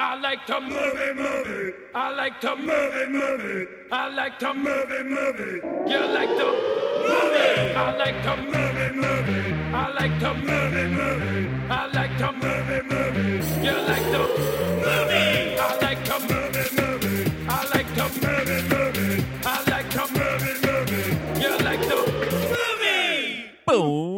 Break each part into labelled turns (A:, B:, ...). A: I like to move it, move it. I like to move it, move it. I like to move it, move it. You like to move it. I like to move it, move it. I like to move it, move it. I like to move it, move it. You like to move it. I like to move it, move it. I like to move it, move it. I like to move it, move it. You like to move it.
B: Boom.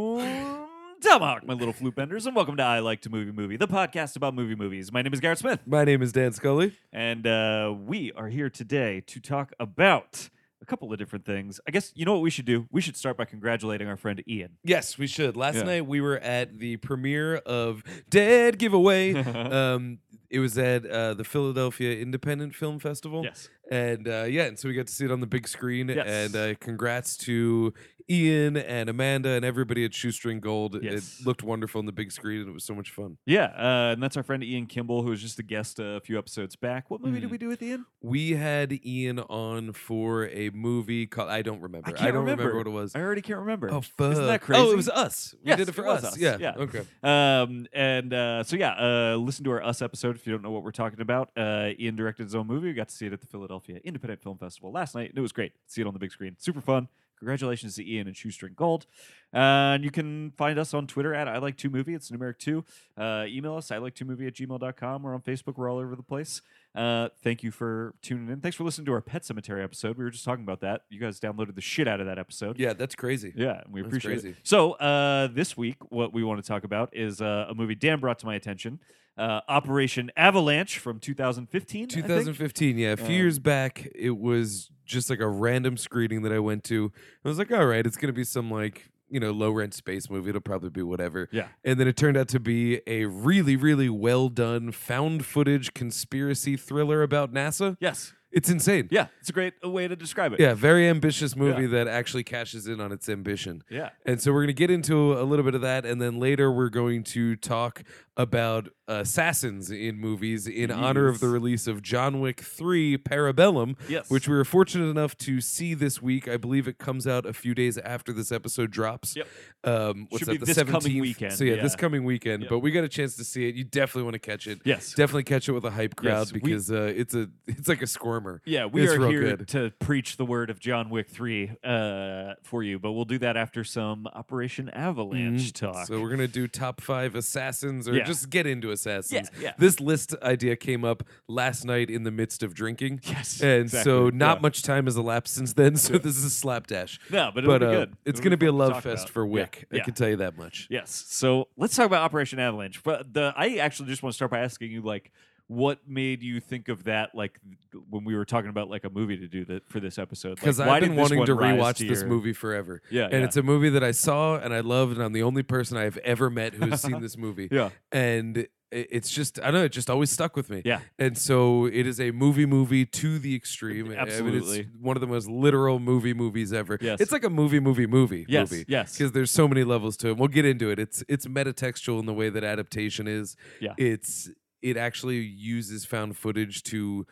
B: Tomahawk, my little flute benders, and welcome to I Like to Movie Movie, the podcast about movie movies. My name is Garrett Smith,
C: My name is Dan Scully.
B: and uh, we are here today to talk about a couple of different things. I guess you know what we should do? We should start by congratulating our friend Ian.
C: Yes, we should. Last
B: Yeah.
C: night we were at the premiere of Dead Giveaway. um, it was at uh, the Philadelphia Independent Film Festival.
B: Yes.
C: And uh, yeah, and so we got to see it on the big screen.
B: Yes.
C: And uh, congrats to Ian and Amanda and everybody at Shoestring Gold.
B: Yes.
C: It looked wonderful on the big screen and it was so much fun.
B: Yeah, uh, and that's our friend Ian Kimball, who was just a guest a few episodes back. What movie did
C: Mhm.
B: we do with Ian?
C: We had Ian on for a movie called, I don't remember.
B: I can't
C: don't remember.
B: remember.
C: what it was.
B: I already can't remember.
C: Oh, fuck.
B: Isn't that
C: Oh,
B: crazy?
C: it was us. We
B: Yes,
C: did it
B: it
C: for
B: was
C: us.
B: us.
C: Yeah.
B: Yeah.
C: Okay.
B: Um, and uh, so yeah, uh, listen to our Us episode if you don't know what we're talking about. Uh, Ian directed his own movie. We got to see it at the Philadelphia Independent Film Festival last night, and it was great. See it on the big screen, super fun. Congratulations to Ian and Shoestring Gold. Uh, and you can find us on Twitter at I Like Two Movie. It's numeric two. Uh, email us I Like Two Movie at gmail.com. We're on Facebook. We're all over the place. Uh, thank you for tuning in. Thanks for listening to our Pet Cemetery episode. We were just talking about that. You guys downloaded the shit out of that episode.
C: Yeah, that's crazy.
B: Yeah, and we
C: That's
B: appreciate it.
C: crazy.
B: So uh, this week, what we want to talk about is uh, a movie Dan brought to my attention, uh, Operation Avalanche from 2015. I think?
C: 2015, yeah. A few
B: Um,
C: years back, it was just like a random screening that I went to. I was like, all right, it's going to be some like, you know, low rent space movie. It'll probably be whatever.
B: Yeah.
C: And then it turned out to be a really, really well done found footage conspiracy thriller about NASA.
B: Yes.
C: It's insane.
B: Yeah, it's a great uh, way to describe it.
C: Yeah, very ambitious movie that actually cashes in on its ambition.
B: Yeah.
C: And so we're going to get into a little bit of that. And then later we're going to talk about assassins in movies in honor of the
B: Yes.
C: release of John Wick 3 Parabellum,
B: Yes.
C: which we were fortunate enough to see this week. I believe it comes out a few days after this episode drops.
B: Yep.
C: Um, what's
B: Should
C: that,
B: be
C: the
B: this
C: 17th?
B: coming weekend,
C: So, yeah, this
B: yeah.
C: coming weekend.
B: Yep.
C: But we got a chance to see it. You definitely want to catch it.
B: Yes.
C: Definitely catch it with a hype crowd
B: Yes, we-
C: because uh, it's a it's like a squirmer.
B: yeah, we
C: It's
B: are
C: real
B: here
C: good.
B: to preach the word of John Wick 3 uh, for you, but we'll do that after some Operation Avalanche talk.
C: Mm-hmm. So we're gonna do top five assassins, or
B: Yeah.
C: just get into assassins.
B: Yeah, yeah.
C: This list idea came up last night in the midst of drinking.
B: Yes,
C: and so
B: exactly,
C: not
B: yeah.
C: much time has elapsed since then. So this is a slapdash.
B: No, but it'll be
C: uh,
B: good.
C: It's
B: It'll be
C: gonna be, a
B: fun to
C: love
B: talk
C: fest
B: about.
C: for
B: Yeah,
C: Wick.
B: yeah.
C: I can tell you that much.
B: Yes. So let's talk about Operation Avalanche. But the I actually just want to start by asking you like what made you think of that like th- when we were talking about like a movie to do that for this episode? Like,
C: Because
B: why
C: I've been
B: did this
C: wanting
B: one
C: to
B: rise
C: rewatch
B: to
C: this
B: your-
C: movie forever.
B: Yeah,
C: and
B: Uh, yeah.
C: it's a movie that I saw and I loved, and I'm the only person I have ever met who has seen this movie.
B: Yeah.
C: and i- it's just I don't know, it just always stuck with me.
B: Yeah.
C: and so it is a movie movie to the extreme. I mean,
B: Absolutely.
C: it's one of the most literal movie movies ever.
B: Yes.
C: it's like a movie movie movie
B: Yes,
C: movie.
B: yes.
C: because there's so many levels to it. We'll get into it. It's it's metatextual in the way that adaptation is.
B: Yeah.
C: it's it actually uses found footage to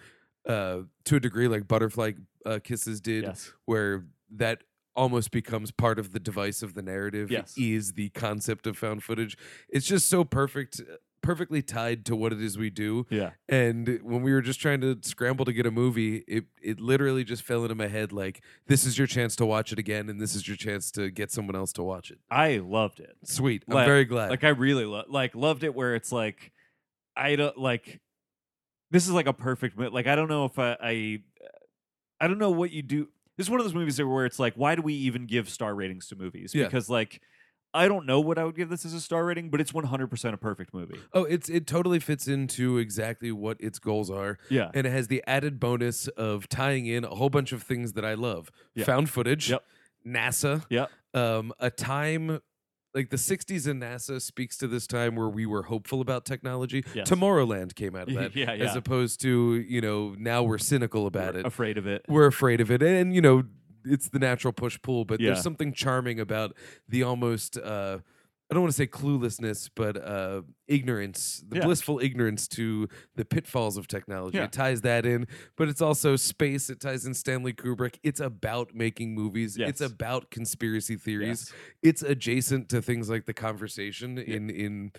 C: uh to a degree like butterfly uh, kisses did
B: Yes.
C: where that almost becomes part of the device of the narrative
B: Yes.
C: is the concept of found footage it's just so perfect perfectly tied to what it is we do
B: Yeah.
C: and when we were just trying to scramble to get a movie it it literally just fell into my head like this is your chance to watch it again and this is your chance to get someone else to watch it
B: I loved it.
C: sweet i'm
B: Like-
C: very glad
B: Like I really lo- like loved it where it's like I don't like this is like a perfect mo- like I don't know if I I, I don't know what you do. This is one of those movies that- where it's like why do we even give star ratings to movies?
C: Yeah.
B: Because like I don't know what I would give this as a star rating, but it's 100% a perfect movie.
C: oh it's it totally fits into exactly what its goals are
B: Yeah.
C: and it has the added bonus of tying in a whole bunch of things that I love:
B: Yeah.
C: found footage,
B: Yep.
C: NASA,
B: Yep.
C: um, a time like the '60s and NASA speaks to this time where we were hopeful about technology.
B: Yes.
C: Tomorrowland came out of that,
B: Yeah, yeah.
C: as opposed to you know now we're cynical about it.
B: Afraid of it.
C: we're afraid of it, and you know it's the natural push pull. But
B: Yeah.
C: there's something charming about the almost. Uh, I don't want to say cluelessness, but uh, ignorance, the
B: Yeah.
C: blissful ignorance to the pitfalls of technology.
B: Yeah.
C: It ties that in, but it's also space. It ties in Stanley Kubrick. It's about making movies,
B: Yes.
C: it's about conspiracy theories.
B: Yes.
C: It's adjacent to things like The Conversation in, in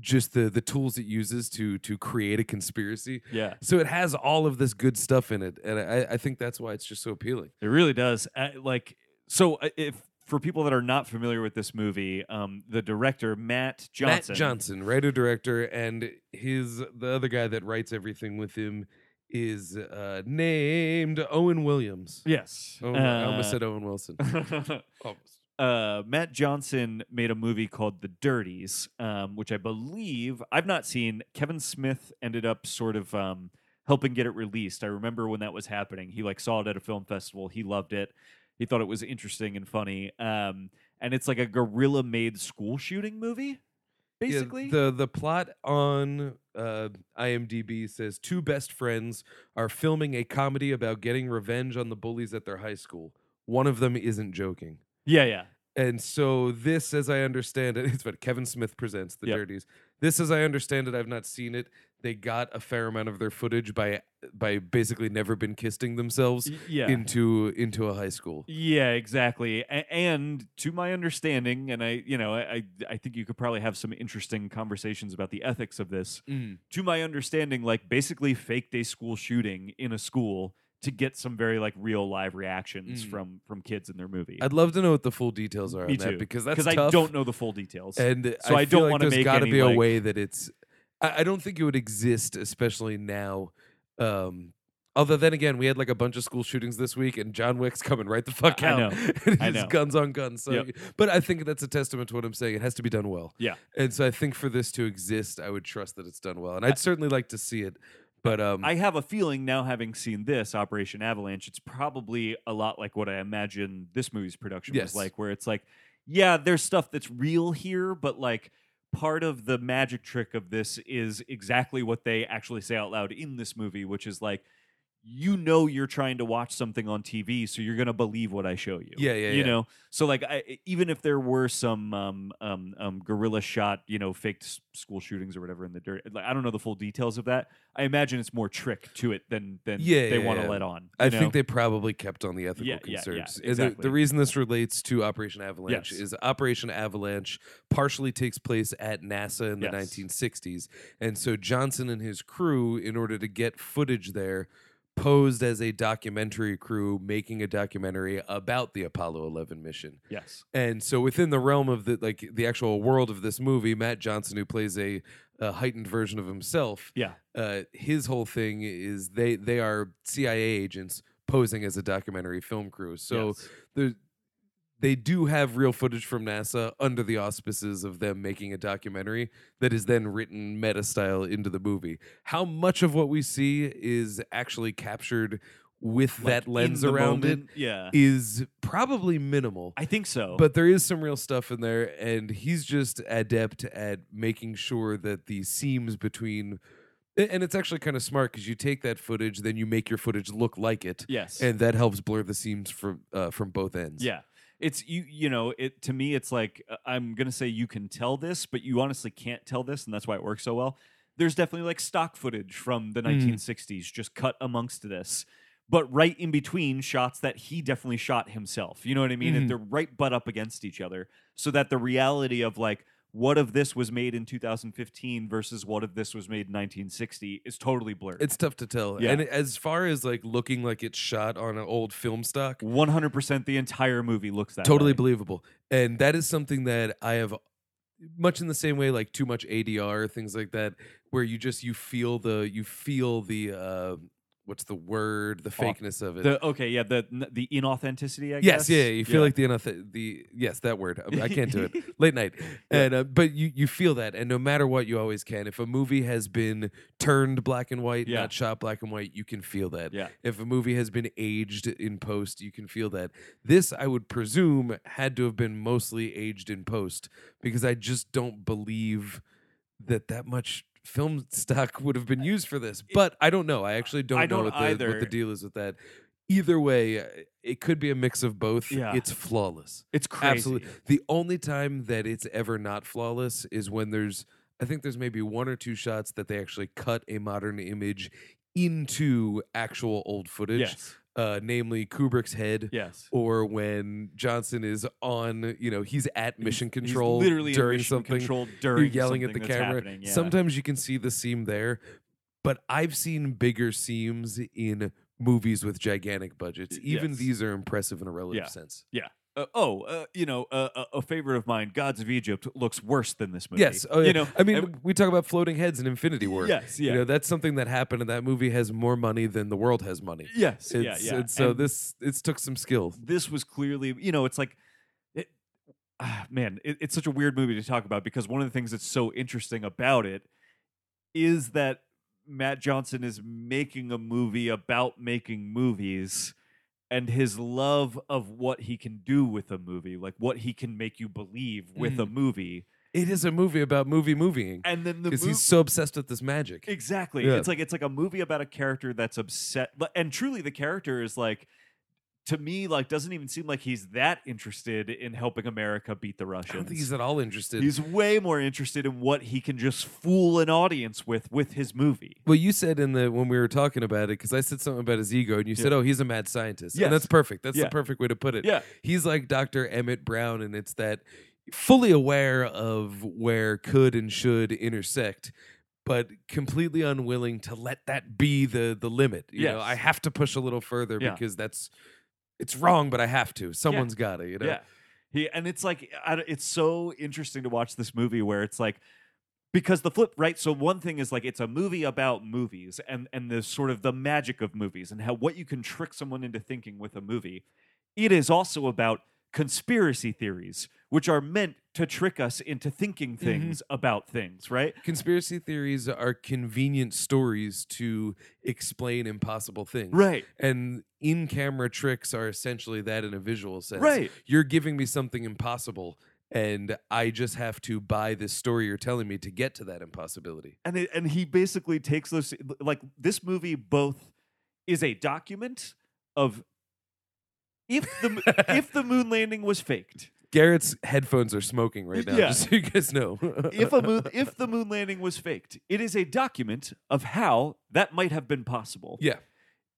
C: just the the tools it uses to to create a conspiracy.
B: Yeah.
C: So it has all of this good stuff in it, and I, I think that's why it's just so appealing.
B: It really does. Uh, like so, uh, if for people that are not familiar with this movie, um, the director Matt Johnson.
C: Matt Johnson, writer director, and his the other guy that writes everything with him is uh, named Owen Williams.
B: Yes.
C: Oh, I
B: Uh.
C: almost said Owen Wilson.
B: said.
C: Almost.
B: uh, Matt Johnson made a movie called The Dirties, um, which I believe I've not seen. Kevin Smith ended up sort of um, helping get it released. I remember when that was happening. He like saw it at a film festival. He loved it. He thought it was interesting and funny. Um, and it's like a guerrilla made school shooting movie,
C: Yeah,
B: basically.
C: the the plot on uh, IMDb says two best friends are filming a comedy about getting revenge on the bullies at their high school. One of them isn't joking.
B: yeah, yeah.
C: And so this, as I understand it, it's what Kevin Smith presents the
B: Yep.
C: Dirties. This, as I understand it, I've not seen it. They got a fair amount of their footage by by basically never been kissing themselves
B: Y- Yeah.
C: into into a high school.
B: Yeah, exactly. A- and to my understanding, and I, you know, I, I, I think you could probably have some interesting conversations about the ethics of this. To my understanding, like basically faked a school shooting in a school to get some very like real live reactions
C: Mm.
B: from from kids in their movie.
C: I'd love to know what the full details are
B: Me
C: on that
B: too,
C: because that's
B: Because I
C: tough.
B: don't know the full details.
C: And
B: So I don't
C: feel like
B: wanna
C: there's
B: make
C: gotta
B: any,
C: be a
B: like-
C: way that it's. I, I don't think it would exist, especially now. Um, although then again, we had like a bunch of school shootings this week, and John Wick's coming right the fuck
B: I
C: out.
B: know.
C: And
B: I
C: it's
B: know.
C: guns on guns. So,
B: Yep.
C: but I think that's a testament to what I'm saying. It has to be done well.
B: Yeah.
C: And so I think for this to exist, I would trust that it's done well, and I'd certainly like to see it. But um,
B: I have a feeling now, having seen this Operation Avalanche, it's probably a lot like what I imagine this movie's production
C: Yes.
B: was like, where it's like, yeah, there's stuff that's real here, but like part of the magic trick of this is exactly what they actually say out loud in this movie, which is like, you know, you're trying to watch something on TV, so you're gonna believe what I show you.
C: Yeah, yeah,
B: You
C: yeah.
B: know, so like, I, e, even if there were some um, um, um, guerrilla shot, you know, faked s- school shootings or whatever in the dirt, like I don't know the full details of that. I imagine it's more trick to it than than
C: Yeah,
B: they
C: yeah,
B: want to
C: yeah.
B: let on.
C: I
B: you know?
C: think they probably kept on the ethical
B: Yeah, yeah, yeah,
C: concerns. and the,
B: exactly.
C: the reason this relates to Operation Avalanche
B: Yes.
C: is Operation Avalanche partially takes place at NASA in the
B: Yes.
C: 1960s. And so Johnson and his crew, in order to get footage there, posed as a documentary crew making a documentary about the Apollo 11 mission.
B: yes,
C: And so within the realm of the like the actual world of this movie, Matt Johnson who plays a, a heightened version of himself
B: yeah,
C: uh, his whole thing is they they are CIA agents posing as a documentary film crew. So
B: yes.
C: there they do have real footage from NASA under the auspices of them making a documentary that is then written meta style into the movie. How much of what we see is actually captured with
B: Like,
C: that lens
B: in the
C: around it
B: moment, Yeah,
C: is probably minimal.
B: I think so.
C: But there is some real stuff in there, and he's just adept at making sure that the seams between. a- And it's actually kind of smart because you take that footage, then you make your footage look like it,
B: yes,
C: and that helps blur the seams from uh, from both ends.
B: Yeah. It's you you know, it to me it's like uh, I'm going to say you can tell this, but you honestly can't tell this and that's why it works so well. There's definitely like stock footage from
C: Mm.
B: the 1960s just cut amongst this. But right in between shots that he definitely shot himself. You know what I mean?
C: Mhm.
B: And they're right butt up against each other so that the reality of like what of this was made in 2015 versus what of this was made in 1960 is totally blurred.
C: It's tough to tell.
B: Yeah.
C: And as far as like looking like it's shot on an old film stock,
B: 100% the entire movie looks that
C: totally
B: way.
C: believable. And that is something that I have much in the same way like too much ADR things like that where you just you feel the you feel the uh what's the word the fakeness of it.
B: The, okay, yeah, the n- the inauthenticity. I
C: yes,
B: guess.
C: yeah, you feel like the unauth- the yes, that word. Um, I I can't do it. Late night. And uh, but you you feel that and no matter what you always can. If a movie has been turned black and white,
B: Yeah.
C: not shot black and white, you can feel that
B: yeah,
C: if a movie has been aged in post, you can feel that. This, I would presume, had to have been mostly aged in post because I just don't believe that that much film stock would have been used for this. But I don't know. I actually don't,
B: I
C: know
B: don't
C: what the, what
B: either.
C: the deal is with that. Either way, uh, it could be a mix of both.
B: Yeah.
C: It's flawless.
B: it's crazy.
C: Absolutely. The only time that it's ever not flawless is when there's, I think there's maybe one or two shots that they actually cut a modern image into actual old footage.
B: Yes,
C: uh, namely Kubrick's head,
B: Yes.
C: or when Johnson is on, you know, he's at mission
B: He's
C: control
B: literally in
C: during
B: mission
C: something.
B: Control
C: You're
B: during
C: yelling at the
B: something that's
C: camera.
B: happening, yeah.
C: Sometimes you can see the seam there, but I've seen bigger seams in movies with gigantic budgets.
B: Y-
C: Even
B: yes.
C: these are impressive in a relative
B: Yeah.
C: sense.
B: Uh, oh, uh, you know, uh, a- a favorite of mine, Gods of Egypt, looks worse than this movie.
C: Yes, oh, yeah.
B: you know,
C: I mean,
B: and-
C: we talk about floating heads in Infinity War.
B: yes, yeah,
C: You know, that's something that happened, and that movie has more money than the world has money.
B: yes,
C: It's,
B: yeah, yeah.
C: And so
B: And
C: this it's took some skill.
B: this was clearly, you know, it's like, it, ah, man, it, it's such a weird movie to talk about because one of the things that's so interesting about it is that Matt Johnson is making a movie about making movies and his love of what he can do with a movie, like what he can make you believe with
C: Mm.
B: a movie.
C: It is a movie about movie movieing
B: And then the
C: because
B: movie.
C: he's so obsessed with this magic.
B: Exactly.
C: Yeah.
B: It's like it's like a movie about a character that's upset but- and truly the character is like to me like doesn't even seem like he's that interested in helping America beat the
C: I don't
B: Russians.
C: think he's at all interested.
B: He's way more interested in what he can just fool an audience with with his movie.
C: well, you said in the when we were talking about it because I said something about his ego, and you said, "Oh, he's a mad scientist,"
B: Yes.
C: and that's perfect. That's
B: Yeah.
C: the perfect way to put it.
B: Yeah.
C: he's like Dr. Emmett Brown, and it's that fully aware of where could and should intersect, but completely unwilling to let that be the the limit. You know,
B: Yes.
C: I have to push a little further
B: Yeah.
C: because that's it's wrong, but I have to. Someone's got to. You know,
B: Yeah. He and it's like I, don't- it's so interesting to watch this movie where it's like because the flip right so one thing is like it's a movie about movies and and the sort of the magic of movies and how what you can trick someone into thinking with a movie it is also about conspiracy theories which are meant to trick us into thinking things about things right
C: conspiracy theories are convenient stories to explain impossible things.
B: right
C: and in camera tricks are essentially that in a visual sense.
B: right
C: You're giving me something impossible, and I just have to buy this story you're telling me to get to that impossibility.
B: and it, and he basically takes those like this movie both is a document of if the mo- if the moon landing was faked
C: Garrett's headphones are smoking right now,
B: Yeah.
C: just so you guys know.
B: if a moon if the moon landing was faked it is a document of how that might have been possible
C: yeah,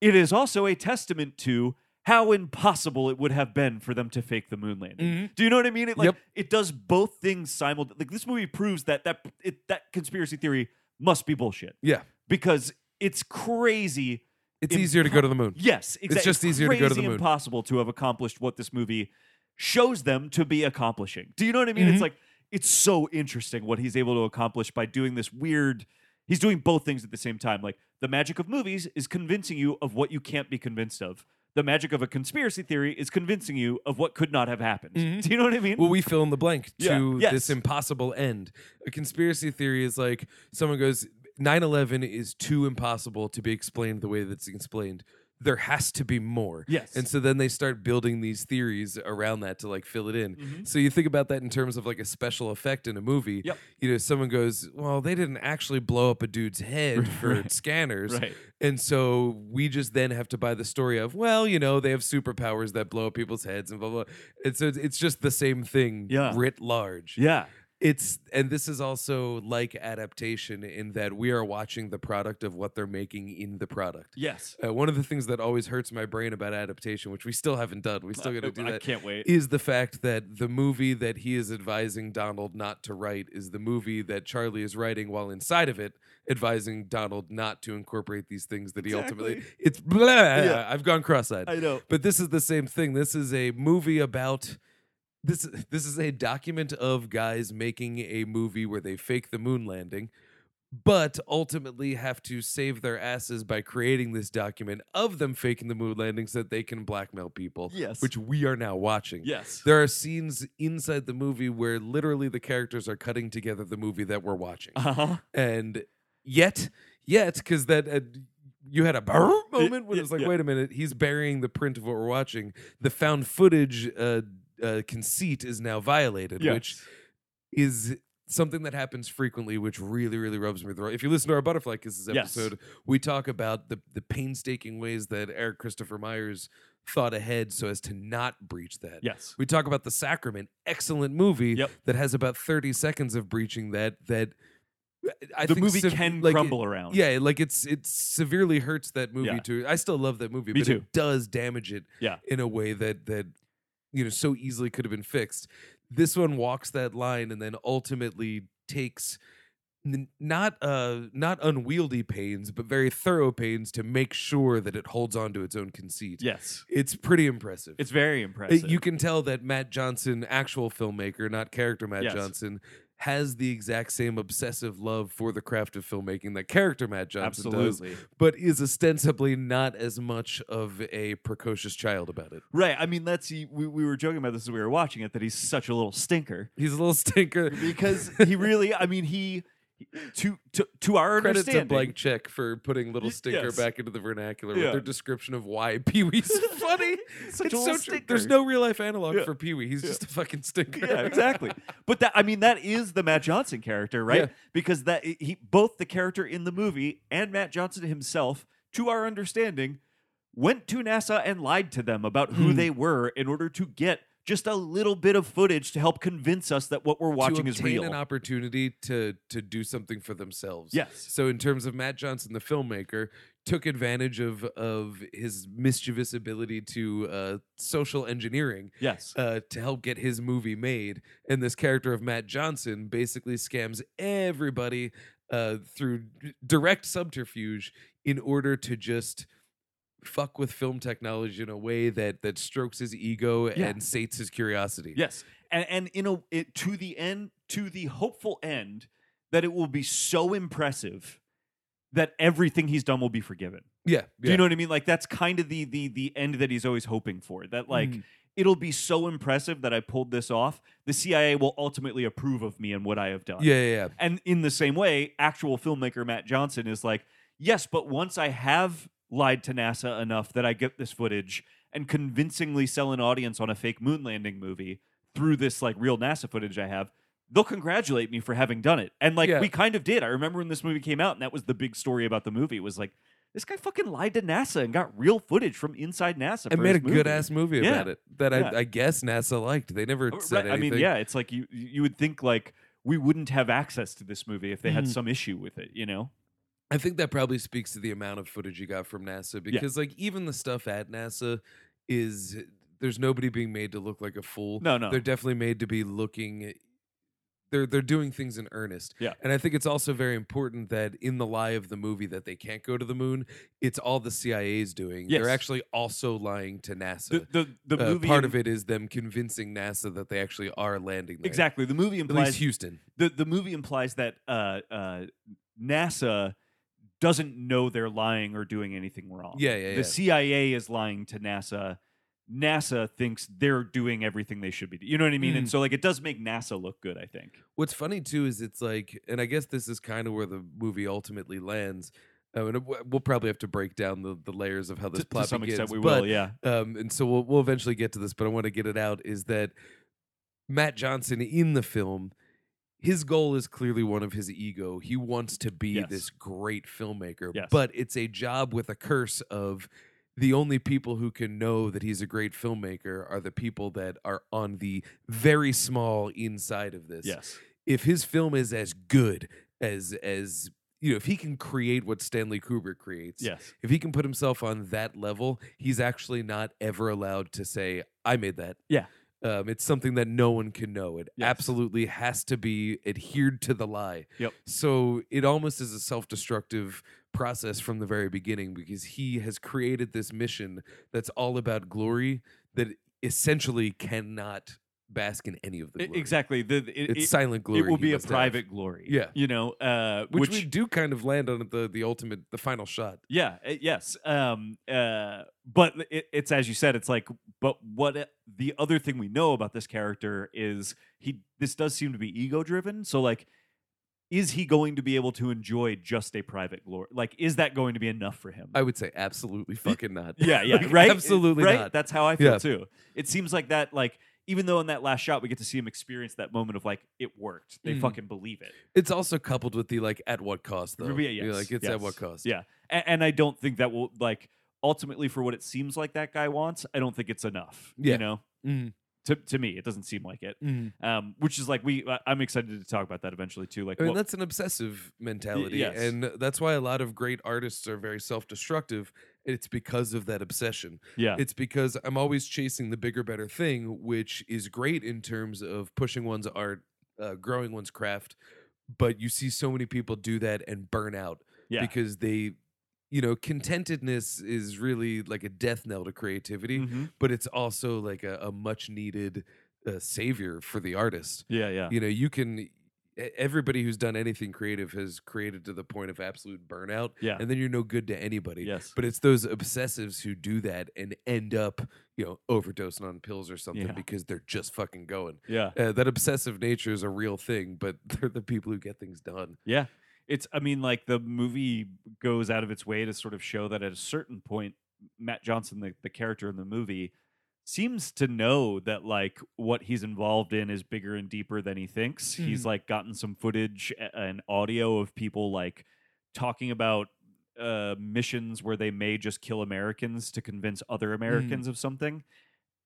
B: it is also a testament to how impossible it would have been for them to fake the moon landing do you know what i mean it like
C: Mm-hmm. Yep.
B: it does both things simultaneously like this movie proves that that it, that conspiracy theory must be bullshit
C: yeah,
B: because it's crazy
C: it's
B: Im-
C: easier to go to the moon.
B: Yes, exactly.
C: just easier to go to the moon.
B: Impossible to have accomplished what this movie shows them to be accomplishing. Do you know what I mean?
C: Mm-hmm.
B: It's like it's so interesting what he's able to accomplish by doing this weird. He's doing both things at the same time. Like the magic of movies is convincing you of what you can't be convinced of. The magic of a conspiracy theory is convincing you of what could not have happened. Do you know what I mean?
C: Mm-hmm. Well, we fill in the blank
B: Yeah.
C: to
B: Yes.
C: this impossible end. A conspiracy theory is like someone goes, 9 11 is too impossible to be explained the way that's explained. There has to be more.
B: Yes.
C: And so then they start building these theories around that to like fill it in. So you think about that in terms of like a special effect in a movie.
B: Mm-hmm. Yep.
C: You know, someone goes, well, they didn't actually blow up a dude's head for scanners.
B: Right.
C: And so we just then have to buy the story of, well, you know, they have superpowers that blow up people's heads and blah, blah. And so it's- it's just the same thing
B: Yeah.
C: writ large.
B: yeah.
C: It's, and this is also like adaptation in that we are watching the product of what they're making in the product.
B: Yes.
C: Uh, one of the things that always hurts my brain about adaptation, which we still haven't done, we still got to do
B: I
C: that,
B: can't wait.
C: is the fact that the movie that he is advising Donald not to write is the movie that Charlie is writing while inside of it, advising Donald not to incorporate these things that he ultimately. It's blah.
B: Yeah.
C: I've gone cross-eyed.
B: I know.
C: But this is the same thing. This is a movie about this. This is a document of guys making a movie where they fake the moon landing, but ultimately have to save their asses by creating this document of them faking the moon landing so that they can blackmail people.
B: Yes.
C: which we are now watching.
B: Yes.
C: There are scenes inside the movie where literally the characters are cutting together the movie that we're watching,
B: Uh-huh.
C: and yet, yet, because that. Uh, you had a burr moment when
B: yeah,
C: it was like,
B: yeah.
C: wait a minute, he's burying the print of what we're watching. The found footage uh, uh, conceit is now violated, which
B: Yes.
C: is something that happens frequently, which really, really rubs me the wrong. If you listen to our Butterfly Kisses
B: Yes.
C: episode, we talk about the the painstaking ways that Eric Christopher Myers thought ahead so as to not breach that.
B: Yes.
C: We talk about The Sacrament, excellent movie
B: Yep.
C: that has about 30 seconds of breaching that that I
B: the
C: think
B: movie
C: sev-
B: can
C: like, it-
B: crumble around.
C: Yeah, like it's it severely hurts that movie
B: Yeah.
C: too. I still love that movie,
B: Me
C: but
B: too.
C: it does damage it
B: Yeah.
C: in a way that that you know so easily could have been fixed. This one walks that line and then ultimately takes n- not uh not unwieldy pains, but very thorough pains to make sure that it holds on to its own conceit.
B: Yes.
C: It's pretty impressive.
B: It's very
C: Uh,
B: impressive.
C: You can tell that Matt Johnson, actual filmmaker, not character Matt
B: Yes.
C: Johnson, has the exact same obsessive love for the craft of filmmaking that character Matt Johnson does,
B: Absolutely.
C: but is ostensibly not as much of a precocious child about it.
B: Right. I mean, that's he, we, we were joking about this as we were watching it that he's such a little stinker
C: He's a little stinker.
B: because he really, I mean, he to to to
C: Credit
B: our
C: to
B: understanding,
C: Blank Check for putting Little
B: Y-
C: Stinker
B: yes.
C: back into the vernacular
B: Yeah.
C: with their description of why Pee Wee's funny.
B: Such
C: it's
B: a
C: so
B: little
C: true.
B: stinker.
C: There's no real life analog
B: Yeah.
C: for Pee Wee. He's
B: Yeah.
C: just a fucking stinker.
B: yeah, exactly. But that I mean that is the Matt Johnson character, right?
C: Yeah.
B: Because that he both the character in the movie and Matt Johnson himself, to our understanding, went to NASA and lied to them about who
C: Mm.
B: they were in order to get just a little bit of footage to help convince us that what we're watching
C: to
B: is
C: obtain
B: real.
C: an opportunity to to do something for themselves.
B: yes.
C: So in terms of Matt Johnson, the filmmaker, took advantage of of his mischievous ability to uh, social engineering
B: Yes.
C: uh, to help get his movie made, and this character of Matt Johnson basically scams everybody uh, through d- direct subterfuge in order to just fuck with film technology in a way that that strokes his ego
B: Yeah.
C: and sates his curiosity.
B: Yes, and and in a it, to the end to the hopeful end that it will be so impressive that everything he's done will be forgiven.
C: Yeah.
B: Do you know what I mean? Like that's kind of the the the end that he's always hoping for. That like
C: Mhm.
B: it'll be so impressive that I pulled this off. The CIA will ultimately approve of me and what I have done.
C: Yeah, yeah, yeah.
B: And in the same way, actual filmmaker Matt Johnson is like, yes, but once I have lied to NASA enough that I get this footage and convincingly sell an audience on a fake moon landing movie through this like real NASA footage I have, they'll congratulate me for having done it. And like
C: Yeah.
B: we kind of did. I remember when this movie came out, and that was the big story about the movie. Was like this guy fucking lied to NASA and got real footage from inside NASA.
C: and
B: for
C: made a
B: his movie.
C: good ass movie
B: Yeah.
C: about it that
B: Yeah.
C: I, I guess NASA liked. They never
B: Oh,
C: said
B: right. I
C: anything.
B: mean, yeah, it's like you you would think like we wouldn't have access to this movie if they had
C: Mhm.
B: some issue with it, you know?
C: I think that probably speaks to the amount of footage you got from NASA because, like, even the stuff at NASA is there's nobody being made to look like a fool.
B: No, no.
C: They're definitely made to be looking. They're they're doing things in earnest.
B: Yeah.
C: and I think it's also very important that in the lie of the movie that they can't go to the moon, it's all the CIA's doing.
B: Yes.
C: They're actually also lying to NASA.
B: the the, the
C: Uh,
B: movie
C: part
B: im-
C: of it is them convincing NASA that they actually are landing there.
B: exactly the movie
C: At least
B: implies
C: Houston.
B: the, the movie implies that uh, uh, NASA doesn't know they're lying or doing anything wrong.
C: Yeah, yeah,
B: the
C: yeah.
B: CIA is lying to NASA. NASA thinks they're doing everything they should be. You know what I mean? And
C: Hmm.
B: so like it does make NASA look good. I think.
C: What's funny too is it's like, and I guess this is kind of where the movie ultimately lands. Um, and w- we'll probably have to break down the, the layers of how this
B: To- to,
C: plot
B: some
C: begins.
B: extent, we
C: but,
B: will. Yeah.
C: Um, and so we'll we'll eventually get to this, but I want to get it out is that Matt Johnson in the film, his goal is clearly one of his ego. He wants to be
B: Yes.
C: this great filmmaker,
B: Yes.
C: but it's a job with a curse of the only people who can know that he's a great filmmaker are the people that are on the very small inside of this
B: Yes.
C: if his film is as good as as you know if he can create what Stanley Kubrick creates
B: Yes.
C: if he can put himself on that level he's actually not ever allowed to say i made that
B: Yeah.
C: um, it's something that no one can know it
B: Yes.
C: absolutely has to be adhered to the lie
B: Yep.
C: so it almost is a self-destructive process from the very beginning because he has created this mission that's all about glory that essentially cannot bask in any of the
B: I-
C: glory.
B: E, exactly. The, the- it,
C: it's
B: it-
C: silent glory
B: it will
C: he
B: be a
C: must have.
B: private glory.
C: Yeah.
B: You know. Uh,
C: which, we do kind of land on at the the ultimate the final shot.
B: Yeah. uh, Yes. Um. Uh. But it, it's as you said. It's like. But what uh, the other thing we know about this character is he. This does seem to be ego driven. So like, is he going to be able to enjoy just a private glory? Like, is that going to be enough for him?
C: I would say absolutely fucking not.
B: yeah. Yeah.
C: Like,
B: right.
C: Absolutely
B: Right.
C: not.
B: That's how I feel
C: Yeah.
B: too. It seems like that. Like. Even though in that last shot we get to see him experience that moment of like it worked, they
C: Mhm.
B: fucking believe it.
C: It's also coupled with the like at what cost though.
B: Yeah,
C: You're
B: yes,
C: like it's at
B: yes,
C: what cost.
B: Yeah, A- and, I don't think that will like ultimately for what it seems like that guy wants. I don't think it's enough.
C: Yeah.
B: You know,
C: Mhm.
B: to to to me it doesn't seem like it um which is like we I- i'm excited to talk about that eventually too like
C: I mean,
B: what-
C: that's an obsessive mentality.
B: yes.
C: And that's why a lot of great artists are very self destructive. It's because of that obsession.
B: yeah
C: It's because I'm always chasing the bigger, better thing, which is great in terms of pushing one's art, uh, growing one's craft. But you see so many people do that and burn out
B: yeah
C: because they, you know, contentedness is really like a death knell to creativity,
B: Mhm.
C: but it's also like a, a much needed uh, savior for the artist
B: yeah yeah
C: you know you can e- everybody who's done anything creative has created to the point of absolute burnout
B: Yeah.
C: and then you're no good to anybody
B: yes
C: but it's those obsessives who do that and end up you know overdosing on pills or something
B: Yeah.
C: because they're just fucking going
B: yeah
C: uh, that obsessive nature is a real thing but they're the people who get things done
B: Yeah. It's I mean like the movie goes out of its way to sort of show that at a certain point Matt Johnson the, the character in the movie seems to know that like what he's involved in is bigger and deeper than he thinks. He's like gotten some footage a- and audio of people like talking about uh, missions where they may just kill Americans to convince other Americans of something,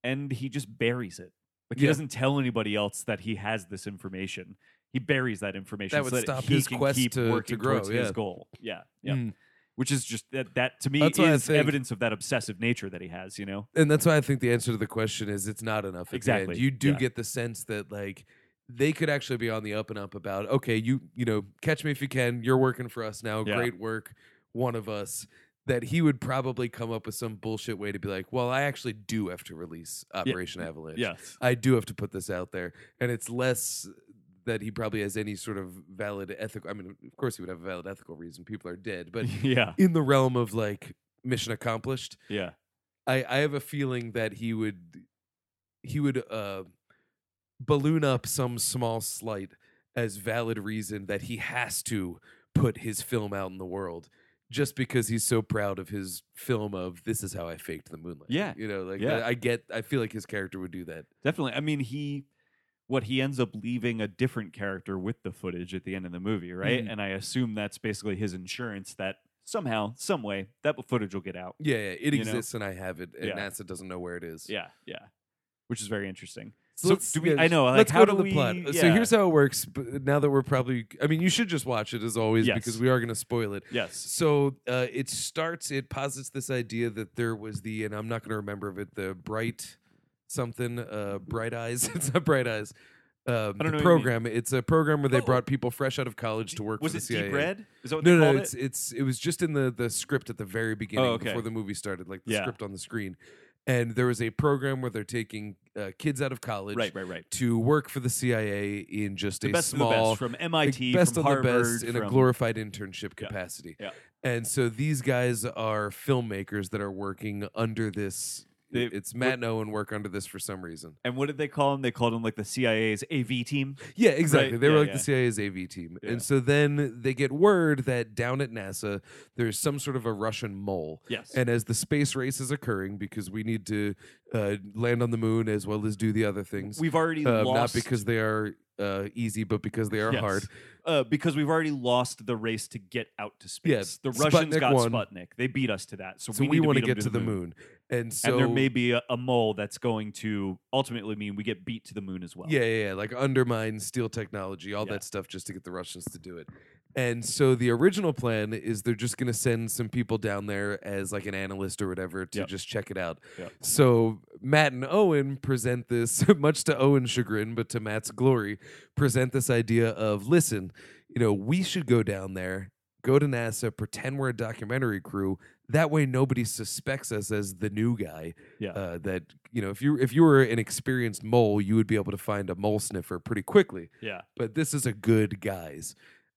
B: and he just buries it. Like he
C: Yeah.
B: doesn't tell anybody else that he has this information. He buries that information.
C: That
B: so
C: would stop
B: he
C: his
B: can
C: quest
B: keep
C: to- to
B: working
C: grow,
B: towards his
C: yeah.
B: goal. Yeah, yeah.
C: Mm.
B: Which is just that. That to me
C: That's what I
B: is
C: think.
B: evidence of that obsessive nature that he has. You know.
C: and that's why i think the answer to the question is it's not enough at the end.
B: Exactly,
C: you do
B: yeah.
C: get the sense that like they could actually be on the up and up about okay you you know catch me if you can you're working for us now
B: Yeah.
C: great work one of us that he would probably come up with some bullshit way to be like well i actually do have to release operation avalanche
B: Yes.
C: i do have to put this out there and it's less that he probably has any sort of valid ethical i mean of course he would have a valid ethical reason people are dead but
B: yeah.
C: in the realm of like mission accomplished
B: Yeah.
C: I, I have a feeling that he would he would uh balloon up some small slight as valid reason that he has to put his film out in the world just because he's so proud of his film of this is how I faked the moonlight.
B: Yeah.
C: You know, like
B: Yeah.
C: I, I get I feel like his character would do that.
B: Definitely. I mean, he what he ends up leaving a different character with the footage at the end of the movie, right?
C: Mhm.
B: And I assume that's basically his insurance that somehow, some way, that footage will get out.
C: Yeah, yeah it
B: You know?
C: exists and I have it and
B: Yeah.
C: NASA doesn't know where it is.
B: Yeah, yeah. Which is very interesting.
C: So,
B: So
C: let's-
B: do we-
C: yeah,
B: I know, like,
C: let's
B: how
C: go to
B: do
C: the plot.
B: we-
C: So
B: yeah.
C: here's how it works. b- Now that we're probably, I mean, you should just watch it as always
B: Yes.
C: because we are going to spoil it.
B: Yes.
C: So uh, it starts. It posits this idea that there was the, and I'm not going to remember of it, the bright something, uh, bright eyes. it's not bright eyes. Um,
B: I don't know what you
C: the
B: mean.
C: program. It's a program where they
B: Oh.
C: brought people fresh out of college to work.
B: Was
C: for
B: it
C: the CIA.
B: deep red? Is that what
C: No,
B: they
C: no,
B: called
C: it's
B: it? Oh,
C: it's it was just in the the script at the very beginning
B: okay.
C: before the movie started, like the
B: Yeah.
C: script on the screen. And there was a program where they're taking uh, kids out of college
B: Right, right, right.
C: to work for the CIA in just
B: The
C: a
B: best
C: small
B: of the best from
C: like,
B: MIT,
C: best
B: E from
C: of
B: Harvard,
C: the best in a
B: from-
C: glorified internship
B: Yeah.
C: capacity.
B: Yeah.
C: And so these guys are filmmakers that are working under this.
B: They-
C: it's Matt and Owen work under this for some reason.
B: And what did they call him? They called him like the CIA's AV team.
C: Yeah, exactly. They were
B: yeah,
C: like
B: yeah.
C: the CIA's AV team.
B: Yeah.
C: And so then they get word that down at NASA, there's some sort of a Russian mole.
B: Yes.
C: And as the space race is occurring, because we need to uh, land on the moon as well as do the other things,
B: we've already
C: uh, not
B: lost
C: because they are uh, easy, but because they are
B: Yes.
C: hard.
B: uh, because we've already lost the race to get out to
C: Yeah,
B: space. the
C: Sputnik
B: Russians got
C: won.
B: Sputnik. They beat us to that. So,
C: So
B: we,
C: we,
B: need
C: want
B: to
C: to
B: beat 'em
C: get to the moon. And so
B: and there may be a, a mole that's going to ultimately mean we get beat to the moon as well.
C: Yeah, yeah, yeah. Like undermine steel technology, all
B: Yeah.
C: that stuff, just to get the Russians to do it. And so the original plan is they're just going to send some people down there as like an analyst or whatever to
B: Yep.
C: just check it out.
B: Yep.
C: So Matt and Owen present this, much to Owen's chagrin, but to Matt's glory, present this idea of listen, you know, we should go down there, go to NASA, pretend we're a documentary crew. That way, nobody suspects us as the new guy
B: Yeah.
C: uh, that you know if you if you were an experienced mole, you would be able to find a mole sniffer pretty quickly.
B: yeah.
C: But this is a good guys,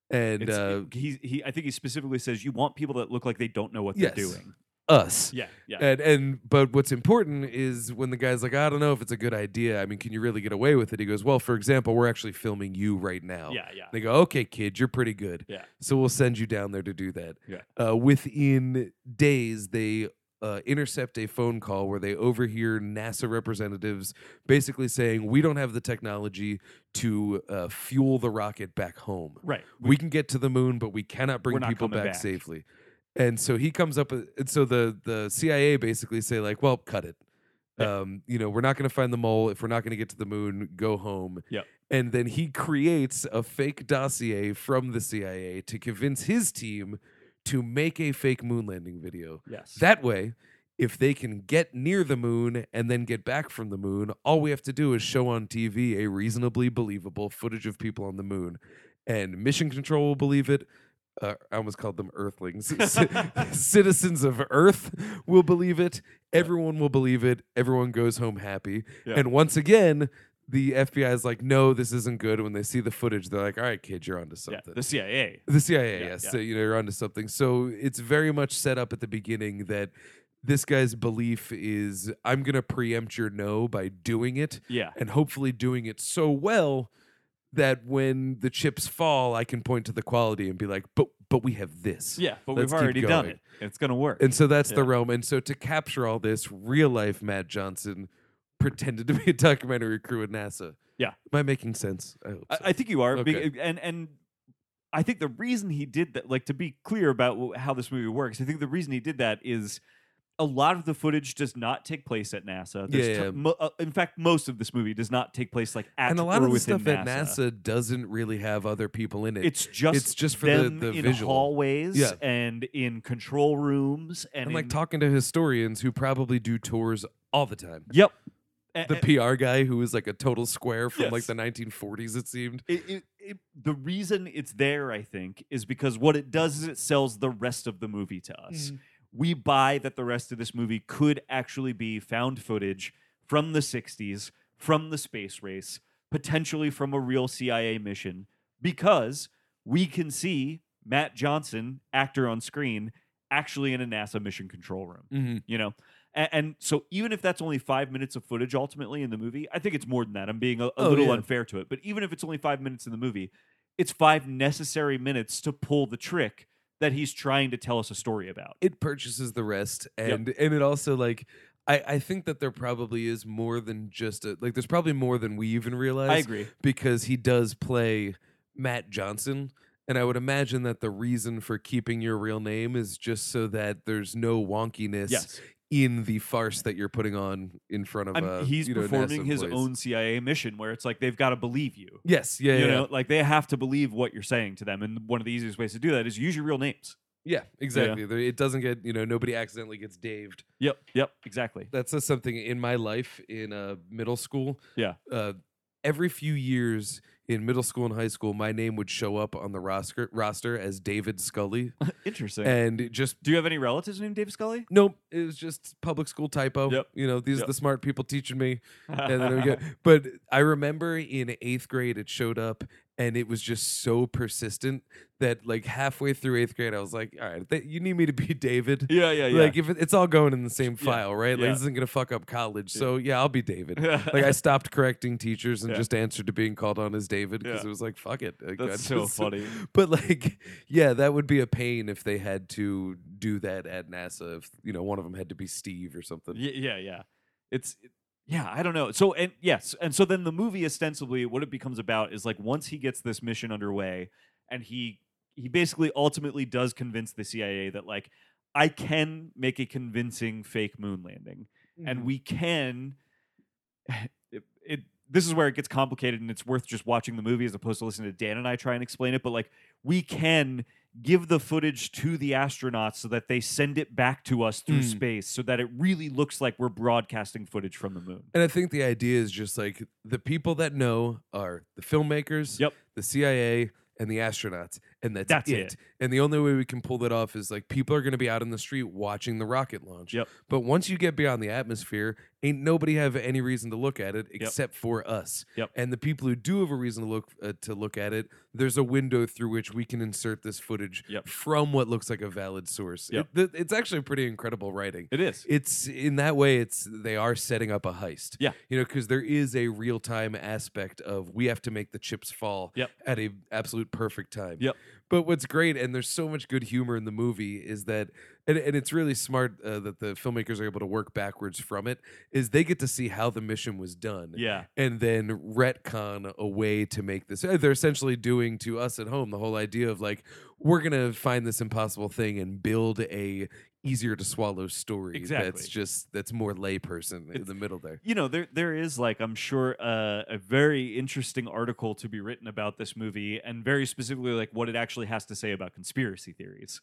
C: and
B: It's-
C: uh,
B: it- he, he, I think he specifically says you want people that look like they don't know what
C: Yes.
B: they're doing.
C: uh, us.
B: Yeah, yeah,
C: And and but what's important is when the guy's like, I don't know if it's a good idea. I mean, can you really get away with it? He goes, Well, for example, we're actually filming you right now.
B: yeah, yeah.
C: They go, okay, kid, you're pretty good.
B: Yeah.
C: So we'll send you down there to do that.
B: Yeah.
C: Uh, within days, they uh, intercept a phone call where they overhear NASA representatives basically saying, "We don't have the technology to uh, fuel the rocket back home.
B: Right.
C: We, can get to the moon, but we cannot bring
B: We're not
C: people
B: coming
C: back,
B: back."
C: safely." uh, And so he comes up, with, and so the the CIA basically say like, "Well, cut it." Um, you know, we're not going to find the mole if we're not going to get to the moon. Go home.
B: Yep.
C: And then he creates a fake dossier from the CIA to convince his team to make a fake moon landing video.
B: Yes.
C: That way, if they can get near the moon and then get back from the moon, all we have to do is show on TV a reasonably believable footage of people on the moon, and Mission Control will believe it. Uh, I almost called them Earthlings. Ci- Citizens of Earth will believe it. Everyone will believe it. Everyone goes home happy.
B: Yeah.
C: And once again, the FBI is like, "No, this isn't good." When they see the footage, they're like, "All right, kid, you're onto
B: yeah,
C: something."
B: the CIA.
C: The CIA,
B: Yeah,
C: yes.
B: yeah.
C: So, you know, you're onto something. So it's very much set up at the beginning that this guy's belief is I'm going to preempt your no by doing it
B: Yeah.
C: and hopefully doing it so well that when the chips fall, I can point to the quality and be like, but, but we have this.
B: Yeah, but
C: Let's
B: we've
C: keep
B: already done
C: going.
B: it. It's going to work.
C: And so that's
B: Yeah.
C: the realm. And so to capture all this, real life Matt Johnson pretended to be a documentary crew at NASA.
B: Yeah.
C: Am I making sense? I hope
B: I,
C: so.
B: I think you are, be-
C: Okay.
B: and and I think the reason he did that, like to be clear about wh- how this movie works, I think the reason he did that is a lot of the footage does not take place at NASA. There's
C: Yeah,
B: t-
C: yeah.
B: mo- uh, in fact, most of this movie does not take place like at
C: and a lot of
B: or
C: the
B: within
C: stuff at
B: NASA.
C: NASA doesn't really have other people in it.
B: It's just
C: it's just for the-
B: them
C: the
B: in
C: visual.
B: hallways
C: Yeah.
B: and in control rooms and,
C: and like
B: in-
C: talking to historians who probably do tours all the time.
B: Yep. A-
C: The
B: a-
C: PR guy who is like a total square from like
B: Yes.
C: the 1940s, it seemed.
B: it, it, it, the reason it's there, I think, is because what it does is it sells the rest of the movie to us. We buy that the rest of this movie could actually be found footage from the 60s, from the space race, potentially from a real CIA mission, because we can see Matt Johnson, actor on screen, actually in a NASA mission control room
C: Mhm.
B: you know A- and, so even if that's only five minutes of footage ultimately in the movie i think it's more than that i'm being a, a
C: Oh,
B: little
C: yeah.
B: unfair to it but even if it's only five minutes in the movie it's five necessary minutes to pull the trick that he's trying to tell us a story about
C: It purchases the rest. And and it also like I, I think that there probably is more than just a like there's probably more than we even realize.
B: i agree
C: because he does play Matt Johnson. And I would imagine that the reason for keeping your real name is just so that there's no wonkiness
B: yes
C: in the farce that you're putting on in front of
B: I'm-
C: uh,
B: he's
C: you know,
B: performing
C: NASA
B: his
C: employees.
B: own cia mission where it's like they've got to believe you
C: Yes, yeah,
B: you
C: yeah,
B: know like they have to believe what you're saying to them and one of the easiest ways to do that is use your real names
C: yeah, exactly. There- It doesn't get you know nobody accidentally gets daved.
B: yep yep exactly
C: That's just something in my life in uh, middle school.
B: Yeah.
C: uh, every few years in middle school and high school, my name would show up on the roster roster as David Scully,
B: interesting
C: and it just
B: do you have any relatives named dave scully
C: nope, it was just public school typo.
B: Yep.
C: You know, these
B: Yep.
C: are the smart people teaching me. and then it would get- but I remember in eighth grade it showed up and it was just so persistent that like halfway through eighth grade I was like, all right, th- you need me to be David.
B: yeah yeah yeah
C: Like if it, it's all going in the same
B: Yeah,
C: file, right? Like
B: yeah.
C: this isn't gonna fuck up college. So yeah, I'll be David.
B: Yeah.
C: like I stopped correcting teachers and
B: Yeah.
C: just answered to being called on as David because
B: Yeah.
C: it was like fuck it. Like, I
B: That's so
C: just-
B: funny.
C: But like, yeah, that would be a pain if they had to do that at NASA. If you know one of them had to be Steve or something.
B: Yeah, yeah, yeah. It's it- yeah, I don't know. So and yes, and so then the movie ostensibly what it becomes about is like once he gets this mission underway and he he basically ultimately does convince the CIA that like I can make a convincing fake moon landing and we can it, it this is where it gets complicated and it's worth just watching the movie as opposed to listening to Dan and I try and explain it but like we can give the footage to the astronauts so that they send it back to us through
C: Mm.
B: space so that it really looks like we're broadcasting footage from the moon
C: And I think the idea is just like the people that know are the filmmakers,
B: Yep.
C: the CIA, and the astronauts, and that's,
B: That's
C: it.
B: it.
C: And the only way we can pull that off is like people are going to be out in the street watching the rocket launch.
B: Yep.
C: But once you get beyond the atmosphere, ain't nobody have any reason to look at it except for us.
B: Yep.
C: And the people who do have a reason to look uh, to look at it, there's a window through which we can insert this footage
B: Yep.
C: from what looks like a valid source.
B: Yep.
C: It- th- it's actually pretty incredible writing
B: it is
C: it's in that way it's they are setting up a heist
B: Yeah.
C: you know because there is a real-time aspect of we have to make the chips fall
B: Yep.
C: at a absolute perfect time
B: Yep.
C: but what's great and there's so much good humor in the movie is that and, and it's really smart uh, that the filmmakers are able to work backwards from it is they get to see how the mission was done
B: yeah
C: and then retcon a way to make this. They're essentially doing to us at home the whole idea of like, we're going to find this impossible thing and build a easier to swallow story
B: Exactly.
C: that's just that's more layperson in
B: It's-
C: the middle there.
B: you know there there is like i'm sure uh, a very interesting article to be written about this movie and very specifically like what it actually has to say about conspiracy theories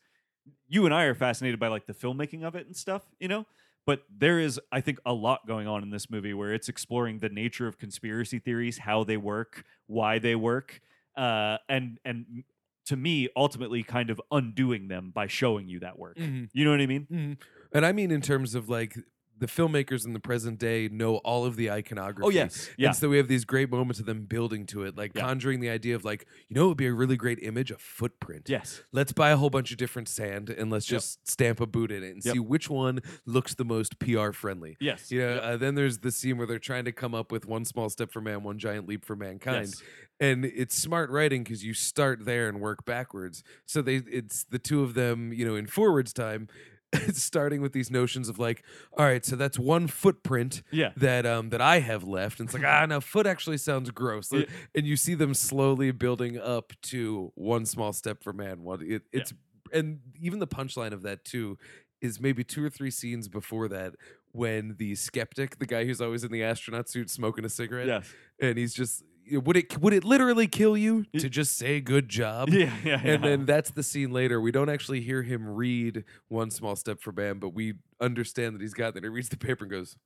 B: you and i are fascinated by like the filmmaking of it and stuff you know but there is i think a lot going on in this movie where it's exploring the nature of conspiracy theories how they work why they work uh, and and to me ultimately kind of undoing them by showing you that
C: Mm.
B: work you know what i mean
C: Mhm. And I mean in terms of like the filmmakers in the present day know all of the iconography.
B: oh yes yeah
C: And so we have these great moments of them building to it, like
B: Yeah.
C: conjuring the idea of like, you know, it would be a really great image, a footprint.
B: yes
C: Let's buy a whole bunch of different sand and let's
B: Yep.
C: just stamp a boot in it and
B: Yep.
C: see which one looks the most PR friendly.
B: yes
C: You know,
B: Yep.
C: uh, then there's the scene where they're trying to come up with one small step for man, one giant leap for mankind,
B: Yes.
C: and it's smart writing because you start there and work backwards. So they, it's the two of them, you know, in forwards time, starting with these notions of like, all right, so that's one footprint
B: yeah
C: that um that I have left. And it's like, ah, no, foot actually sounds gross.
B: Yeah.
C: And you see them slowly building up to one small step for man. One, it,
B: Yeah.
C: it's and even the punchline of that too is maybe two or three scenes before that when the skeptic, the guy who's always in the astronaut suit smoking a cigarette,
B: yes
C: and he's just would it would it literally kill you
B: Y-
C: to just say good job?
B: yeah, yeah,
C: And
B: yeah.
C: then that's the scene later. We don't actually hear him read one small step for Bam, but we understand that he's got that. He reads the paper and goes,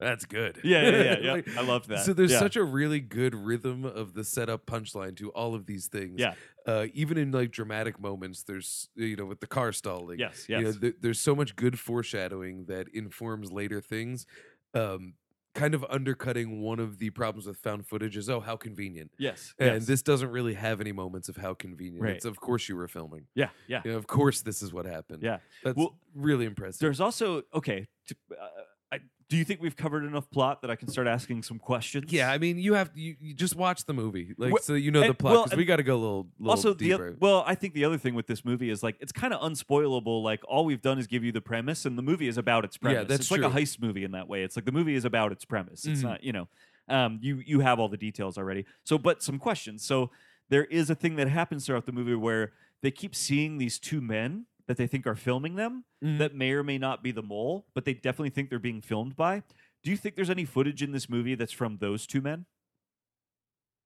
C: "That's good."
B: yeah, yeah, yeah, yeah.
C: Like,
B: I love that.
C: So there's
B: yeah.
C: such a really good rhythm of the setup punchline to all of these things.
B: Yeah.
C: Uh, even in like dramatic moments, there's you know with the car stalling.
B: yes,
C: You
B: yes,
C: know, th- there's so much good foreshadowing that informs later things. Um, kind of undercutting one of the problems with found footage is oh how convenient.
B: yes,
C: And
B: yes.
C: this doesn't really have any moments of how convenient.
B: Right.
C: It's of course you were filming.
B: yeah, yeah.
C: You know, of course this is what happened.
B: Yeah.
C: That's
B: Well,
C: really impressive.
B: There's also okay. t- uh, I, do you think we've covered enough plot that I can start asking some questions?
C: Yeah, I mean you have you, you just watch the movie. Like
B: Well,
C: so you know the
B: and-
C: plot
B: well,
C: because we gotta go a little, little
B: also, the
C: deeper.
B: oth- well, I think the other thing with this movie is like it's kind of unspoilable. Like all we've done is give you the premise, and the movie is about its premise.
C: that's
B: it's like a
C: true.
B: heist movie in that way. It's like the movie is about its premise. It's
C: Mhm.
B: not you know, um, you you have all the details already. So, but some questions. So there is a thing that happens throughout the movie where they keep seeing these two men that they think are filming them.
C: Mhm.
B: that may or may not be the mole, but they definitely think they're being filmed by. Do you think there's any footage in this movie that's from those two men?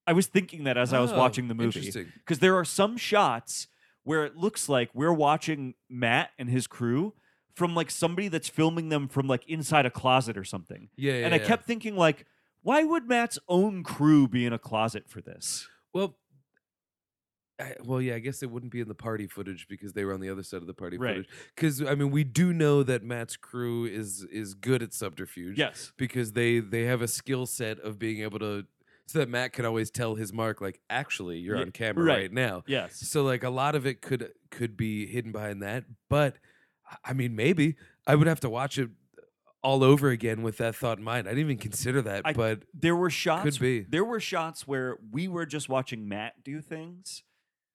B: I was thinking that as I was
C: Oh,
B: watching the movie
C: Interesting.
B: because there are some shots where it looks like we're watching Matt and his crew from like somebody that's filming them from like inside a closet or something.
C: Yeah, yeah.
B: and I
C: yeah.
B: kept thinking like why would Matt's own crew be in a closet for this?
C: well I, well, yeah, I guess it wouldn't be in the party footage because they were on the other side of the party
B: Right.
C: footage. Because I mean, we do know that Matt's crew is is good at subterfuge.
B: Yes.
C: because they they have a skill set of being able to so that Matt can always tell his mark like actually you're
B: Yeah,
C: on camera
B: right.
C: right. now.
B: Yes.
C: So like a lot of it could could be hidden behind that, but I- I mean maybe I would have to watch it all over again with that thought in mind. I didn't even consider that,
B: I-
C: but
B: There were shots
C: could be.
B: there were shots where we were just watching Matt do things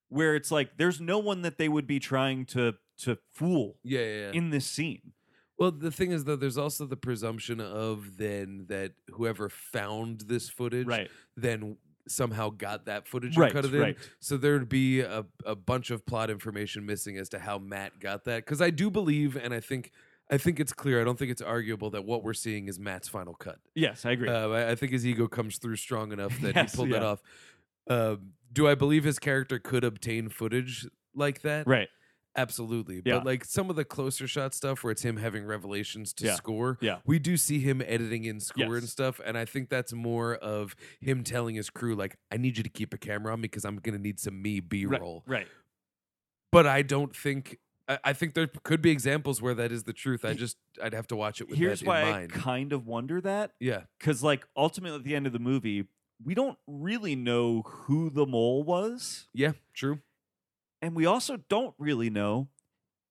B: where it's like there's no one that they would be trying to to fool
C: Yeah, yeah. yeah.
B: in this scene.
C: Well, the thing is though, there's also the presumption of then that whoever found this footage then somehow got that footage and
B: Right,
C: cut it in.
B: right.
C: So there'd be a, a bunch of plot information missing as to how Matt got that. Because I do believe, and I think I think it's clear. I don't think it's arguable that what we're seeing is Matt's final cut.
B: Yes, I agree.
C: Uh, I, I think his ego comes through strong enough that
B: Yes,
C: he pulled that
B: yeah.
C: off. Um, do I believe his character could obtain footage like that?
B: right.
C: Absolutely.
B: Yeah.
C: But like some of the closer shot stuff where it's him having revelations to
B: Yeah.
C: score.
B: Yeah.
C: We do see him editing in score and
B: Yes.
C: stuff. And I think that's more of him telling his crew, like, I need you to keep a camera on me because I'm gonna need some me B
B: Right.
C: roll.
B: Right.
C: But I don't think I, I think there could be examples where that is the truth. I just I'd have to watch it with
B: Here's
C: that
B: why
C: in
B: I
C: mind.
B: kind of wonder that
C: yeah.
B: cuz like ultimately at the end of the movie we don't really know who the mole was
C: Yeah, true.
B: and we also don't really know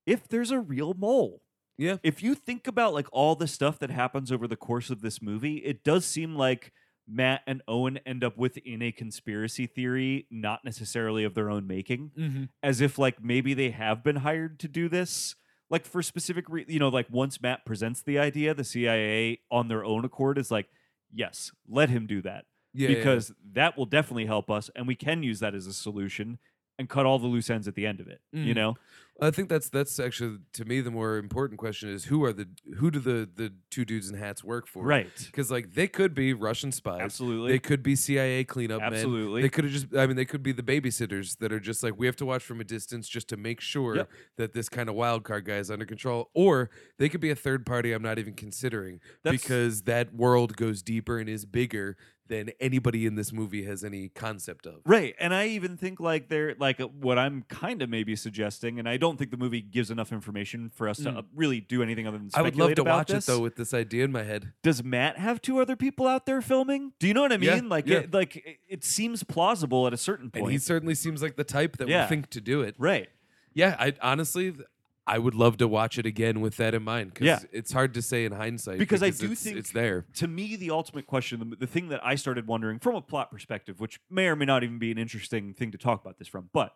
B: if there's a real mole.
C: Yeah.
B: if you think about like all the stuff that happens over the course of this movie, it does seem like Matt and Owen end up within a conspiracy theory, not necessarily of their own making,
C: Mm-hmm.
B: as if like maybe they have been hired to do this. Like for specific, re- you know, like once Matt presents the idea, the CIA on their own accord is like, yes, let him do that
C: Yeah. yeah, yeah.
B: because that will definitely help us and we can use that as a solution and cut all the loose ends at the end of it. You
C: Mm.
B: know,
C: I think that's that's actually to me the more important question is who are the who do the the two dudes in hats work for?
B: right?
C: Because like they could be Russian spies.
B: Absolutely,
C: They could be CIA cleanup men.
B: absolutely.
C: They could have just, I mean, they could be the babysitters that are just like, we have to watch from a distance just to make sure
B: Yep.
C: that this kind of wild card guy is under control. Or they could be a third party I'm not even considering
B: That's-
C: because that world goes deeper and is bigger than anybody in this movie has any concept of.
B: Right, and I even think like they're like uh, what I'm kind of maybe suggesting, and I don't think the movie gives enough information for us to
C: Mm.
B: uh, really do anything other than
C: I
B: speculate
C: would love to
B: about
C: watch
B: this.
C: it though with this idea in my head.
B: Does Matt have two other people out there filming? Do you know what I mean?
C: Yeah,
B: like,
C: yeah.
B: It, like it, it seems plausible at a certain
C: And he
B: point.
C: certainly seems like the type that
B: Yeah.
C: would think to do it.
B: Right.
C: Yeah, I honestly, th- I would love to watch it again with that in mind because
B: Yeah.
C: it's hard to say in hindsight.
B: Because I do
C: it's-
B: think-
C: it's there.
B: to me, the ultimate question, the, the thing that I started wondering from a plot perspective, which may or may not even be an interesting thing to talk about this from, but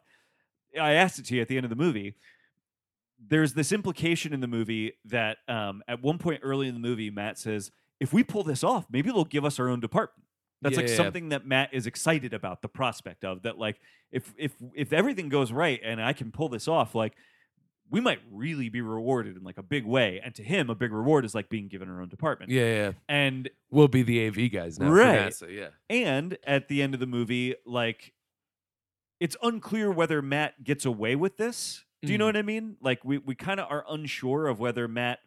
B: I asked it to you at the end of the movie. There's this implication in the movie that um, at one point early in the movie, Matt says, if we pull this off, maybe they'll give us our own department. That's like
C: Yeah.
B: something that Matt is excited about the prospect of. That like if if if everything goes right and I can pull this off, like we might really be rewarded in like a big way. And to him, a big reward is like being given our own department.
C: Yeah, yeah.
B: And
C: We'll be the AV guys now. for
B: Right.
C: NASA, yeah.
B: And at the end of the movie, like it's unclear whether Matt gets away with this. Do you know
C: Mm.
B: what I mean? Like we we kind of are unsure of whether Matt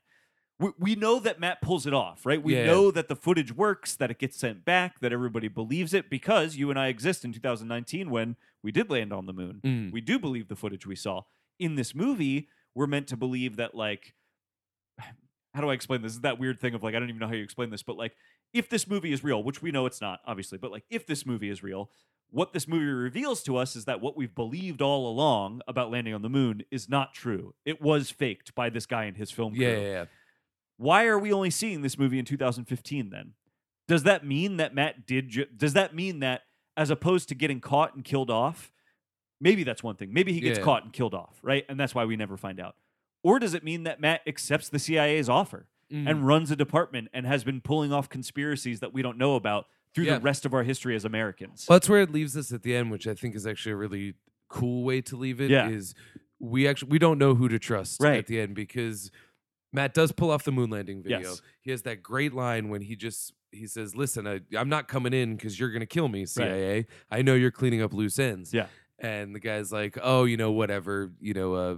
B: we, we know that Matt pulls it off, right? We
C: Yeah.
B: know that the footage works, that it gets sent back, that everybody believes it because you and I exist in 2019 when we did land on the moon.
C: Mm.
B: We do believe the footage we saw. In this movie, we're meant to believe that like how do I explain this? It's that weird thing of like I don't even know how you explain this, but like if this movie is real, which we know it's not, obviously, but like if this movie is real, what this movie reveals to us is that what we've believed all along about landing on the moon is not true. It was faked by this guy and his film crew.
C: Yeah, yeah, yeah.
B: Why are we only seeing this movie in 2015 then? Does that mean that Matt did ju- does that mean that as opposed to getting caught and killed off, maybe that's one thing. Maybe he gets
C: Yeah.
B: caught and killed off, right? And that's why we never find out. Or does it mean that Matt accepts the CIA's offer?
C: Hmm.
B: and runs a department and has been pulling off conspiracies that we don't know about through
C: Yeah.
B: the rest of our history as Americans.
C: Well, that's where it leaves us at the end, which I think is actually a really cool way to leave it. Is
B: Yeah.
C: we actually we don't know who to trust
B: Right.
C: at the end because Matt does pull off the moon landing video.
B: Yes.
C: He has that great line when he just he says, "Listen, I, I'm not coming in because you're gonna kill me, CIA. I know you're cleaning up loose ends."
B: Yeah.
C: and the guy's like, "Oh, you know, whatever. You know, uh,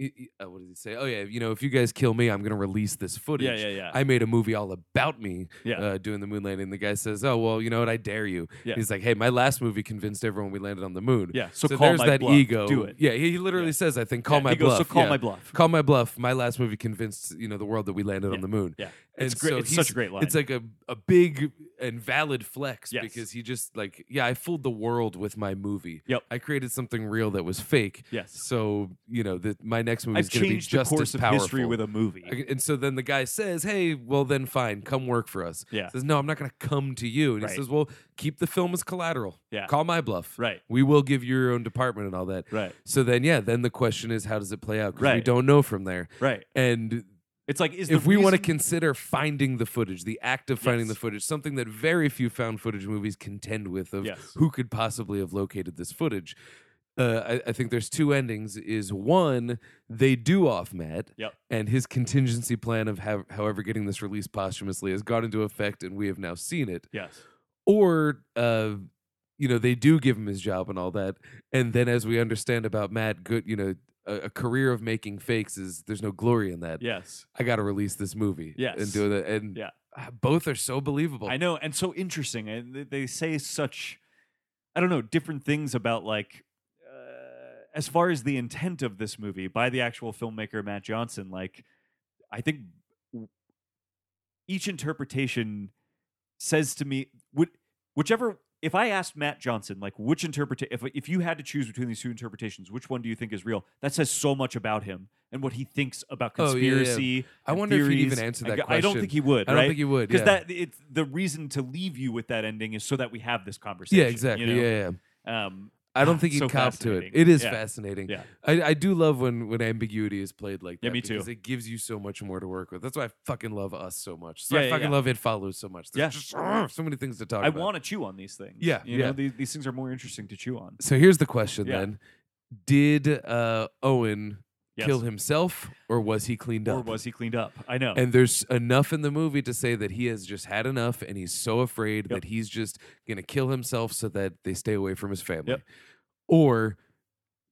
C: y- y- uh, what does he say? Oh yeah, you know, if you guys kill me, I'm gonna release this footage.
B: yeah, yeah, yeah.
C: I made a movie all about me
B: Yeah.
C: uh, doing the moon landing. The guy says, "Oh well, you know what? I dare you."
B: Yeah.
C: He's like, "Hey, my last movie convinced everyone we landed on the moon."
B: yeah. So, call
C: there's
B: my
C: that
B: bluff.
C: ego.
B: Do it.
C: Yeah, he literally
B: Yeah.
C: says, "I think call
B: Yeah,
C: my
B: he goes,
C: bluff."
B: So call
C: Yeah.
B: my bluff.
C: Call my bluff. My last movie convinced you know the world that we landed
B: Yeah.
C: on the moon.
B: Yeah.
C: And
B: It's great.
C: so
B: it's
C: he's-
B: such a great line.
C: It's like a, a big and valid flex
B: Yes.
C: because he just like yeah I fooled the world with my movie.
B: Yep.
C: I created something real that was fake.
B: yes.
C: So you know that my next movie
B: I've
C: is going to be
B: changed the
C: just
B: course
C: as
B: of
C: powerful.
B: history with a movie.
C: Okay, And so then the guy says, "Hey, well then fine, come work for us."
B: Yeah.
C: Says, "No, I'm not going to come to you." And
B: Right.
C: he says, "Well, keep the film as collateral.
B: Yeah.
C: Call my bluff.
B: Right.
C: We will give you your own department and all that."
B: Right.
C: So then yeah, then the question is how does it play out? 'Cause we
B: Right.
C: don't know from there.
B: Right.
C: And
B: It's like is
C: if
B: the
C: we want to
B: reason-
C: consider finding the footage, the act of finding
B: Yes.
C: the footage, something that very few found footage movies contend with of
B: Yes.
C: who could possibly have located this footage. Uh, I, I think there's two endings. Is one they do off Matt,
B: Yep.
C: and his contingency plan of how, however getting this released posthumously has gone into effect, and we have now seen it.
B: Yes.
C: Or, uh, you know, they do give him his job and all that, and then as we understand about Matt, good, you know, a, a career of making fakes is there's no glory in that.
B: Yes.
C: I got to release this movie.
B: Yes.
C: and do that. And
B: Yeah.
C: uh, both are so believable.
B: I know, and so interesting. And th- they say such, I don't know, different things about like, uh, as far as the intent of this movie by the actual filmmaker Matt Johnson. Like, I think w- each interpretation says to me, would whichever. If I asked Matt Johnson, like, which interpretation, if, if you had to choose between these two interpretations, which one do you think is real? That says so much about him and what he thinks about
C: Oh, yeah, yeah.
B: conspiracy.
C: I
B: and
C: wonder if he'd even
B: theories.
C: answer
B: I
C: that
B: g- I don't
C: question.
B: think he would.
C: I
B: right?
C: don't think you would.
B: because
C: yeah.
B: that it's the reason to leave you with that ending is so that we have this conversation.
C: Yeah, exactly.
B: You know?
C: Yeah, yeah.
B: yeah. Um,
C: I don't think he'd
B: So
C: cop to it.
B: fascinating.
C: It is
B: Yeah.
C: fascinating.
B: Yeah.
C: I, I do love when when ambiguity is played like that.
B: Yeah, me
C: because
B: too.
C: It gives you so much more to work with. That's why I fucking love us so much. So
B: Yeah,
C: I
B: yeah,
C: fucking
B: yeah.
C: love it follows so much. There's
B: Yeah.
C: just uh, so many things to talk
B: I
C: about.
B: want to chew on these things.
C: Yeah,
B: you
C: yeah.
B: know these, these things are more interesting to chew on.
C: So here's the question
B: Yeah.
C: then. did uh, Owen
B: Yes.
C: kill himself or was he cleaned up?
B: Or was he cleaned up? I know.
C: and there's enough in the movie to say that he has just had enough and he's so afraid
B: Yep.
C: that he's just going to kill himself so that they stay away from his family.
B: Yep.
C: Or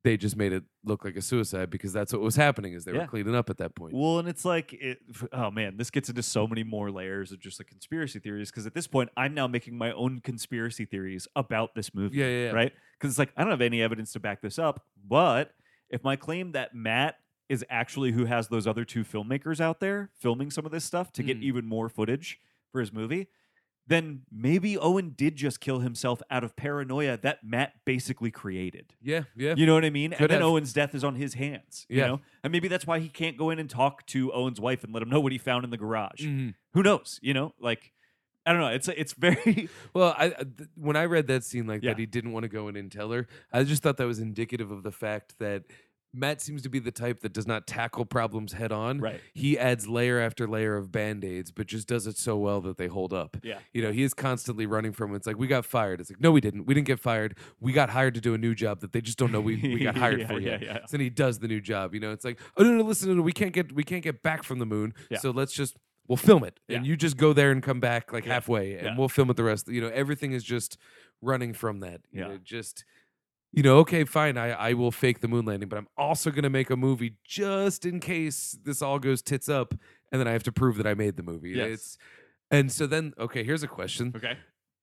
C: they just made it look like a suicide because that's what was happening is they
B: Yeah.
C: were cleaning up at that point.
B: Well, and it's like, it, f- oh man, this gets into so many more layers of just like conspiracy theories because at this point, I'm now making my own conspiracy theories about this movie,
C: yeah, yeah, yeah.
B: right? Because it's like I don't have any evidence to back this up, but if my claim that Matt is actually who has those other two filmmakers out there filming some of this stuff to get
C: Mhm.
B: even more footage for his movie, then maybe Owen did just kill himself out of paranoia that Matt basically created.
C: Yeah, yeah.
B: You know what I mean? and
C: Could
B: then
C: have.
B: Owen's death is on his hands. You
C: Yeah.
B: know? And maybe that's why he can't go in and talk to Owen's wife and let him know what he found in the garage.
C: Mhm.
B: Who knows? You know, like I don't know. It's it's very
C: Well, I, I- th- when I read that scene like
B: Yeah.
C: that, he didn't want to go in and tell her. I just thought that was indicative of the fact that Matt seems to be the type that does not tackle problems head on.
B: right.
C: He adds layer after layer of band aids, but just does it so well that they hold up.
B: Yeah.
C: You know, he is constantly running from it. It's like, we got fired. It's like, no, we didn't. We didn't get fired. We got hired to do a new job that they just don't know we, we got hired
B: Yeah,
C: for
B: yeah,
C: yet.
B: yeah.
C: So then he does the new job. You know, it's like, oh no, no, listen, no, no, we can't get we can't get back from the moon.
B: Yeah.
C: So let's just we'll film it. And
B: Yeah.
C: you just go there and come back like
B: Yeah.
C: halfway and
B: Yeah.
C: we'll film it the rest. You know, everything is just running from that. You
B: Yeah.
C: know, just you know, okay, fine. I, I will fake the moon landing, but I'm also going to make a movie just in case this all goes tits up, and then I have to prove that I made the movie.
B: Yes.
C: It's and so then okay, here's a question.
B: Okay.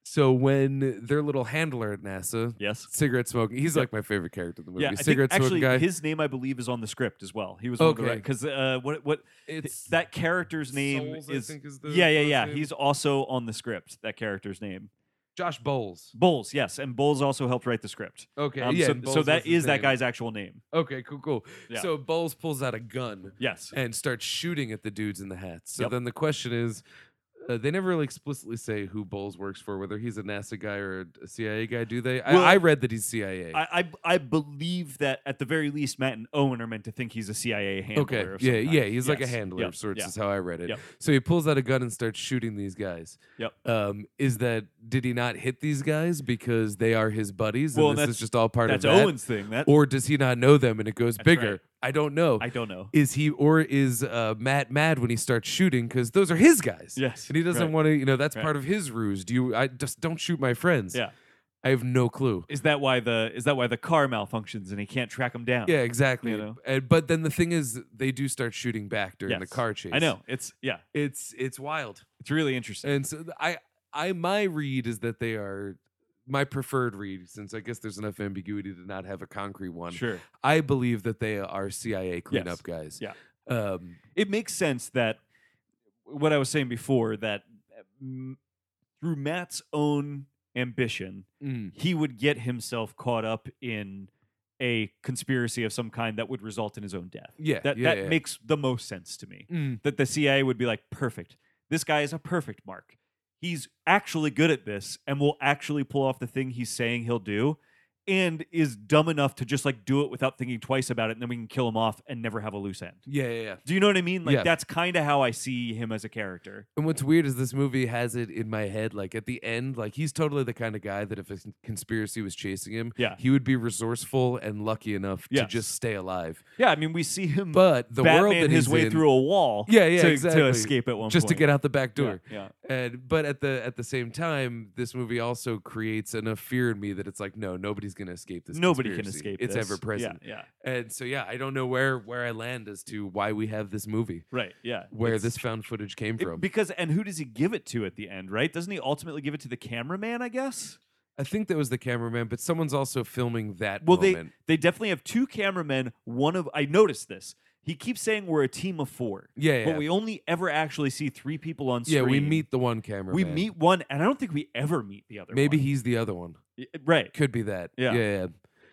C: So when their little handler at NASA,
B: Yes.
C: cigarette smoking, he's
B: Yep.
C: like my favorite character in the movie.
B: Yeah, I think
C: cigarette
B: actually,
C: smoking guy.
B: his name I believe is on the script as well. He was one
C: Okay.
B: because uh, what what
C: it's
B: that character's name
C: Souls, I
B: is
C: think is the
B: yeah yeah
C: first
B: yeah.
C: name.
B: He's also on the script. That character's name
C: Josh Bowles.
B: Bowles. Yes, and Bowles also helped write the script.
C: Okay,
B: Um,
C: yeah,
B: so,
C: and
B: so
C: Bowles
B: that
C: his
B: is that
C: name.
B: guy's actual name.
C: Okay, cool, cool.
B: Yeah.
C: So Bowles pulls out a gun
B: Yes.
C: and starts shooting at the dudes in the hats. So
B: Yep.
C: then the question is, uh, they never really explicitly say who Bowles works for, whether he's a NASA guy or a- a CIA guy, do they?
B: Well,
C: I, I read that he's CIA.
B: I, I I believe that at the very least, Matt and Owen are meant to think he's a CIA handler.
C: okay,
B: of some
C: yeah,
B: kind.
C: yeah, he's like a
B: Yes.
C: handler
B: Yeah,
C: of sorts,
B: yeah.
C: is how I read it.
B: Yep.
C: So he pulls out a gun and starts shooting these guys.
B: Yep.
C: Um, is that did he not hit these guys because they are his buddies?
B: Well,
C: and this
B: that's-
C: is just all part
B: That's
C: of that,
B: Owen's thing. That
C: or does he not know them and it goes
B: That's right.
C: bigger? I don't know.
B: I don't know.
C: is he or is uh, Matt mad when he starts shooting because those are his guys?
B: Yes,
C: and he doesn't
B: right.
C: want to. You know, that's
B: Right.
C: part of his ruse. Do you? I just don't shoot my friends.
B: Yeah.
C: I have no clue.
B: Is that why the is that why the car malfunctions and he can't track him down?
C: Yeah, exactly.
B: You know?
C: And- but then the thing is, they do start shooting back during the
B: Yes.
C: car chase.
B: I know. It's yeah.
C: It's it's wild.
B: It's really interesting.
C: And so th- I I my read is that they are my preferred read since I guess there's enough ambiguity to not have a concrete one.
B: Sure.
C: I believe that they are CIA cleanup guys.
B: Yeah.
C: Um,
B: It makes sense that what I was saying before that mm, through Matt's own ambition,
C: mm,
B: he would get himself caught up in a conspiracy of some kind that would result in his own death.
C: yeah.
B: That
C: yeah,
B: that
C: yeah.
B: makes the most sense to me.
C: Mm,
B: that the CIA would be like, perfect. This guy is a perfect mark. He's actually good at this and will actually pull off the thing he's saying he'll do and is dumb enough to just like do it without thinking twice about it and then we can kill him off and never have a loose end.
C: yeah, yeah, yeah.
B: Do you know what I mean? Like
C: Yeah.
B: that's kind of how I see him as a character.
C: And what's weird is this movie has it in my head, like at the end, like he's totally the kind of guy that if a con- conspiracy was chasing him,
B: Yeah.
C: he would be resourceful and lucky enough
B: Yes.
C: to just stay alive.
B: Yeah, I mean we see him
C: But the
B: Batman
C: world that
B: his
C: he's
B: way
C: in,
B: through a wall
C: Yeah, yeah,
B: to,
C: exactly.
B: to escape at one
C: just to
B: point.
C: get out the back
B: Yeah,
C: door.
B: Yeah.
C: And but at the at the same time, this movie also creates enough fear in me that it's like, no, nobody's gonna escape this.
B: Nobody can
C: conspiracy.
B: escape
C: It's
B: this.
C: ever present.
B: Yeah, yeah.
C: And so yeah, I don't know where where I land as to why we have this movie,
B: Right. Yeah.
C: where
B: It's-
C: this found footage came
B: it-
C: from.
B: because and who does he give it to at the end, right? Doesn't he ultimately give it to the cameraman, I guess?
C: I think that was the cameraman, but someone's also filming that.
B: Well,
C: moment.
B: they they definitely have two cameramen. One of I noticed this. He keeps saying we're a team of four,
C: Yeah, yeah.
B: but we only ever actually see three people on
C: yeah,
B: screen.
C: we meet the one camera.
B: we meet one, and I don't think we ever meet the other.
C: Maybe
B: one.
C: he's the other one.
B: Y- right.
C: Could be that.
B: Yeah.
C: yeah.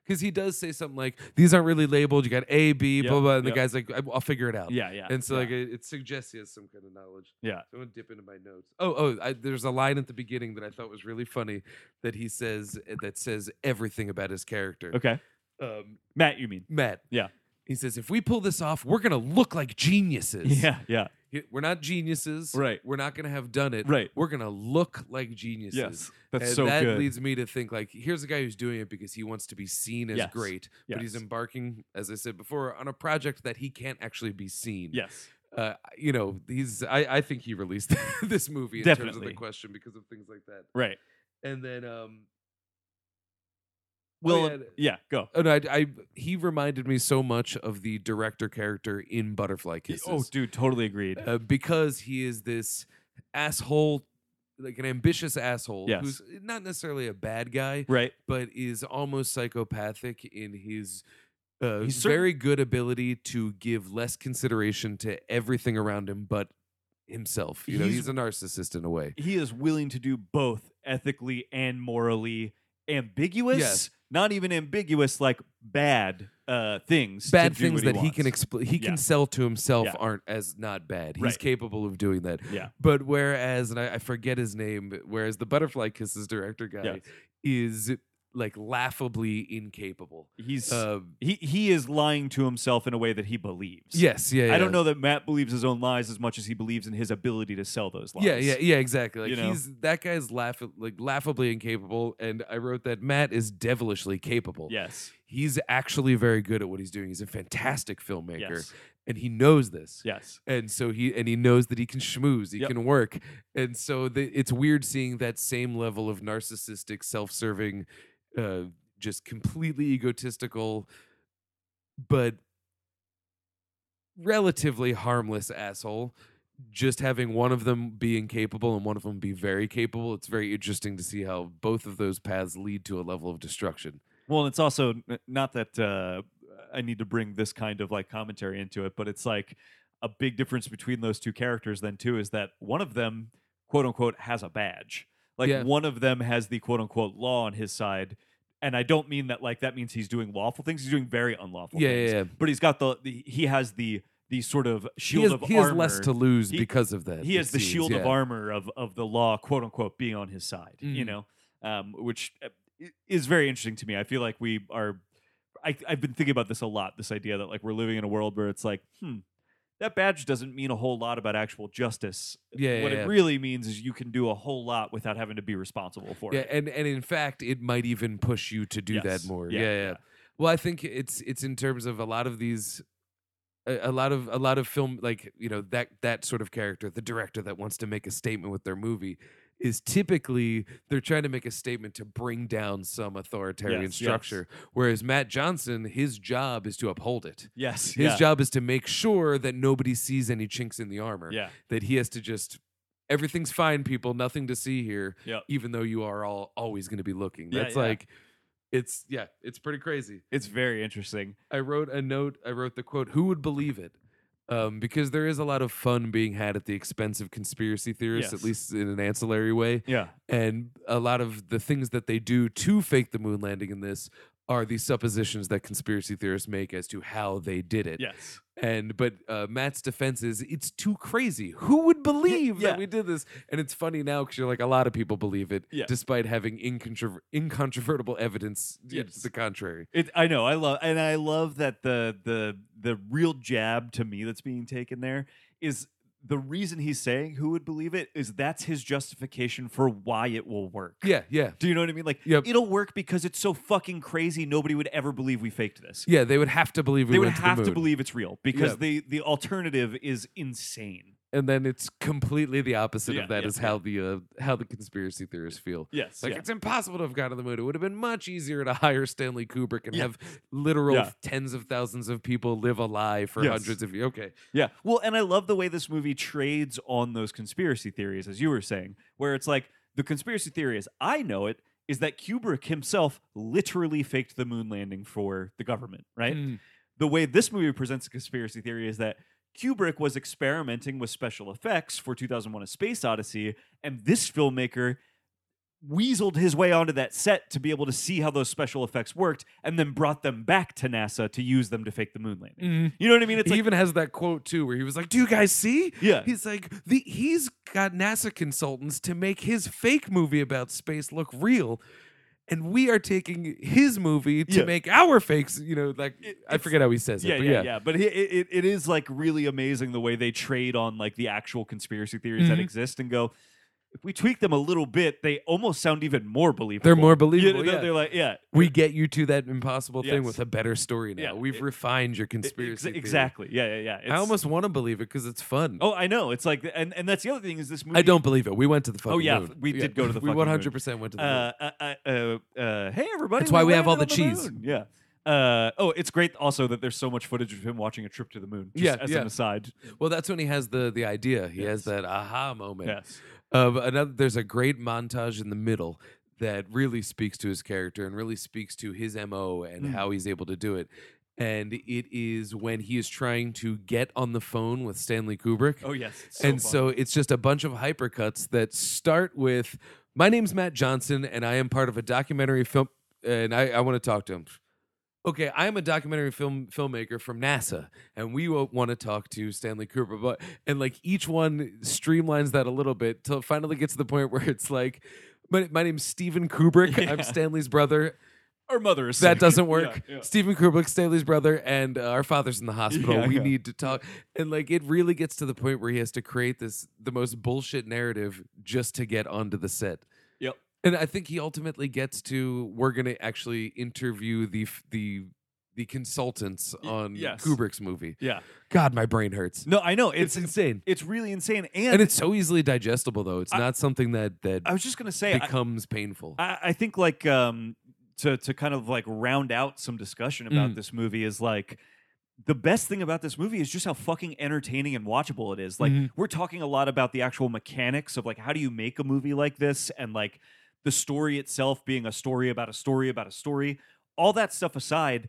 C: Because he does say something like, "These aren't really labeled. You got A, B,
B: Yep,
C: blah blah." And
B: yep.
C: the guy's like, "I- "I'll figure it out."
B: Yeah, yeah.
C: And so
B: yeah.
C: like it, it suggests he has some kind of knowledge.
B: Yeah.
C: So I'm gonna dip into my notes. Oh, oh, I, there's a line at the beginning that I thought was really funny that he says eh, that says everything about his character.
B: okay,
C: Um,
B: Matt, you mean?
C: Matt.
B: Yeah.
C: He says, "If we pull this off, we're gonna look like geniuses."
B: Yeah, yeah,
C: Here- We're not geniuses.
B: Right.
C: We're not going to have done it.
B: Right.
C: We're going to look like geniuses.
B: Yes, that's
C: and
B: so
C: that
B: good.
C: leads me to think like, here's a guy who's doing it because he wants to be seen as
B: Yes.
C: great, but he's
B: Yes.
C: embarking, as I said before, on a project that he can't actually be seen.
B: yes,
C: Uh, you know, he's. I, I think he released this movie in terms of the
B: Definitely.
C: question because of things like that.
B: right.
C: And then, um, Oh,
B: Will
C: yeah,
B: and-
C: the-
B: yeah, go.
C: oh, no, I, I he reminded me so much of the director character in Butterfly Kisses.
B: Oh, dude, totally agreed.
C: uh, because he is this asshole, like an ambitious asshole
B: Yes.
C: who's not necessarily a bad guy,
B: right.
C: but is almost psychopathic in his. Uh,
B: He's certain-
C: very good ability to give less consideration to everything around him but himself. You know,
B: He's-
C: he's a narcissist in a way.
B: He is willing to do both ethically and morally ambiguous,
C: Yes.
B: not even ambiguous, like bad uh, things. to
C: bad
B: do
C: things
B: what
C: that he
B: wants.
C: can expl- he
B: Yeah.
C: can sell to himself
B: Yeah.
C: aren't as not bad. He's
B: Right.
C: capable of doing that.
B: Yeah.
C: But whereas, and I, I forget his name, but whereas the Butterfly Kisses director guy
B: Yeah.
C: is like laughably incapable.
B: He's
C: Um,
B: he he is lying to himself in a way that he believes.
C: yes, yeah,
B: I don't
C: yeah.
B: know that Matt believes his own lies as much as he believes in his ability to sell those lies.
C: Yeah, yeah, yeah, exactly. Like
B: You know?
C: he's that guy's laugh like laughably incapable, and I wrote that Matt is devilishly capable.
B: Yes.
C: He's actually very good at what he's doing. He's a fantastic filmmaker,
B: Yes.
C: and he knows this.
B: Yes.
C: and so he and he knows that he can schmooze, he
B: Yep.
C: can work, and so the, it's weird seeing that same level of narcissistic, self-serving, uh, just completely egotistical, but relatively harmless asshole. Just having one of them be incapable and one of them be very capable, it's very interesting to see how both of those paths lead to a level of destruction.
B: Well, and it's also n- not that uh, I need to bring this kind of like commentary into it, but it's like a big difference between those two characters. Then too is that one of them, quote unquote, has a badge. Like
C: Yeah.
B: one of them has the quote unquote law on his side, and I don't mean that like that means he's doing lawful things. He's doing very unlawful
C: Yeah,
B: things.
C: yeah, yeah.
B: But he's got the, the he has the the sort of
C: He,
B: shield
C: has,
B: of
C: he
B: armor.
C: has less to lose
B: He-
C: because of that.
B: he
C: it
B: has the
C: seems,
B: shield of
C: yeah.
B: armor of of the law, quote unquote, being on his side. You
C: Mm.
B: know, um, which uh, i- is very interesting to me. I feel like we are. I, I've been thinking about this a lot. This idea that like we're living in a world where it's like, hmm, that badge doesn't mean a whole lot about actual justice.
C: Yeah,
B: what
C: yeah,
B: it
C: yeah.
B: really means is you can do a whole lot without having to be responsible for
C: yeah,
B: it.
C: and and in fact, it might even push you to do
B: Yes.
C: that more.
B: Yeah,
C: Yeah, yeah, Well, I think it's it's in terms of a lot of these, a, a lot of a lot of film like you know that that sort of character, the director that wants to make a statement with their movie. Is typically they're trying to make a statement to bring down some authoritarian
B: Yes, yes.
C: structure, whereas Matt Johnson, his job is to uphold it.
B: Yes,
C: His
B: yeah,
C: job is to make sure that nobody sees any chinks in the armor.
B: yeah,
C: That he has to just everything's fine, people, nothing to see here
B: yeah.
C: even though you are all always going to be looking.
B: Yeah,
C: That's
B: yeah.
C: like, it's yeah, it's pretty crazy.
B: It's very interesting.
C: I wrote a note. I wrote the quote, "Who would believe it?" Um, because there is a lot of fun being had at the expense of conspiracy theorists,
B: Yes.
C: at least in an ancillary way,
B: Yeah,
C: and a lot of the things that they do to fake the moon landing in this are the suppositions that conspiracy theorists make as to how they did it.
B: yes,
C: And but uh, Matt's defense is it's too crazy. Who would believe
B: yeah.
C: that we did this? And it's funny now because you're like a lot of people believe it,
B: Yeah.
C: despite having incontrover- incontrovertible evidence
B: Yes.
C: to the contrary.
B: It, I know. I love, and I love that the the the real jab to me that's being taken there is the reason he's saying who would believe it is that's his justification for why it will work.
C: Yeah, yeah,
B: Do you know what I mean? Like,
C: Yep.
B: it'll work because it's so fucking crazy. Nobody would ever believe we faked this.
C: yeah. They would have to believe we
B: they would
C: went
B: have
C: to the
B: to
C: moon,
B: believe it's real because
C: Yep.
B: the the alternative is insane.
C: and then it's completely the opposite
B: Yeah,
C: of that
B: yeah,
C: is how the uh, how the conspiracy theorists feel.
B: Yes.
C: It's like it's impossible to have gone to the moon. It would have been much easier to hire Stanley Kubrick and
B: Yeah.
C: have literal
B: Yeah.
C: tens of thousands of people live a lie for
B: Yes.
C: hundreds of years. Okay,
B: Yeah. Well, and I love the way this movie trades on those conspiracy theories, as you were saying, where it's like the conspiracy theory, as I know it, is that Kubrick himself literally faked the moon landing for the government, right?
C: Mm.
B: The way this movie presents a conspiracy theory is that Kubrick was experimenting with special effects for 2001 A Space Odyssey, and this filmmaker weaseled his way onto that set to be able to see how those special effects worked and then brought them back to NASA to use them to fake the moon landing.
C: Mm-hmm.
B: You know what I mean? It's
C: he
B: like,
C: even has that quote too, where he was like, "Do you guys see?"
B: yeah.
C: He's like, the, he's got NASA consultants to make his fake movie about space look real. and we are taking his movie to
B: Yeah.
C: make our fakes. You know, like
B: It-
C: I
B: it's-
C: forget how he says
B: yeah,
C: it, but
B: yeah, yeah, But it, it, it is like really amazing the way they trade on like the actual conspiracy theories that
C: Mhm.
B: exist and go. If we tweak them a little bit, they almost sound even more believable.
C: they're more
B: You
C: believable.
B: know,
C: yeah.
B: They're like, yeah,
C: we get you to that impossible thing
B: Yes.
C: with a better story now.
B: Yeah,
C: We've
B: it-
C: refined your
B: e- ex-
C: conspiracy. theory.
B: exactly. Yeah, yeah, yeah.
C: I
B: It's-
C: almost want to believe it because it's fun.
B: Oh, I know. It's like, and and that's the other thing is this movie.
C: I don't believe it. We went to the fucking
B: Oh, yeah,
C: moon.
B: we did go to the
C: we
B: fucking moon.
C: 100% went to the moon.
B: Uh, uh, uh, uh, uh, hey everybody!
C: That's why we have all
B: landed
C: the
B: on
C: cheese.
B: moon. Yeah. Uh, oh, it's great also that there's so much footage of him watching a trip to the moon. Just
C: Yeah,
B: as
C: yeah.
B: an aside.
C: Well, that's when he has the the idea. He has
B: Yes.
C: that aha moment.
B: Yes.
C: Of another, there's a great montage in the middle that really speaks to his character and really speaks to his mo and
B: Mm.
C: how he's able to do it. And it is when he is trying to get on the phone with Stanley Kubrick.
B: Oh yes. It's
C: and
B: fun.
C: so it's just a bunch of hypercuts that start with my name's matt johnson and i am part of a documentary film and i, I want to talk to him okay i am a documentary film filmmaker from nasa and we want to talk to stanley cooper but and like each one streamlines that a little bit till it finally gets to the point where it's like my, my name's steven kubrick i'm
B: Yeah.
C: stanley's brother
B: our mother is
C: that
B: sick.
C: doesn't
B: Yeah,
C: work.
B: yeah.
C: Stephen Kubrick, Stanley's brother, and uh, our father's in the hospital.
B: Yeah,
C: we
B: yeah.
C: need to talk. And like, it really gets to the point where he has to create this the most bullshit narrative just to get onto the set.
B: Yep.
C: And I think he ultimately gets to we're going to actually interview the f- the the consultants
B: Y-
C: on
B: yes.
C: Kubrick's movie.
B: Yeah.
C: God, my brain hurts.
B: No, I know.
C: It's,
B: It's it's,
C: insane,
B: really insane.
C: and it's so easily digestible though. It's
B: I-
C: not something that that
B: I was just gonna say, I,
C: becomes painful.
B: I, I think like um to to kind of like round out some discussion about
C: Mm.
B: this movie is like the best thing about this movie is just how fucking entertaining and watchable it is. Like
C: Mhm.
B: we're talking a lot about the actual mechanics of like how do you make a movie like this and like the story itself being a story about a story about a story. All that stuff aside,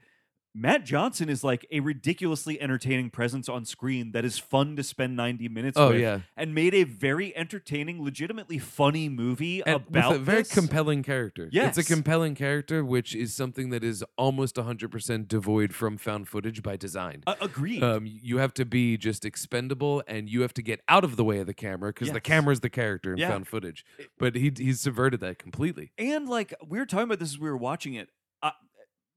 B: Matt Johnson is like a ridiculously entertaining presence on screen that is fun to spend 90 minutes
C: oh
B: with
C: yeah,
B: and made a very entertaining, legitimately funny movie
C: and
B: about
C: with a very
B: this.
C: compelling character. it's
B: Yes.
C: a compelling character, which is something that is almost 100% devoid from found footage by design.
B: A- Uh, agreed.
C: Um, you have to be just expendable, and you have to get out of the way of the camera because the
B: Yes.
C: camera's the character in
B: Yeah.
C: found footage. But he he's subverted that completely.
B: and like we were talking about this as we were watching it. I,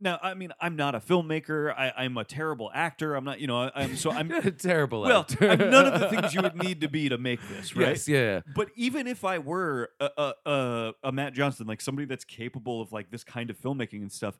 B: now, I mean, I'm not a filmmaker. I, I'm a terrible actor. I'm not, you know, I, I'm so I'm
C: You're a terrible.
B: well,
C: actor.
B: I'm none of the things you would need to be to make this, right?
C: Yes, yeah.
B: But even if I were a, a, a, a Matt Johnston, like somebody that's capable of like this kind of filmmaking and stuff,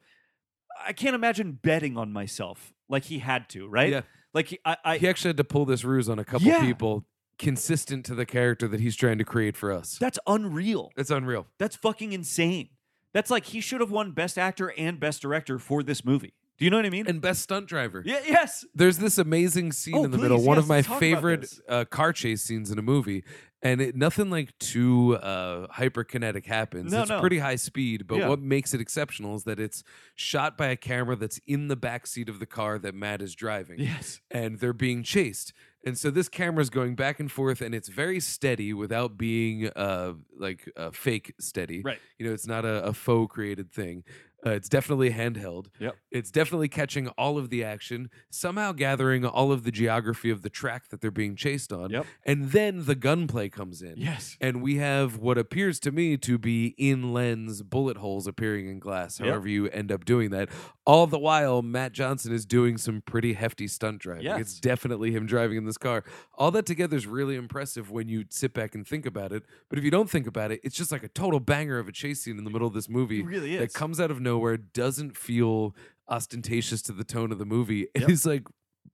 B: I can't imagine betting on myself like he had to, right?
C: Yeah.
B: Like he, I, I,
C: He actually had to pull this ruse on a couple
B: Yeah.
C: people, consistent to the character that he's trying to create for us.
B: that's unreal.
C: It's unreal.
B: That's fucking insane. That's like he should have won Best Actor and Best Director for this movie. Do you know what I mean?
C: And best stunt driver.
B: yeah, yes.
C: There's this amazing scene
B: Oh,
C: in the middle,
B: please,
C: one
B: yes,
C: of my
B: let's talk about
C: favorite
B: this.
C: uh, car chase scenes in a movie, and it, nothing like too uh, hyperkinetic happens.
B: No,
C: it's
B: no.
C: pretty high speed, but
B: Yeah.
C: what makes it exceptional is that it's shot by a camera that's in the back seat of the car that Matt is driving,
B: Yes.
C: and they're being chased. And so this camera is going back and forth, and it's very steady without being uh, like uh, fake steady.
B: Right.
C: You know, it's not a, a faux created thing. Uh, it's definitely handheld.
B: Yep.
C: It's definitely catching all of the action, somehow gathering all of the geography of the track that they're being chased on.
B: Yep.
C: And then the gunplay comes in.
B: Yes.
C: And we have what appears to me to be in lens bullet holes appearing in glass,
B: Yep.
C: however you end up doing that. All the while, Matt Johnson is doing some pretty hefty stunt driving. It's
B: Yes.
C: definitely him driving in this car. All that together is really impressive when you sit back and think about it. But if you don't think about it, it's just like a total banger of a chase scene in the middle of this movie
B: It really
C: that
B: is.
C: comes out of nowhere doesn't feel ostentatious to the tone of the movie. It is
B: Yep.
C: like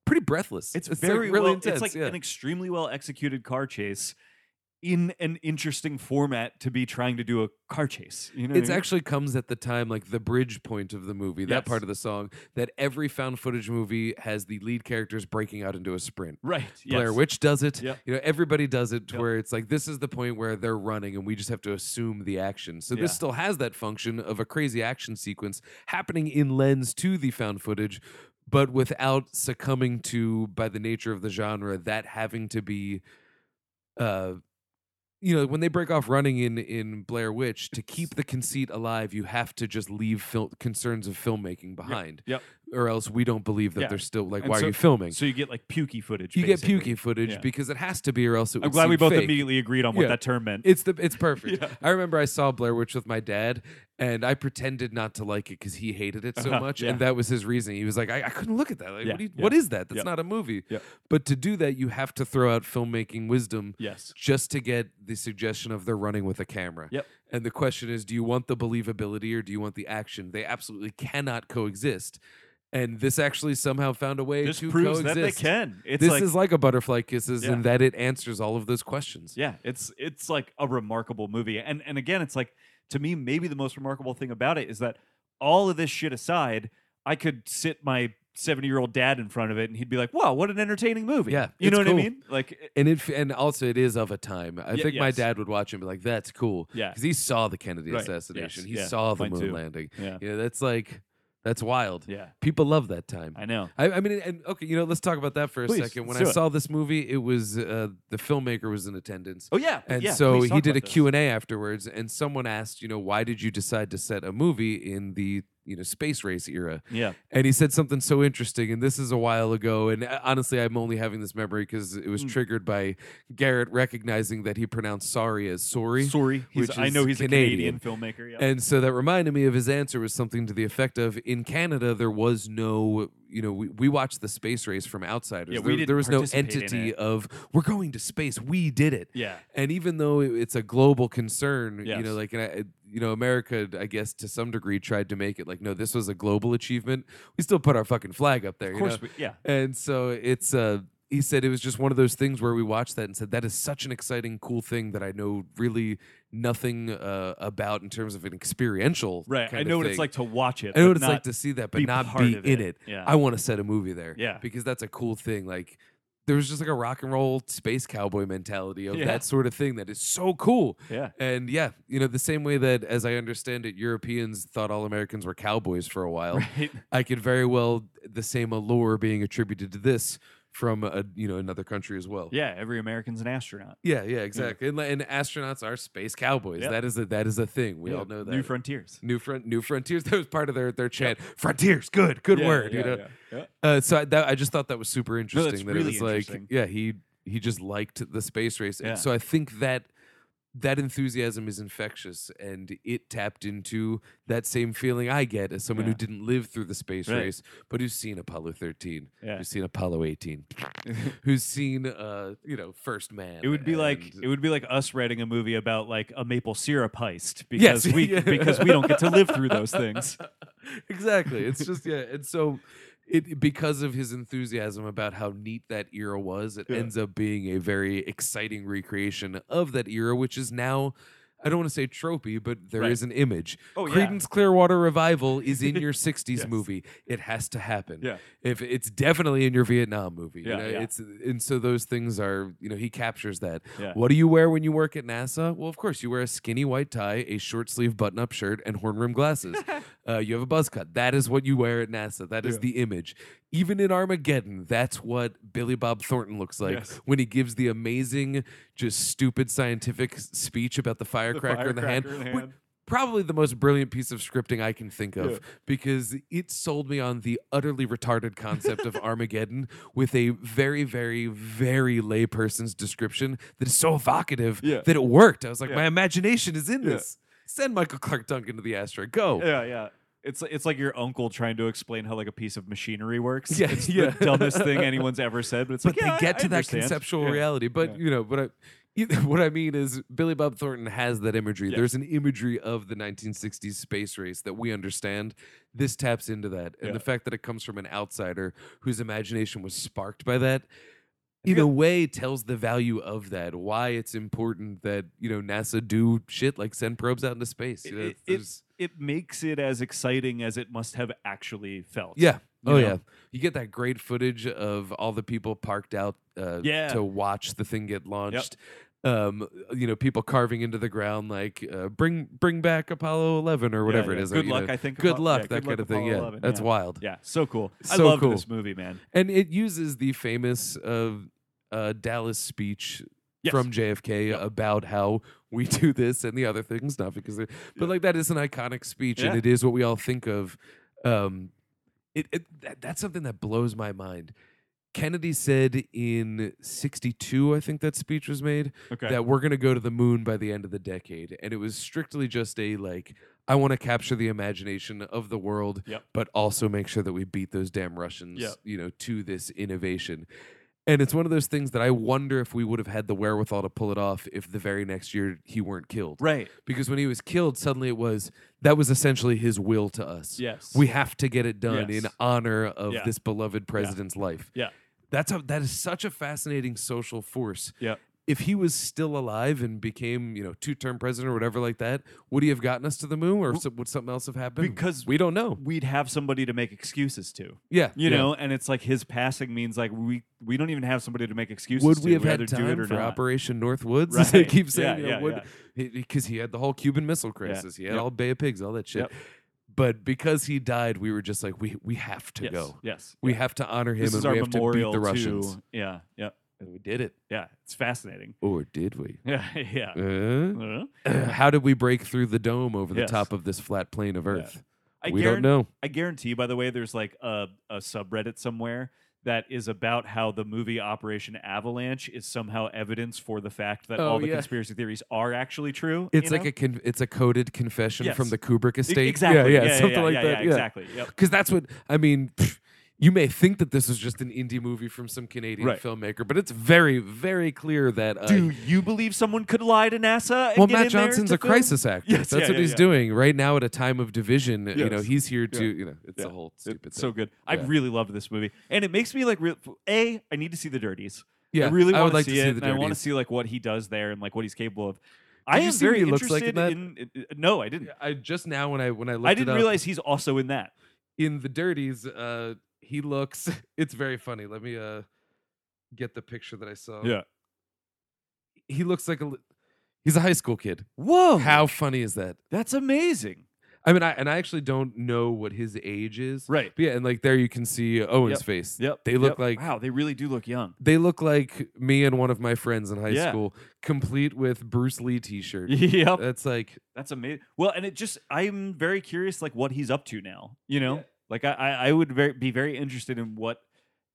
C: pretty breathless.
B: it's,
C: like,
B: very
C: really
B: well,
C: intense.
B: It's like
C: yeah.
B: an extremely well executed car chase in an interesting format to be trying to do a car chase. You know, what I
C: It's
B: mean?
C: actually comes at the time like the bridge point of the movie, that
B: Yes.
C: part of the song that every found footage movie has the lead characters breaking out into a sprint.
B: right. Yes.
C: Blair Witch does it.
B: Yep.
C: You know, everybody does it to
B: Yep.
C: where it's like this is the point where they're running and we just have to assume the action. So
B: Yeah.
C: this still has that function of a crazy action sequence happening in lens to the found footage, but without succumbing to by the nature of the genre that having to be uh you know, when they break off running in in Blair Witch, to keep the conceit alive, you have to just leave fil- concerns of filmmaking behind.
B: yep.
C: or else we don't believe that
B: Yeah.
C: they're still like
B: And
C: why
B: so-
C: are you filming?
B: So you get like pukey footage.
C: you
B: basically.
C: get pukey footage
B: Yeah.
C: because it has to be or else it would
B: I'm glad we
C: seem
B: both
C: fake.
B: immediately agreed on what
C: Yeah.
B: that term meant.
C: It's the it's perfect.
B: Yeah.
C: I remember I saw Blair Witch with my dad, and I pretended not to like it because he hated it so
B: Uh-huh,
C: much,
B: yeah.
C: and that was his reason. He was like, "I, I couldn't look at that. Like,
B: Yeah,
C: what, do you-
B: yeah.
C: what is that? That's
B: Yeah.
C: not a movie."
B: Yeah.
C: But to do that, you have to throw out filmmaking wisdom
B: yes.
C: just to get the suggestion of they're running with a camera.
B: Yep.
C: And the question is, do you want the believability or do you want the action? They absolutely cannot coexist. And this actually somehow found a way
B: This
C: to
B: proves
C: coexist.
B: that they can. It's
C: this
B: like
C: is like a butterfly kisses
B: Yeah.
C: in that it answers all of those questions.
B: yeah, it's it's like a remarkable movie. And and again, it's like to me maybe the most remarkable thing about it is that all of this shit aside, I could sit my 70-year-old dad in front of it and he'd be like, "Wow, what an entertaining movie."
C: Yeah,
B: You know
C: it's
B: what I
C: cool.
B: mean? Like
C: And it f- and also it is of a time. I
B: Ye-
C: think my
B: yes.
C: dad would watch it and be like, "That's cool,"
B: yeah.
C: because he saw the Kennedy
B: Right.
C: assassination.
B: Yes.
C: He
B: Yeah.
C: saw the
B: Mine
C: moon
B: too.
C: landing.
B: Yeah.
C: You know, that's like that's wild.
B: Yeah.
C: People love that time.
B: I know.
C: I, I mean, and okay, you know, let's talk about that for a
B: Please,
C: second. When
B: let's
C: I
B: do it.
C: saw this movie, it was uh, the filmmaker was in attendance,
B: Oh yeah.
C: and
B: yeah,
C: so
B: please
C: he
B: talk
C: did a
B: about this.
C: Q and A afterwards, and someone asked, you know, why did you decide to set a movie in the you know space race era?
B: Yeah.
C: And he said something so interesting, and this is a while ago. And uh, honestly, I'm only having this memory because it was
B: Mm.
C: triggered by Garrett recognizing that he pronounced sorry as sorry.
B: Sorry, he's,
C: which
B: I know
C: is
B: he's
C: Canadian.
B: a Canadian filmmaker. Yeah.
C: And so that reminded me of his answer was something to the effect of in Canada there was no you know we, we watched the space race from outsiders
B: Yeah, we
C: there,
B: didn't
C: there was no
B: participate in
C: entity
B: it.
C: of we're going to space we did it
B: yeah.
C: and even though it- it's a global concern you
B: Yes.
C: know like and I, you know America I guess to some degree tried to make it like no this was a global achievement we still put our fucking flag up there
B: Of
C: you know?
B: course. we, yeah.
C: And so it's uh he said it was just one of those things where we watched that and said that is such an exciting cool thing that I know really nothing uh, about in terms of an experiential
B: Right. I
C: kind of
B: know what it's
C: thing.
B: like to watch it.
C: I know
B: but
C: what it's
B: not
C: like to see that but
B: be
C: not
B: part
C: be
B: of
C: in it.
B: it. Yeah.
C: I want to set a movie there.
B: Yeah.
C: Because that's a cool thing like there was just like a rock and roll space cowboy mentality of
B: Yeah.
C: that sort of thing that is so cool.
B: Yeah.
C: And yeah, you know, the same way that as I understand it Europeans thought all Americans were cowboys for a while.
B: Right.
C: I could very well the same allure being attributed to this from a you know another country as well.
B: Yeah. Mm. Every American's an astronaut.
C: yeah, yeah, exactly. And, li- and astronauts are space cowboys.
B: Yeah.
C: That is a that is a thing. We
B: Yeah,
C: all know that.
B: New frontiers.
C: New front, new frontiers. That was part of their their chant. Frontiers, good, good word. you know. Uh, so I, that, I just thought that was super interesting. that it
B: really
C: was like,
B: interesting.
C: yeah, he he just liked the space race,
B: Yeah.
C: and so I think that that enthusiasm is infectious, and it tapped into that same feeling I get as someone who
B: Yeah.
C: didn't live through the space
B: Right.
C: race, but who's seen Apollo thirteen,
B: Yeah.
C: who's seen Apollo eighteen, who's seen uh, you know First Man.
B: It would be like
C: and-
B: it would be like us writing a movie about like a maple syrup heist because
C: Yes,
B: we
C: yeah.
B: because we don't get to live through those things.
C: exactly. It's just yeah, and so it because of his enthusiasm about how neat that era was, it
B: Yeah.
C: ends up being a very exciting recreation of that era, which is now. I don't want to say tropey, but there is
B: Right.
C: an image.
B: Oh, yeah.
C: Creedence Clearwater Revival is in your '60s
B: Yes.
C: movie. It has to happen.
B: Yeah.
C: If it's definitely in your Vietnam movie. you
B: Yeah,
C: know,
B: yeah.
C: It's and so those things are. You know, he captures that.
B: Yeah.
C: What do you wear when you work at NASA? Well, of course, you wear a skinny white tie, a short sleeve button up shirt, and horn rimmed glasses. uh, you have a buzz cut. That is what you wear at NASA. That is
B: Yeah.
C: the image. Even in Armageddon, that's what Billy Bob Thornton looks like
B: Yes.
C: when he gives the amazing, just stupid scientific s- speech about the firecracker, in the hand.
B: firecracker in the
C: Wh-
B: hand.
C: Probably the most brilliant piece of scripting I can think of
B: Yeah.
C: because it sold me on the utterly retarded concept of Armageddon with a very, very, very layperson's description that is so evocative
B: Yeah.
C: that it worked. I was like,
B: Yeah.
C: my imagination is in
B: Yeah.
C: this. Send Michael Clark Duncan to the asteroid. Go.
B: Yeah, yeah. It's it's like your uncle trying to explain how like a piece of machinery works.
C: Yeah,
B: it's
C: yeah.
B: the dumbest thing anyone's ever said. But it's
C: but
B: like yeah,
C: they get
B: I- I
C: to that
B: understand.
C: conceptual
B: Yeah.
C: reality. But
B: Yeah.
C: you know, but I, either, what I mean is Billy Bob Thornton has that imagery.
B: Yes.
C: There's an imagery of the 1960s space race that we understand. This taps into that, and
B: Yeah.
C: the fact that it comes from an outsider whose imagination was sparked by that.
B: think
C: In a way, tells the value of that. Why it's important that you know NASA do shit like send probes out into space. You know,
B: It- it-
C: there's-
B: It makes it as exciting as it must have actually felt.
C: yeah.
B: you
C: oh
B: know?
C: yeah. You get that great footage of all the people parked out uh,
B: Yeah.
C: to watch the thing get launched. Um, you know, people carving into the ground like uh, bring bring back Apollo 11 or
B: Yeah,
C: whatever
B: yeah.
C: it is.
B: Good
C: you
B: luck,
C: know,
B: I think.
C: good
B: Apo-
C: luck,
B: yeah,
C: that
B: good
C: kind
B: luck,
C: of thing.
B: Apollo
C: Yeah,
B: 11,
C: that's
B: yeah.
C: wild.
B: Yeah, so cool. I
C: So
B: love
C: cool.
B: this movie, man.
C: And it uses the famous uh, uh, Dallas speech
B: Yes.
C: from JFK about how we do this and the other things, not because they're, but like that is an iconic speech and
B: Yeah.
C: it is what we all think of. Um, it, it that, that's something that blows my mind. Kennedy said in 62, I think that speech was made,
B: Okay.
C: that we're going to go to the moon by the end of the decade. And it was strictly just a like, I want to capture the imagination of the world,
B: Yep.
C: but also make sure that we beat those damn Russians,
B: Yep.
C: you know, to this innovation. And it's one of those things that I wonder if we would have had the wherewithal to pull it off if the very next year he weren't killed.
B: right.
C: Because when he was killed, suddenly it was that was essentially his will to us.
B: Yes.
C: We have to get it done
B: Yes.
C: in honor of
B: Yeah.
C: this beloved president's life.
B: Yeah.
C: That's a that is such a fascinating social force.
B: Yeah.
C: If he was still alive and became, you know, two-term president or whatever like that, would he have gotten us to the moon or so, would something else have happened?
B: Because-
C: we don't know.
B: We'd have somebody to make excuses to.
C: Yeah.
B: You
C: yeah.
B: know, and it's like his passing means like we we don't even have somebody to make excuses
C: would
B: to.
C: we have
B: either
C: had
B: do it
C: time
B: or
C: for
B: not.
C: Operation North Woods? As I
B: Right.
C: keep saying,
B: Yeah,
C: you know,
B: yeah,
C: would- he- because he had the whole Cuban Missile Crisis, he had
B: Yep.
C: all Bay of Pigs, all that shit.
B: Yep.
C: But because he died, we were just like, we we have to
B: yes.
C: go.
B: Yes.
C: We have to honor him,
B: this
C: and
B: is our
C: we have
B: memorial
C: to beat the Russians.
B: To, yeah. Yeah.
C: And we did it,
B: Yeah. It's fascinating.
C: or did we?
B: Yeah. Yeah.
C: Uh,
B: Uh,
C: how did we break through the dome over the
B: Yes.
C: top of this flat plane of Earth?
B: I
C: we
B: guaran-
C: don't know.
B: I guarantee, by the way, there's like a, a subreddit somewhere that is about how the movie Operation Avalanche is somehow evidence for the fact that
C: Oh,
B: all the
C: yeah.
B: conspiracy theories are actually true.
C: It's
B: you
C: like
B: know? E,
C: a con- it's a coded confession
B: Yes.
C: from the Kubrick
B: E-
C: estate.
B: exactly
C: Yeah, yeah, something like
B: yeah,
C: that.
B: yeah,
C: yeah.
B: exactly. Yep.
C: because that's what I mean. pff, you may think that this was just an indie movie from some Canadian
B: Right.
C: filmmaker, but it's very, very clear that uh,
B: Do you believe someone could lie to NASA? And
C: well,
B: get
C: Matt
B: in there
C: Johnson's
B: to
C: a
B: film?
C: crisis actor.
B: Yes,
C: that's
B: yeah,
C: what
B: yeah,
C: he's
B: yeah.
C: doing right now at a time of division. You know,
B: Yes.
C: he's here to
B: Yeah.
C: you know, it's
B: Yeah.
C: a whole
B: It-
C: stupid.
B: so
C: thing.
B: good. I
C: Yeah.
B: really loved this movie, and it makes me like real. A, I need to see the Dirties.
C: Yeah,
B: I really
C: I would
B: want
C: like to
B: see
C: see
B: it,
C: The
B: and I want to
C: Dirties.
B: see like what he does there and like what he's capable of. I
C: you
B: am
C: see what
B: very
C: he looks like in
B: interested in- in- no, I didn't.
C: I just now when I when I looked
B: I
C: it
B: didn't
C: up,
B: realize he's also in that.
C: in the dirties uh he looks it's very funny let me uh get the picture that i saw
B: Yeah.
C: he looks like a li- he's a high school kid
B: Whoa!
C: how funny is that
B: That's amazing.
C: i mean i and i actually don't know what his age is
B: Right.
C: but yeah and like there you can see owen's
B: Yep.
C: face
B: Yep.
C: They look
B: yep.
C: like-
B: wow. They really do look young.
C: they look like me and one of my friends in high
B: Yeah.
C: school complete with bruce lee t-shirt
B: yep.
C: that's like
B: That's amazing. Well, and it just I'm very curious, like what he's up to now. You know, like I I I would very, be very interested in what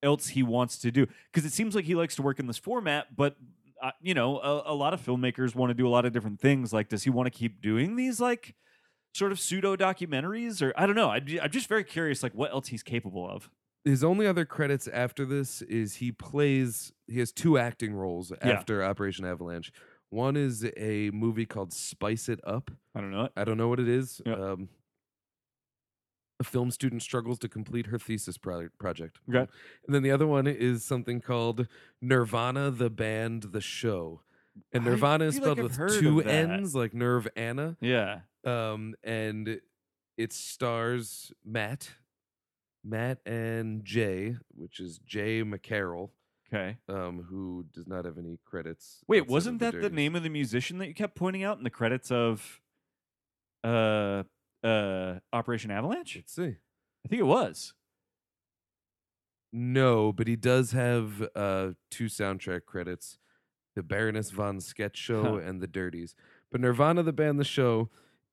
B: else he wants to do because it seems like he likes to work in this format, but. Uh, you know, a, a lot of filmmakers want to do a lot of different things. Like, does he want to keep doing these like sort of pseudo documentaries, or I don't know? I'd, ju- I'm just very curious, like what else he's capable of.
C: his only other credits after this is he plays he has two acting roles after Operation Avalanche. One is a movie called Spice It Up.
B: I don't know.
C: I don't know what it is.
B: Yeah.
C: Um, a film student struggles to complete her thesis pro- project.
B: Okay.
C: And then the other one is something called Nirvana, the band, the show. And
B: I
C: Nirvana is
B: feel like
C: spelled
B: I've heard
C: with
B: of
C: two
B: that.
C: N's, like Nerve Anna.
B: Yeah.
C: Um, and it stars Matt, Matt and Jay, which is Jay McCarroll,
B: Okay.
C: um, who does not have any credits. outside
B: Wait,
C: of
B: wasn't that the
C: Dirties.
B: name of the musician that you kept pointing out in the credits of uh uh Operation Avalanche?
C: Let's see.
B: I think it was.
C: No, but he does have uh, two soundtrack credits: the Baroness von Sketch Show
B: Huh.
C: and the Dirties. But Nirvana, the band, the show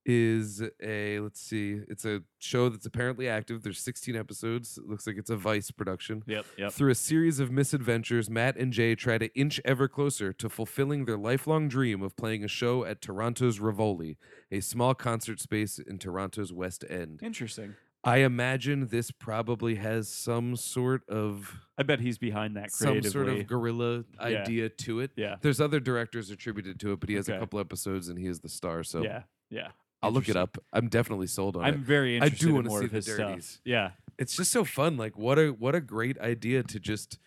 C: is a let's see, it's a show that's apparently active. There's 16 episodes. It looks like it's a Vice production.
B: Yep, yep.
C: Through a series of misadventures, Matt and Jay try to inch ever closer to fulfilling their lifelong dream of playing a show at Toronto's Rivoli, a small concert space in Toronto's West End.
B: Interesting.
C: I imagine this probably has some sort of
B: I bet he's behind that
C: some
B: creatively.
C: sort of guerrilla
B: Yeah.
C: idea to it.
B: yeah.
C: There's other directors attributed to it, but he has a
B: Okay.
C: couple episodes and he is the star. So
B: Yeah. Yeah.
C: I'll look it
B: Interesting.
C: up. I'm definitely sold on
B: I'm
C: it.
B: very
C: I do
B: interested in
C: wanna
B: more
C: see
B: of
C: the
B: his
C: Dirties.
B: stuff. Yeah.
C: It's just so fun. Like what a what a great idea to just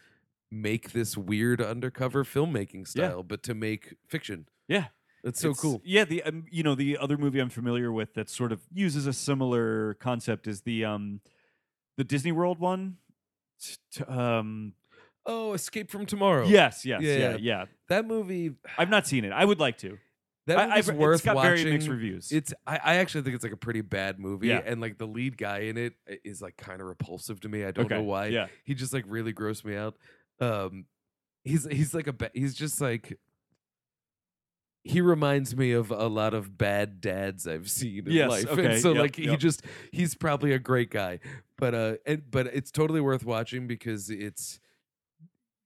C: make this weird undercover filmmaking style, but to make fiction.
B: Yeah.
C: That's so
B: It's-
C: cool.
B: Yeah, the um, you know the other movie I'm familiar with that sort of uses a similar concept is the um the Disney World one. T- t- um
C: Oh, Escape from Tomorrow.
B: yes, yes,
C: Yeah, yeah.
B: yeah, yeah.
C: That movie
B: I've not seen it. I would like to. I-
C: that
B: I've-
C: movie's worth
B: it's got
C: watching.
B: very mixed reviews.
C: It's I, I actually think it's like a pretty bad movie,
B: Yeah.
C: and like the lead guy in it i- is like kind of repulsive to me. I don't know
B: Okay,
C: why.
B: yeah.
C: he just like really grossed me out. Um, he's he's like a ba- he's just like he reminds me of a lot of bad dads I've seen in
B: Yes,
C: life.
B: okay,
C: And so
B: yep,
C: like he
B: yep.
C: just he's probably a great guy. But uh and, but it's totally worth watching because it's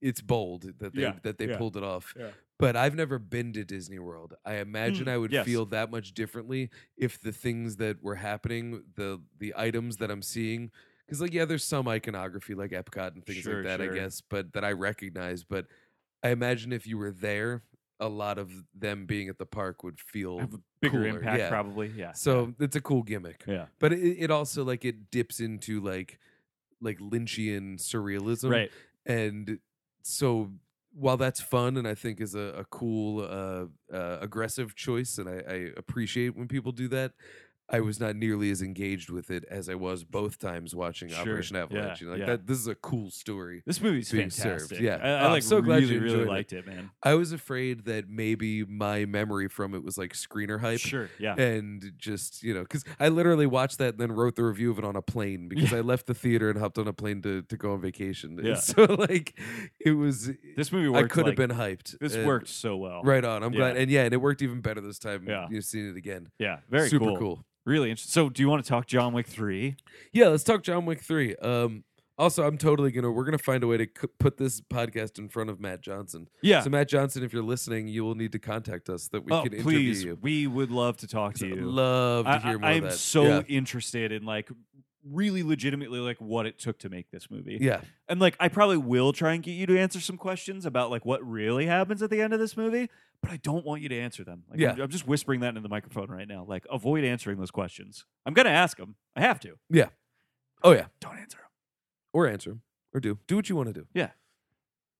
C: it's bold that they
B: Yeah,
C: that they
B: yeah.
C: pulled it off.
B: Yeah. Mm,
C: But I've never been to Disney World. I imagine I would
B: yes.
C: feel that much differently if the things that were happening, the the items that I'm seeing because like yeah, there's some iconography like Epcot and things
B: Sure,
C: like that,
B: sure.
C: I guess, but that I recognize. But I imagine if you were there, a lot of them being at the park would feel.
B: Have a bigger
C: cooler,
B: impact,
C: yeah.
B: probably. Yeah.
C: So it's a cool gimmick,
B: yeah.
C: but it, it also like it dips into like like Lynchian surrealism,
B: right.
C: and so while that's fun and I think is a, a cool uh, uh, aggressive choice, and I, I appreciate when people do that, I was not nearly as engaged with it as I was both times watching
B: Sure.
C: Operation
B: Yeah,
C: Avalanche. You know, like
B: yeah.
C: that, this is a cool story.
B: This movie's
C: being
B: fantastic.
C: served, yeah.
B: I, I
C: I'm
B: like
C: so glad
B: really,
C: you
B: really
C: enjoyed it.
B: liked it, man.
C: I was afraid that maybe my memory from it was like screener hype.
B: Sure. Yeah.
C: And just, you know, because I literally watched that and then wrote the review of it on a plane because I left the theater and hopped on a plane to, to go on vacation. And
B: Yeah.
C: So, like, it was,
B: This movie
C: I
B: worked.
C: could
B: like,
C: have been hyped.
B: This
C: and-
B: worked so well.
C: Right on. I'm glad.
B: Yeah.
C: And yeah, and it worked even better this time.
B: Yeah.
C: You've seen it again.
B: Yeah. Very
C: Super
B: cool.
C: cool.
B: Really interesting. So, do you want to talk John Wick 3?
C: Yeah, let's talk John Wick 3. Um, also, I'm totally going to, we're going to find a way to c- put this podcast in front of Matt Johnson.
B: Yeah.
C: So, Matt Johnson, if you're listening, you will need to contact us that we
B: oh,
C: can
B: please.
C: interview you.
B: We would love to talk to
C: I'd
B: you.
C: Love to
B: I-
C: hear
B: I-
C: more
B: I'm
C: of that.
B: so
C: yeah.
B: interested in like really legitimately like what it took to make this movie.
C: yeah.
B: And like I probably will try and get you to answer some questions about like what really happens at the end of this movie, but I don't want you to answer them. Like, I'm,
C: Yeah.
B: I'm just whispering that into the microphone right now. Like avoid answering those questions. I'm going to ask them. I have to.
C: Oh, yeah.
B: Don't answer them.
C: Or answer him or do. Do what you want to do.
B: Yeah.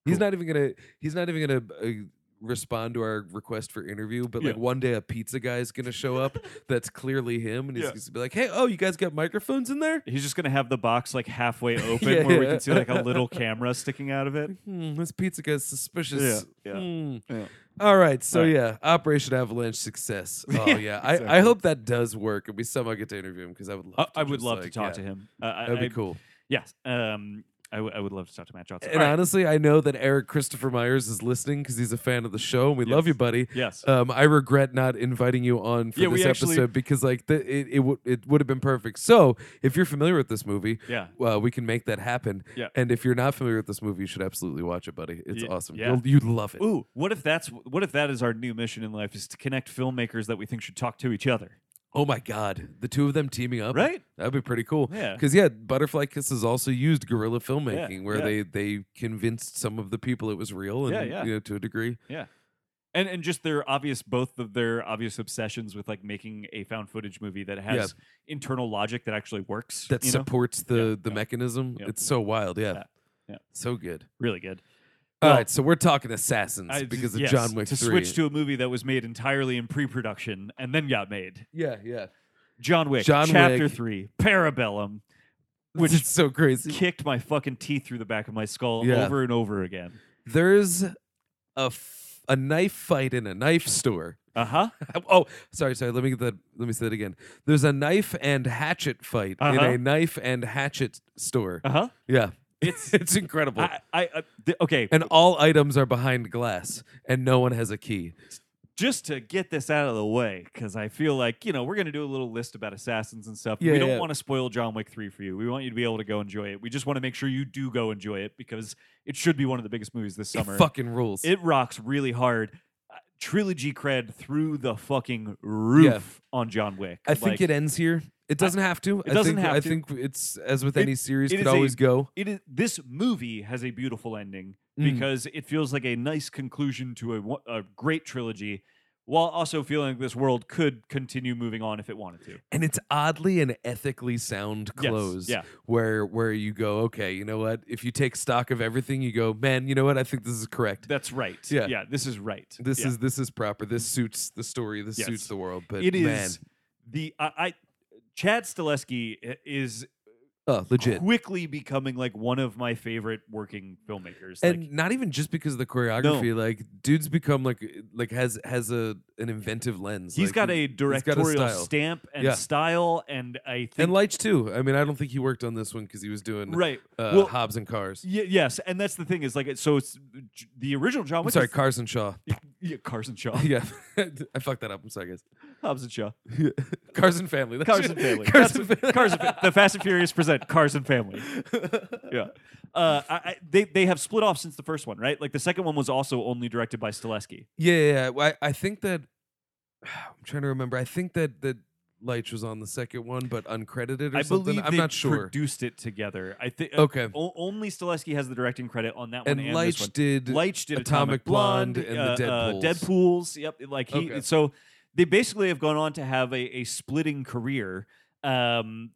C: He's
B: Cool.
C: not even going to, he's not even going to. Uh, respond to our request for interview but like
B: Yeah.
C: one day a pizza guy is going to show up that's clearly him and he's
B: Yeah.
C: going to be like hey oh you guys got microphones in there
B: He's just going to have the box like halfway open
C: Yeah,
B: where we
C: yeah.
B: can see like a little camera sticking out of it.
C: hmm, this pizza guy's suspicious.
B: Yeah, yeah,
C: Hmm.
B: yeah.
C: All right. So
B: All right.
C: yeah, Operation Avalanche success. Oh
B: Yeah,
C: yeah. I,
B: exactly.
C: I hope that does work and we somehow get to interview him because I would love
B: I,
C: to
B: I would
C: just,
B: love to
C: like,
B: talk
C: yeah,
B: to him. Uh, I-
C: That'd
B: I-
C: be cool.
B: Yes. Um, I, w- I would love to talk to Matt Johnson.
C: And
B: All right.
C: honestly, I know that Eric Christopher Myers is listening because he's a fan of the show and we love you,
B: Yes.
C: buddy.
B: yes.
C: Um, I regret not inviting you on for
B: Yeah, we
C: this
B: actually-
C: episode because like the, it it, would it would have been perfect. So if you're familiar with this movie,
B: yeah.
C: uh, we can make that happen.
B: Yeah.
C: And if you're not familiar with this movie, you should absolutely watch it, buddy. It's
B: Ye-
C: awesome.
B: yeah.
C: You'll, you'd love it.
B: Ooh, what if that's what if that is our new mission in life is to connect filmmakers that we think should talk to each other,
C: Oh my God, the two of them teaming up,
B: right?
C: That'd be pretty cool.
B: Yeah.
C: Because yeah, Butterfly Kisses also used guerrilla filmmaking, where
B: yeah.
C: they they convinced some of the people it was real, and
B: Yeah, yeah.
C: you know to a degree.
B: And and just their obvious both of their obvious obsessions with like making a found footage movie that has internal logic that actually works.
C: That
B: you know?
C: supports the
B: Yeah,
C: the
B: yeah.
C: mechanism.
B: Yeah.
C: It's so wild, yeah.
B: Yeah, yeah.
C: So good.
B: really good.
C: All
B: Well,
C: right, so we're talking assassins
B: I-
C: because of
B: yes,
C: John Wick
B: to
C: three.
B: switch to a movie that was made entirely in pre-production and then got made.
C: yeah, yeah.
B: John Wick,
C: John
B: Chapter
C: Wick.
B: Three, Parabellum,
C: Which
B: which
C: is so crazy.
B: kicked my fucking teeth through the back of my skull
C: Yeah.
B: over and over again.
C: There's a f- a knife fight in a knife store.
B: Uh huh.
C: Oh, sorry, sorry. Let me get that. Let me say that again. There's a knife and hatchet fight in
B: Uh-huh.
C: a knife and hatchet store.
B: Uh huh.
C: Yeah,
B: It's
C: it's incredible.
B: I, I uh, th- okay.
C: and all items are behind glass, and no one has a key.
B: just to get this out of the way, because I feel like you know we're gonna do a little list about assassins and stuff.
C: Yeah,
B: we don't
C: yeah.
B: want to spoil John Wick three for you. We want you to be able to go enjoy it. We just want to make sure you do go enjoy it because it should be one of the biggest movies this summer.
C: It fucking rules.
B: It rocks really hard. Uh, Trilogy cred through the fucking roof on John Wick.
C: I think
B: Like,
C: it ends here. It doesn't have to. It
B: doesn't
C: I think,
B: have
C: I
B: to.
C: think it's as with
B: It-
C: any series,
B: it
C: could
B: is a-
C: always go.
B: it is this movie has a beautiful ending
C: Mm.
B: because it feels like a nice conclusion to a, wo- a great trilogy while also feeling like this world could continue moving on if it wanted to
C: and it's oddly an ethically sound
B: Yes,
C: close
B: yeah.
C: where where you go okay you know what if you take stock of everything you go man you know what i think this is correct
B: that's right
C: Yeah.
B: yeah this is right
C: this
B: Yeah.
C: is this is proper this suits the story this
B: Yes.
C: suits the world but
B: it is
C: man
B: the I, I chad stileski i- is
C: uh, legit
B: quickly becoming like one of my favorite working filmmakers
C: and
B: like,
C: not even just because of the choreography like dude's become like like has has a an inventive lens
B: he's
C: like,
B: got
C: he-
B: a
C: got a
B: directorial
C: style.
B: stamp and
C: Yeah.
B: style and i think
C: and lights too i mean i don't think he worked on this one because he was doing
B: right
C: uh,
B: well-
C: hobbs and cars
B: Ye- yes and that's the thing is like it- so it's the original john
C: i'm
B: wick
C: sorry
B: is-
C: cars and shaw
B: Yeah, Carson Shaw.
C: Yeah, I fucked that up. I'm sorry, guys.
B: Hobbs and Shaw.
C: Cars and Family. That's
B: Cars
C: it.
B: and Family.
C: Cars
B: That's
C: and
B: what-
C: Family.
B: Cars and Fa- the Fast and Furious present Cars and Family. Yeah, uh, I, I, they they have split off since the first one, right? Like the second one was also only directed by Stileski.
C: Yeah, yeah, yeah. Well, I, I think that I'm trying to remember. I think that that Leitch was on the second one, but uncredited or
B: I
C: something.
B: believe
C: I'm
B: they
C: not sure.
B: produced it together. I think
C: Okay.
B: only Stileski has the directing credit on that
C: and
B: one. this one.
C: Leitch did.
B: Leitch did
C: Atomic
B: Atomic,
C: Blonde and
B: uh,
C: the
B: uh,
C: Deadpools.
B: Deadpool's. Yep. Like he.
C: Okay.
B: So they basically have gone on to have a, a splitting career, um,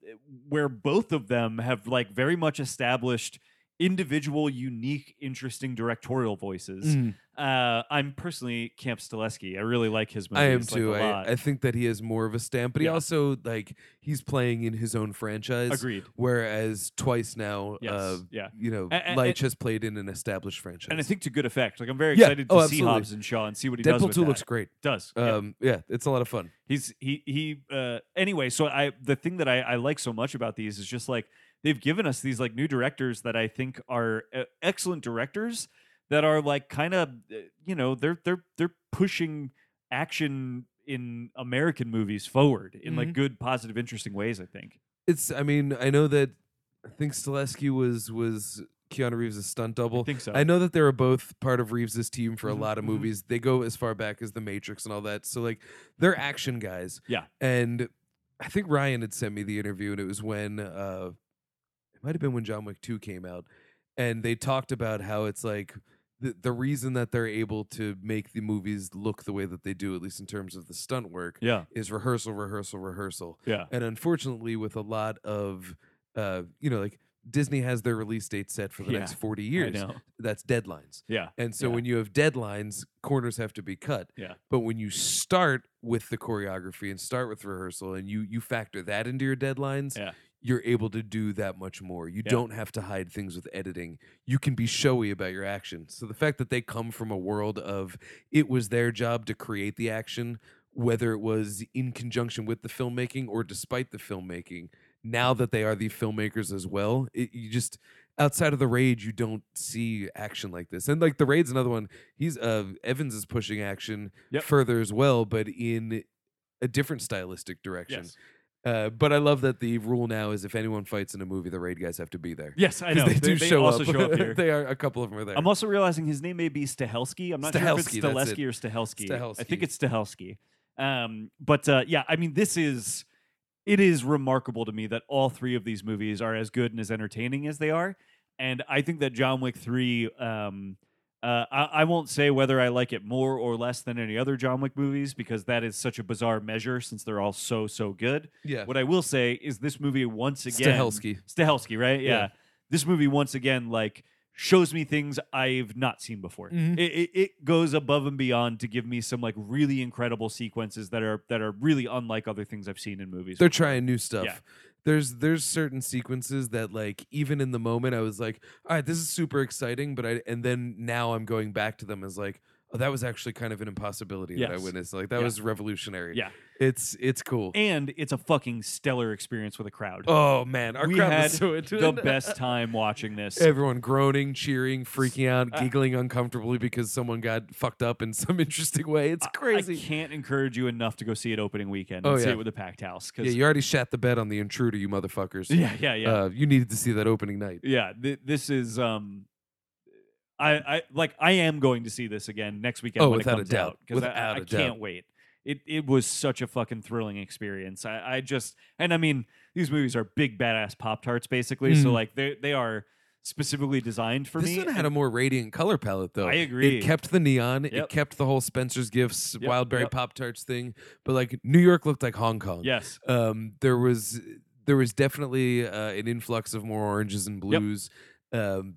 B: where both of them have like very much established individual, unique, interesting directorial voices.
C: Mm,
B: Uh, I'm personally Camp Stileski. I really like his movies.
C: I am
B: like,
C: too.
B: a lot.
C: I, I think that he has more of a stamp, but he
B: Yeah.
C: also like he's playing in his own franchise.
B: Agreed.
C: Whereas twice now,
B: Yes.
C: uh,
B: yeah.
C: you know,
B: A- a-
C: Leitch has played in an established franchise.
B: And I think to good effect. Like I'm very
C: Yeah.
B: excited
C: Oh,
B: to see
C: absolutely.
B: Hobbs and Shaw and see what he does.
C: Deadpool
B: with
C: Two
B: that.
C: looks great.
B: does. Yeah.
C: Um, yeah, it's a lot of fun.
B: he's he he uh anyway so i the thing that i i like so much about these is just like they've given us these like new directors that i think are uh, excellent directors that are like kind of you know they're they're they're pushing action in american movies forward in
C: Mm-hmm.
B: like good positive interesting ways i think
C: It's. I mean, I know that. I think Stileski was was Keanu Reeves' stunt double.
B: i think so
C: I know that they were both part of Reeves' team for a
B: Mhm,
C: lot of
B: mhm.
C: movies. They go as far back as The Matrix and all that. So like they're action guys.
B: Yeah.
C: And I think Ryan had sent me the interview and it was when uh it might have been when John Wick 2 came out and they talked about how it's like the, the reason that they're able to make the movies look the way that they do at least in terms of the stunt work
B: yeah
C: is rehearsal rehearsal rehearsal
B: yeah
C: and unfortunately with a lot of uh you know like disney has their release date set for the
B: Yeah,
C: next 40
B: i
C: years
B: know
C: that's deadlines
B: yeah
C: and so
B: Yeah.
C: when you have deadlines corners have to be cut
B: Yeah.
C: but when you start with the choreography and start with rehearsal and you you factor that into your deadlines
B: Yeah.
C: you're able to do that much more you
B: Yeah.
C: don't have to hide things with editing you can be showy about your action so the fact that they come from a world of it was their job to create the action whether it was in conjunction with the filmmaking or despite the filmmaking now that they are the filmmakers as well it, you just outside of the raid you don't see action like this and like the raid's another one he's uh evans is pushing action
B: Yep.
C: further as well but in a different stylistic direction
B: yes
C: uh, but i love that the rule now is if anyone fights in a movie the raid guys have to be there
B: yes i
C: 'Cause
B: know
C: they do show
B: also
C: up,
B: show up here
C: they are a couple of them are there
B: I'm also realizing his name may be Stahelski. I'm not sure if it's
C: Stahelski, that's
B: Stileski or Stahelski. I
C: Stahelski.
B: think it's Stahelski. Um, but uh, yeah, I mean, this is it is remarkable to me that all three of these movies are as good and as entertaining as they are, and I think that John Wick three. Um, uh, I, I won't say whether I like it more or less than any other John Wick movies because that is such a bizarre measure since they're all so so good.
C: yeah
B: What I will say is this movie once again
C: Stahelski.
B: Stahelski, right? Yeah.
C: Yeah.
B: This movie once again like shows me things I've not seen before.
C: Mhm.
B: It, it, it goes above and beyond to give me some like really incredible sequences that are that are really unlike other things I've seen in movies.
C: They're trying new stuff.
B: Yeah.
C: There's there's certain sequences that like even in the moment I was like, all right, this is super exciting, but I and then now I'm going back to them as like, oh, that was actually kind of an impossibility that I
B: Yes.
C: witnessed. Like that
B: Yeah.
C: was revolutionary.
B: Yeah.
C: it's it's cool.
B: and it's a fucking stellar experience with a crowd.
C: oh man, our
B: we
C: crowd
B: had
C: was so into
B: the
C: it.
B: best time watching this.
C: Everyone groaning, cheering, freaking out,
B: I-
C: giggling uncomfortably because someone got fucked up in some interesting way. It's
B: I-
C: crazy.
B: I can't encourage you enough to go see it opening weekend
C: Oh,
B: and see
C: yeah.
B: it with a packed house. 'cause-
C: yeah, you already shat the bed on the intruder, you motherfuckers.
B: yeah, yeah, yeah.
C: Uh, you needed to see that opening night.
B: yeah th- this is um I, I like i am going to see this again next weekend
C: Oh,
B: when
C: without a
B: it comes
C: doubt.
B: out because I,
C: Without a
B: I
C: doubt.
B: can't wait it, it was such a fucking thrilling experience i, I just and i mean these movies are big badass pop tarts basically so
C: Mhm.
B: like they, they are specifically designed for
C: this
B: me
C: one had a more radiant color palette, though.
B: I agree.
C: It kept the neon. It
B: Yep.
C: kept the whole Spencer's Gifts,
B: Yep,
C: Wildberry
B: yep.
C: Pop Tarts thing. But like New York looked like Hong Kong.
B: yes
C: Um, there was there was definitely uh, an influx of more oranges and blues. Um,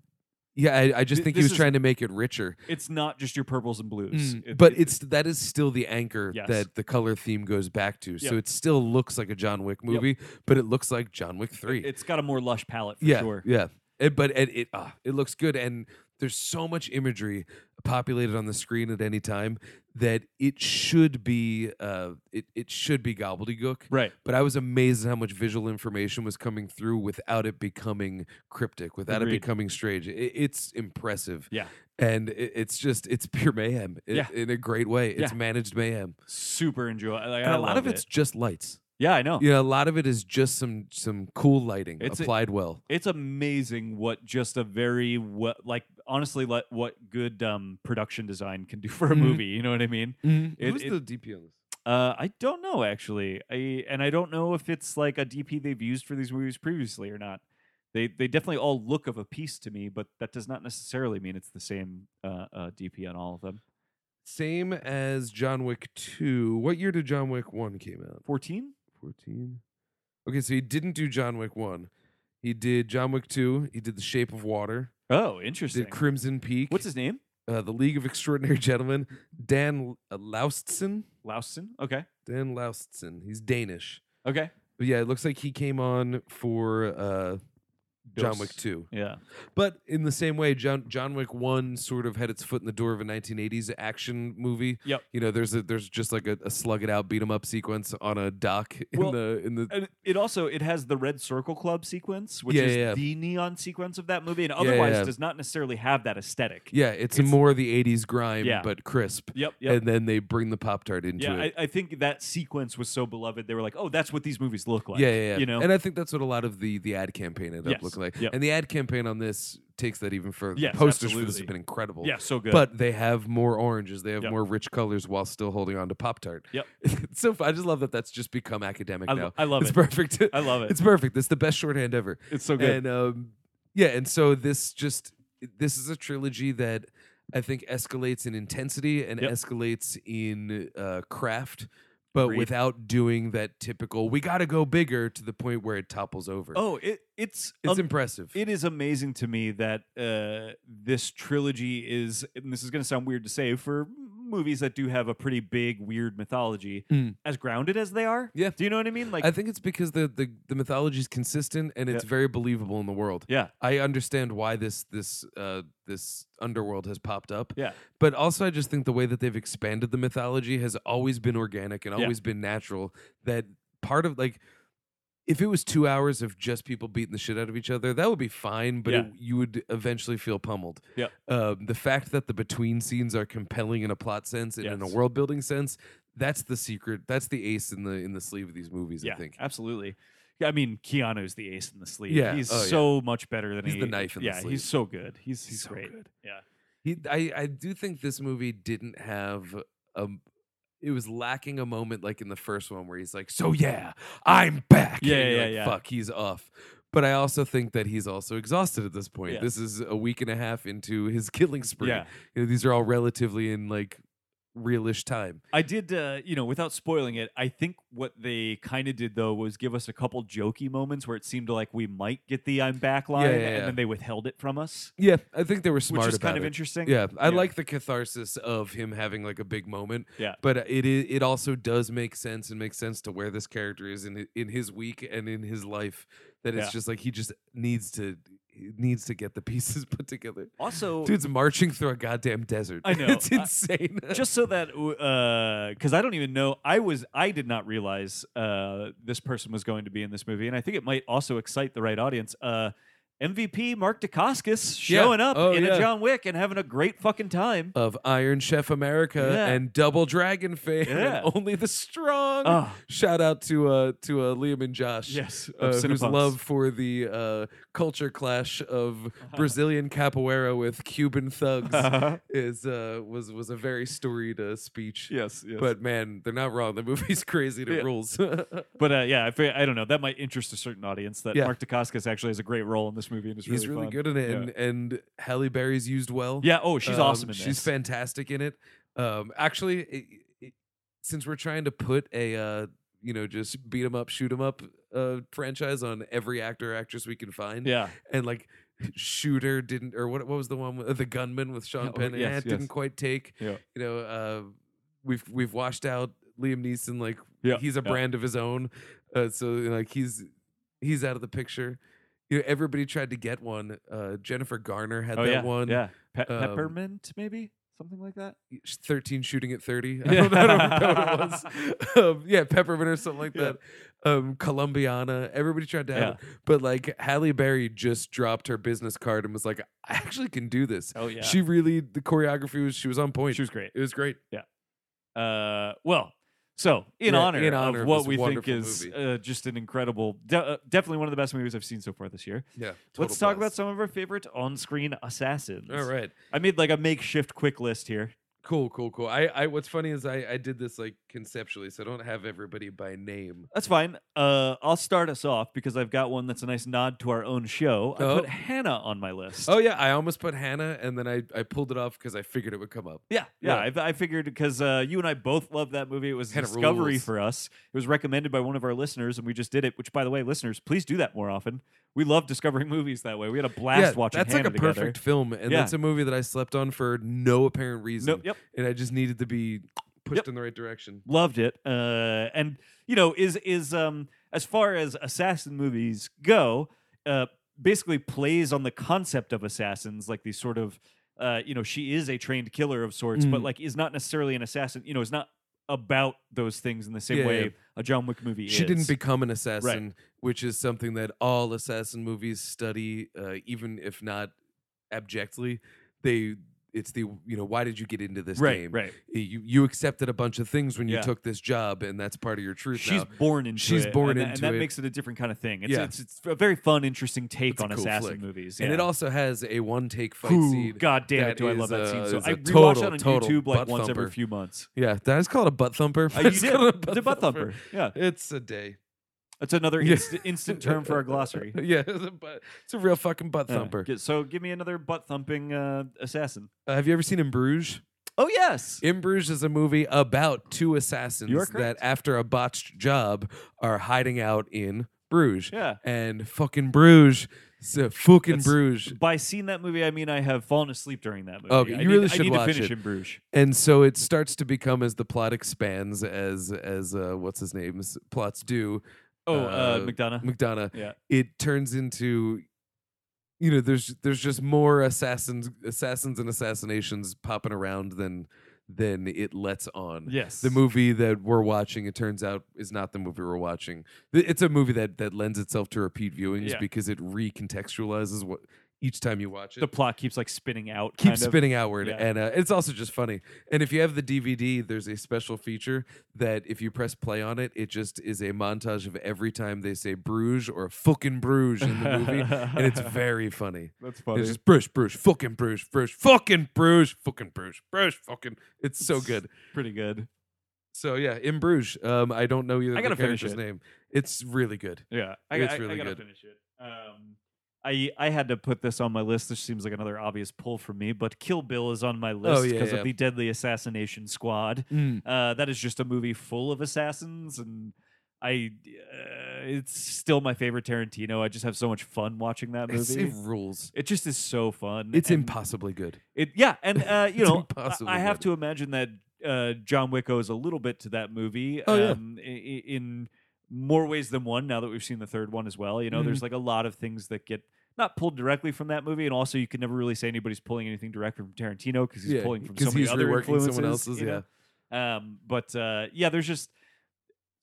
C: yeah, I, I just
B: Th-
C: think he
B: this
C: was
B: is-
C: trying to make it richer.
B: it's not just your purples and blues
C: Mm,
B: It-
C: but
B: it-
C: it's that is still the anchor
B: Yes.
C: that the color theme goes back to. So
B: Yep.
C: it still looks like a John Wick movie, but it looks like John Wick three.
B: it's got a more lush palette for
C: yeah,
B: sure
C: Yeah, It- but it it, ah, it looks good, and there's so much imagery populated on the screen at any time that it should be uh, it it should be gobbledygook.
B: right
C: But I was amazed at how much visual information was coming through without it becoming cryptic, without
B: Agreed.
C: it becoming strange. It, it's impressive.
B: Yeah.
C: and it, it's just it's pure mayhem i-
B: Yeah.
C: in a great way. It's
B: Yeah.
C: managed mayhem,
B: Super enjoy. Like,
C: and
B: I
C: a lot
B: loved
C: of it's
B: it.
C: just lights.
B: yeah, I know.
C: Yeah, a lot of it is just some some cool lighting
B: It's a-
C: applied well.
B: It's amazing what just a very well, like honestly, like, what good um, production design can do for a
C: Mhm.
B: movie. You know what I mean? Mm-hmm. It-
C: Who's
B: it-
C: the DP on this?
B: Uh, I don't know actually, I and I don't know if it's like a DP they've used for these movies previously or not. They they definitely all look of a piece to me, but that does not necessarily mean it's the same uh, uh, DP on all of them.
C: Same as John Wick two. What year did John Wick one came out?
B: Fourteen.
C: Fourteen. Okay, so he didn't do John Wick one. He did John Wick two. He did The Shape of Water.
B: Oh, interesting.
C: Did Crimson Peak.
B: What's his name?
C: uh, the League of Extraordinary Gentlemen, Dan L- uh, Laustsen.
B: Lausson. Okay.
C: Dan Laustsen. He's Danish.
B: Okay.
C: But yeah, it looks like he came on for uh, John
B: Dos.
C: Wick 2.
B: Yeah.
C: But in the same way, John, John Wick 1 sort of had its foot in the door of a 1980s action movie.
B: Yep.
C: You know, there's a, there's just like a, a slug it out, beat 'em up sequence on a dock in
B: Well,
C: the in the
B: And it also it has the red circle club sequence, which
C: Yeah,
B: is
C: yeah, yeah.
B: the neon sequence of that movie, and
C: yeah,
B: otherwise
C: yeah.
B: does not necessarily have that aesthetic.
C: Yeah, it's,
B: it's-
C: more the 80s grime
B: Yeah.
C: but crisp.
B: Yep. Yep.
C: And then they bring the Pop Tart into
B: yeah,
C: it.
B: I, I think that sequence was so beloved. They were like, "Oh, that's what these movies look like."
C: yeah, yeah, yeah.
B: You know,
C: and I think that's what a lot of the the ad campaign ended
B: Yes,
C: up looking like.
B: yep.
C: And the ad campaign on this takes that even further. The
B: Yes,
C: Posters for this have
B: absolutely.
C: been incredible.
B: yeah, so good.
C: But they have more oranges. They have
B: Yep.
C: more rich colors while still holding on to Pop Tart.
B: Yep.
C: It's so fun. I just love that that's just become academic
B: I,
C: now.
B: lo- I love
C: it's
B: it.
C: perfect.
B: I love it.
C: it's perfect. It's the best shorthand ever.
B: It's so good.
C: And um, yeah, and so this just this is a trilogy that I think escalates in intensity and
B: Yep.
C: escalates in uh, craft, but
B: Agreed.
C: without doing that typical "we got to go bigger" to the point where it topples over.
B: oh, it it's
C: it's
B: um,
C: impressive.
B: it is amazing to me that uh, this trilogy is, and this is going to sound weird to say for movies that do have a pretty big weird mythology,
C: Mm.
B: as grounded as they are.
C: Yeah.
B: Do you know what I mean? Like,
C: I think it's because the the, the mythology is consistent and it's
B: Yeah.
C: very believable in the world.
B: yeah,
C: I understand why this this uh, this underworld has popped up.
B: Yeah.
C: But also, I just think the way that they've expanded the mythology has always been organic and
B: Yeah.
C: always been natural. That part of like, if it was two hours of just people beating the shit out of each other, that would be fine. But
B: Yeah.
C: it, you would eventually feel pummeled.
B: Yeah.
C: Um, the fact that the between scenes are compelling in a plot sense and in a
B: Yes.
C: world building sense, that's the secret. That's the ace in the in the sleeve of these movies.
B: yeah,
C: I think.
B: absolutely. Yeah, I mean, Keanu's the ace in the sleeve.
C: Yeah,
B: he's
C: oh, yeah.
B: so much better than
C: He's
B: he,
C: the knife in the
B: yeah,
C: sleeve.
B: he's so good. He's he's,
C: He's so
B: great.
C: good.
B: Yeah,
C: He, I, I do think this movie didn't have um, it was lacking a moment like in the first one where he's like, "So yeah, I'm back."
B: Yeah,
C: And you're
B: yeah,
C: like,
B: yeah.
C: Fuck, he's off. But I also think that he's also exhausted at this point.
B: Yeah.
C: This is a week and a half into his killing spree.
B: yeah.
C: You know, these are all relatively in like realish time.
B: I did, uh, you know, without spoiling it, I think what they kind of did though was give us a couple jokey moments where it seemed like we might get the I'm back line
C: yeah, yeah.
B: and then they withheld it from us,
C: Yeah, I think they were smart
B: which is
C: about
B: kind of
C: it.
B: interesting.
C: Yeah, I
B: Yeah.
C: like the catharsis of him having like a big moment.
B: Yeah.
C: but uh, it is, it also does make sense and makes sense to where this character is in hi- in his week and in his life. That it's
B: Yeah.
C: just like he just needs to he needs to get the pieces put together.
B: Also,
C: Dude's marching through a goddamn desert.
B: I know,
C: it's
B: I-
C: insane.
B: just so that because I don't even know, I was I did not realize uh, this person was going to be in this movie, and I think it might also excite the right audience. Uh, MVP Mark Dacascos
C: Yeah.
B: showing up
C: Oh,
B: in
C: yeah. Uh,
B: a John Wick and having a great fucking time.
C: of Iron Chef America
B: Yeah.
C: and Double Dragon fame,
B: Yeah.
C: and only the strong.
B: Oh,
C: Shout out to uh to uh, Liam and Josh.
B: yes, of
C: uh, whose
B: Cinepunks.
C: love for the uh, culture clash of Brazilian capoeira with Cuban thugs
B: Uh-huh.
C: is uh, was was a very storied uh, speech.
B: yes, yes.
C: But man, they're not wrong. The movie's crazy to
B: Yeah.
C: rules.
B: But uh, yeah, I, fi- I don't know. That might interest a certain audience that
C: Yeah.
B: Mark Dacascos actually has a great role in this movie and is
C: He's really
B: fun.
C: good in it, and, and Halle Berry's used well.
B: Yeah. Oh, she's
C: Um,
B: awesome in this.
C: She's fantastic in it. Um, actually, it, it, since we're trying to put a uh, you know just beat 'em up, shoot 'em up uh, franchise on every actor or actress we can find,
B: yeah.
C: and like shooter didn't or what what was the one with, the gunman with Sean
B: Yeah, oh,
C: Penn and
B: yes,
C: it didn't
B: yes.
C: quite take
B: Yeah.
C: you know uh we've we've washed out Liam Neeson like
B: Yeah,
C: he's a
B: yeah.
C: brand of his own uh, so like he's he's out of the picture you know everybody tried to get one uh Jennifer Garner had
B: oh
C: that
B: yeah.
C: one
B: Yeah. Pe-
C: um,
B: peppermint, maybe something like that.
C: 13 shooting at 30 I don't, know- I don't know what it was um, yeah peppermint or something like
B: Yeah.
C: that um, Columbiana. Everybody tried to have
B: Yeah.
C: it, but like Halle Berry just dropped her business card and was like, "I actually can do this."
B: Oh yeah,
C: She really the choreography was she was on point.
B: she was great.
C: it was great.
B: Uh, well, so in
C: Yeah,
B: honor,
C: in honor
B: of
C: of
B: what
C: this
B: we think
C: wonderful
B: is
C: movie.
B: uh, just an incredible, de- uh, definitely one of the best movies I've seen so far this year.
C: Yeah.
B: Let's talk about some of our favorite on-screen assassins.
C: All right.
B: I made like a makeshift quick list here.
C: Cool, cool, cool. I, I what's funny is I, I did this like conceptually, so I don't have everybody by name.
B: That's fine. Uh, I'll start us off because I've got one that's a nice nod to our own show. I
C: Oh.
B: put Hannah on my list.
C: Oh yeah, I almost put Hannah and then I, I pulled it off because I figured it would come up.
B: Yeah, yeah. I, I figured because uh, you and I both love that movie. It was a
C: Kinda
B: discovery
C: rules.
B: for us. It was recommended by one of our listeners, and we just did it. Which, by the way, listeners, please do that more often. We love discovering movies that way. We had a blast
C: yeah,
B: watching
C: that's
B: Hannah
C: like a
B: together.
C: perfect film, and
B: Yeah.
C: that's a movie that I slept on for no apparent reason.
B: No, yep,
C: And I just needed to be pushed
B: Yep.
C: in the right direction.
B: loved it. Uh, and you know, is is um as far as assassin movies go, uh, basically plays on the concept of assassins, like these sort of. Uh, you know, she is a trained killer of sorts, but
C: Mm.
B: like is not necessarily an assassin. You know, is not about those things in the same
C: Yeah,
B: way
C: yeah.
B: a John Wick movie is.
C: She didn't become an assassin, which is something that all assassin movies study, uh, even if not abjectly. They it's the you know why did you get into this
B: right,
C: game?
B: right.
C: You you accepted a bunch of things when
B: Yeah.
C: you took this job, and that's part of your truth.
B: She's
C: now.
B: born into
C: She's
B: it,
C: born
B: and, that-
C: into
B: and that
C: it.
B: makes it a different kind of thing. It's,
C: Yeah.
B: it's, it's a very fun, interesting take
C: It's a
B: on
C: cool
B: assassin
C: flick.
B: movies,
C: and it
B: yeah.
C: also has a one take fight
B: Ooh,
C: scene.
B: God damn it,
C: that
B: do I love that
C: is,
B: scene?
C: uh,
B: So
C: is
B: I
C: a
B: rewatch
C: total,
B: that on
C: total
B: YouTube like
C: butt
B: once every
C: thumper.
B: few months.
C: Yeah, that's called a butt thumper.
B: Uh,
C: Oh,
B: you
C: It's
B: did.
C: called a
B: It's a butt thumper. Yeah,
C: It's a day.
B: that's another
C: Yeah.
B: inst- instant term for our glossary.
C: yeah, it's a, butt, it's a real fucking butt
B: Yeah.
C: thumper.
B: G- So give me another butt thumping uh, assassin.
C: Uh, have you ever seen In Bruges?
B: Oh yes,
C: In Bruges is a movie about two assassins
B: You are
C: that,
B: correct.
C: after a botched job, are hiding out in Bruges.
B: yeah.
C: And fucking Bruges, so fucking
B: That's-
C: Bruges.
B: By seeing that movie, I mean I have fallen asleep during that movie.
C: Okay,
B: I
C: you
B: need,
C: really
B: I
C: should
B: need
C: watch
B: to finish
C: it.
B: in Bruges.
C: And so it starts to become as the plot expands, as as uh, what's his name's plots do.
B: Oh, uh,
C: Uh,
B: McDonough.
C: McDonough.
B: Yeah.
C: It turns into, you know, there's there's just more assassins, assassins and assassinations popping around than than it lets on.
B: yes,
C: the movie that we're watching it turns out is not the movie we're watching Th- it's a movie that that lends itself to repeat viewings
B: Yeah.
C: because it recontextualizes what each time you watch it
B: The plot keeps like spinning out.
C: keeps
B: kind of.
C: spinning outward
B: Yeah.
C: and uh, it's also just funny and if you have the dvd there's a special feature that if you press play on it it just is a montage of every time they say bruges or fucking bruges in the movie and it's very funny
B: That's
C: it's just bruges bruges fucking bruges bruges fucking bruges fucking bruges bruges fucking it's so
B: It's-
C: good
B: Pretty good.
C: So yeah, in Bruges. Um, I don't know either
B: I
C: I
B: gotta
C: the
B: finish
C: character's
B: it.
C: name. It's really good.
B: Yeah, I,
C: It's
B: I- I
C: really
B: gotta
C: good.
B: finish it. Um, I I had to put this on my list. This seems like another obvious pull for me, but Kill Bill is on my list
C: Oh, yeah,
B: because
C: yeah.
B: of the Deadly Assassination Squad. Uh, that is just a movie full of assassins, and I uh, it's still my favorite Tarantino. I just have so much fun watching that
C: It's-
B: movie.
C: it rules.
B: It just is so fun.
C: It's
B: and-
C: impossibly good.
B: It yeah, and uh, you
C: It's
B: know, I,
C: impossible
B: I have
C: that-
B: to imagine that uh, John Wick owes a little bit to that movie.
C: Oh, yeah.
B: um, i- i- in more ways than one. Now that we've seen the third one as well, you know,
C: Mm-hmm.
B: there's like a lot of things that get not pulled directly from that movie, and also you can never really say anybody's pulling anything direct from Tarantino because he's
C: Yeah,
B: pulling from so
C: 'cause
B: many
C: he's
B: other
C: reworking someone
B: influences,
C: else's,
B: you know? Um, but uh, yeah, there's just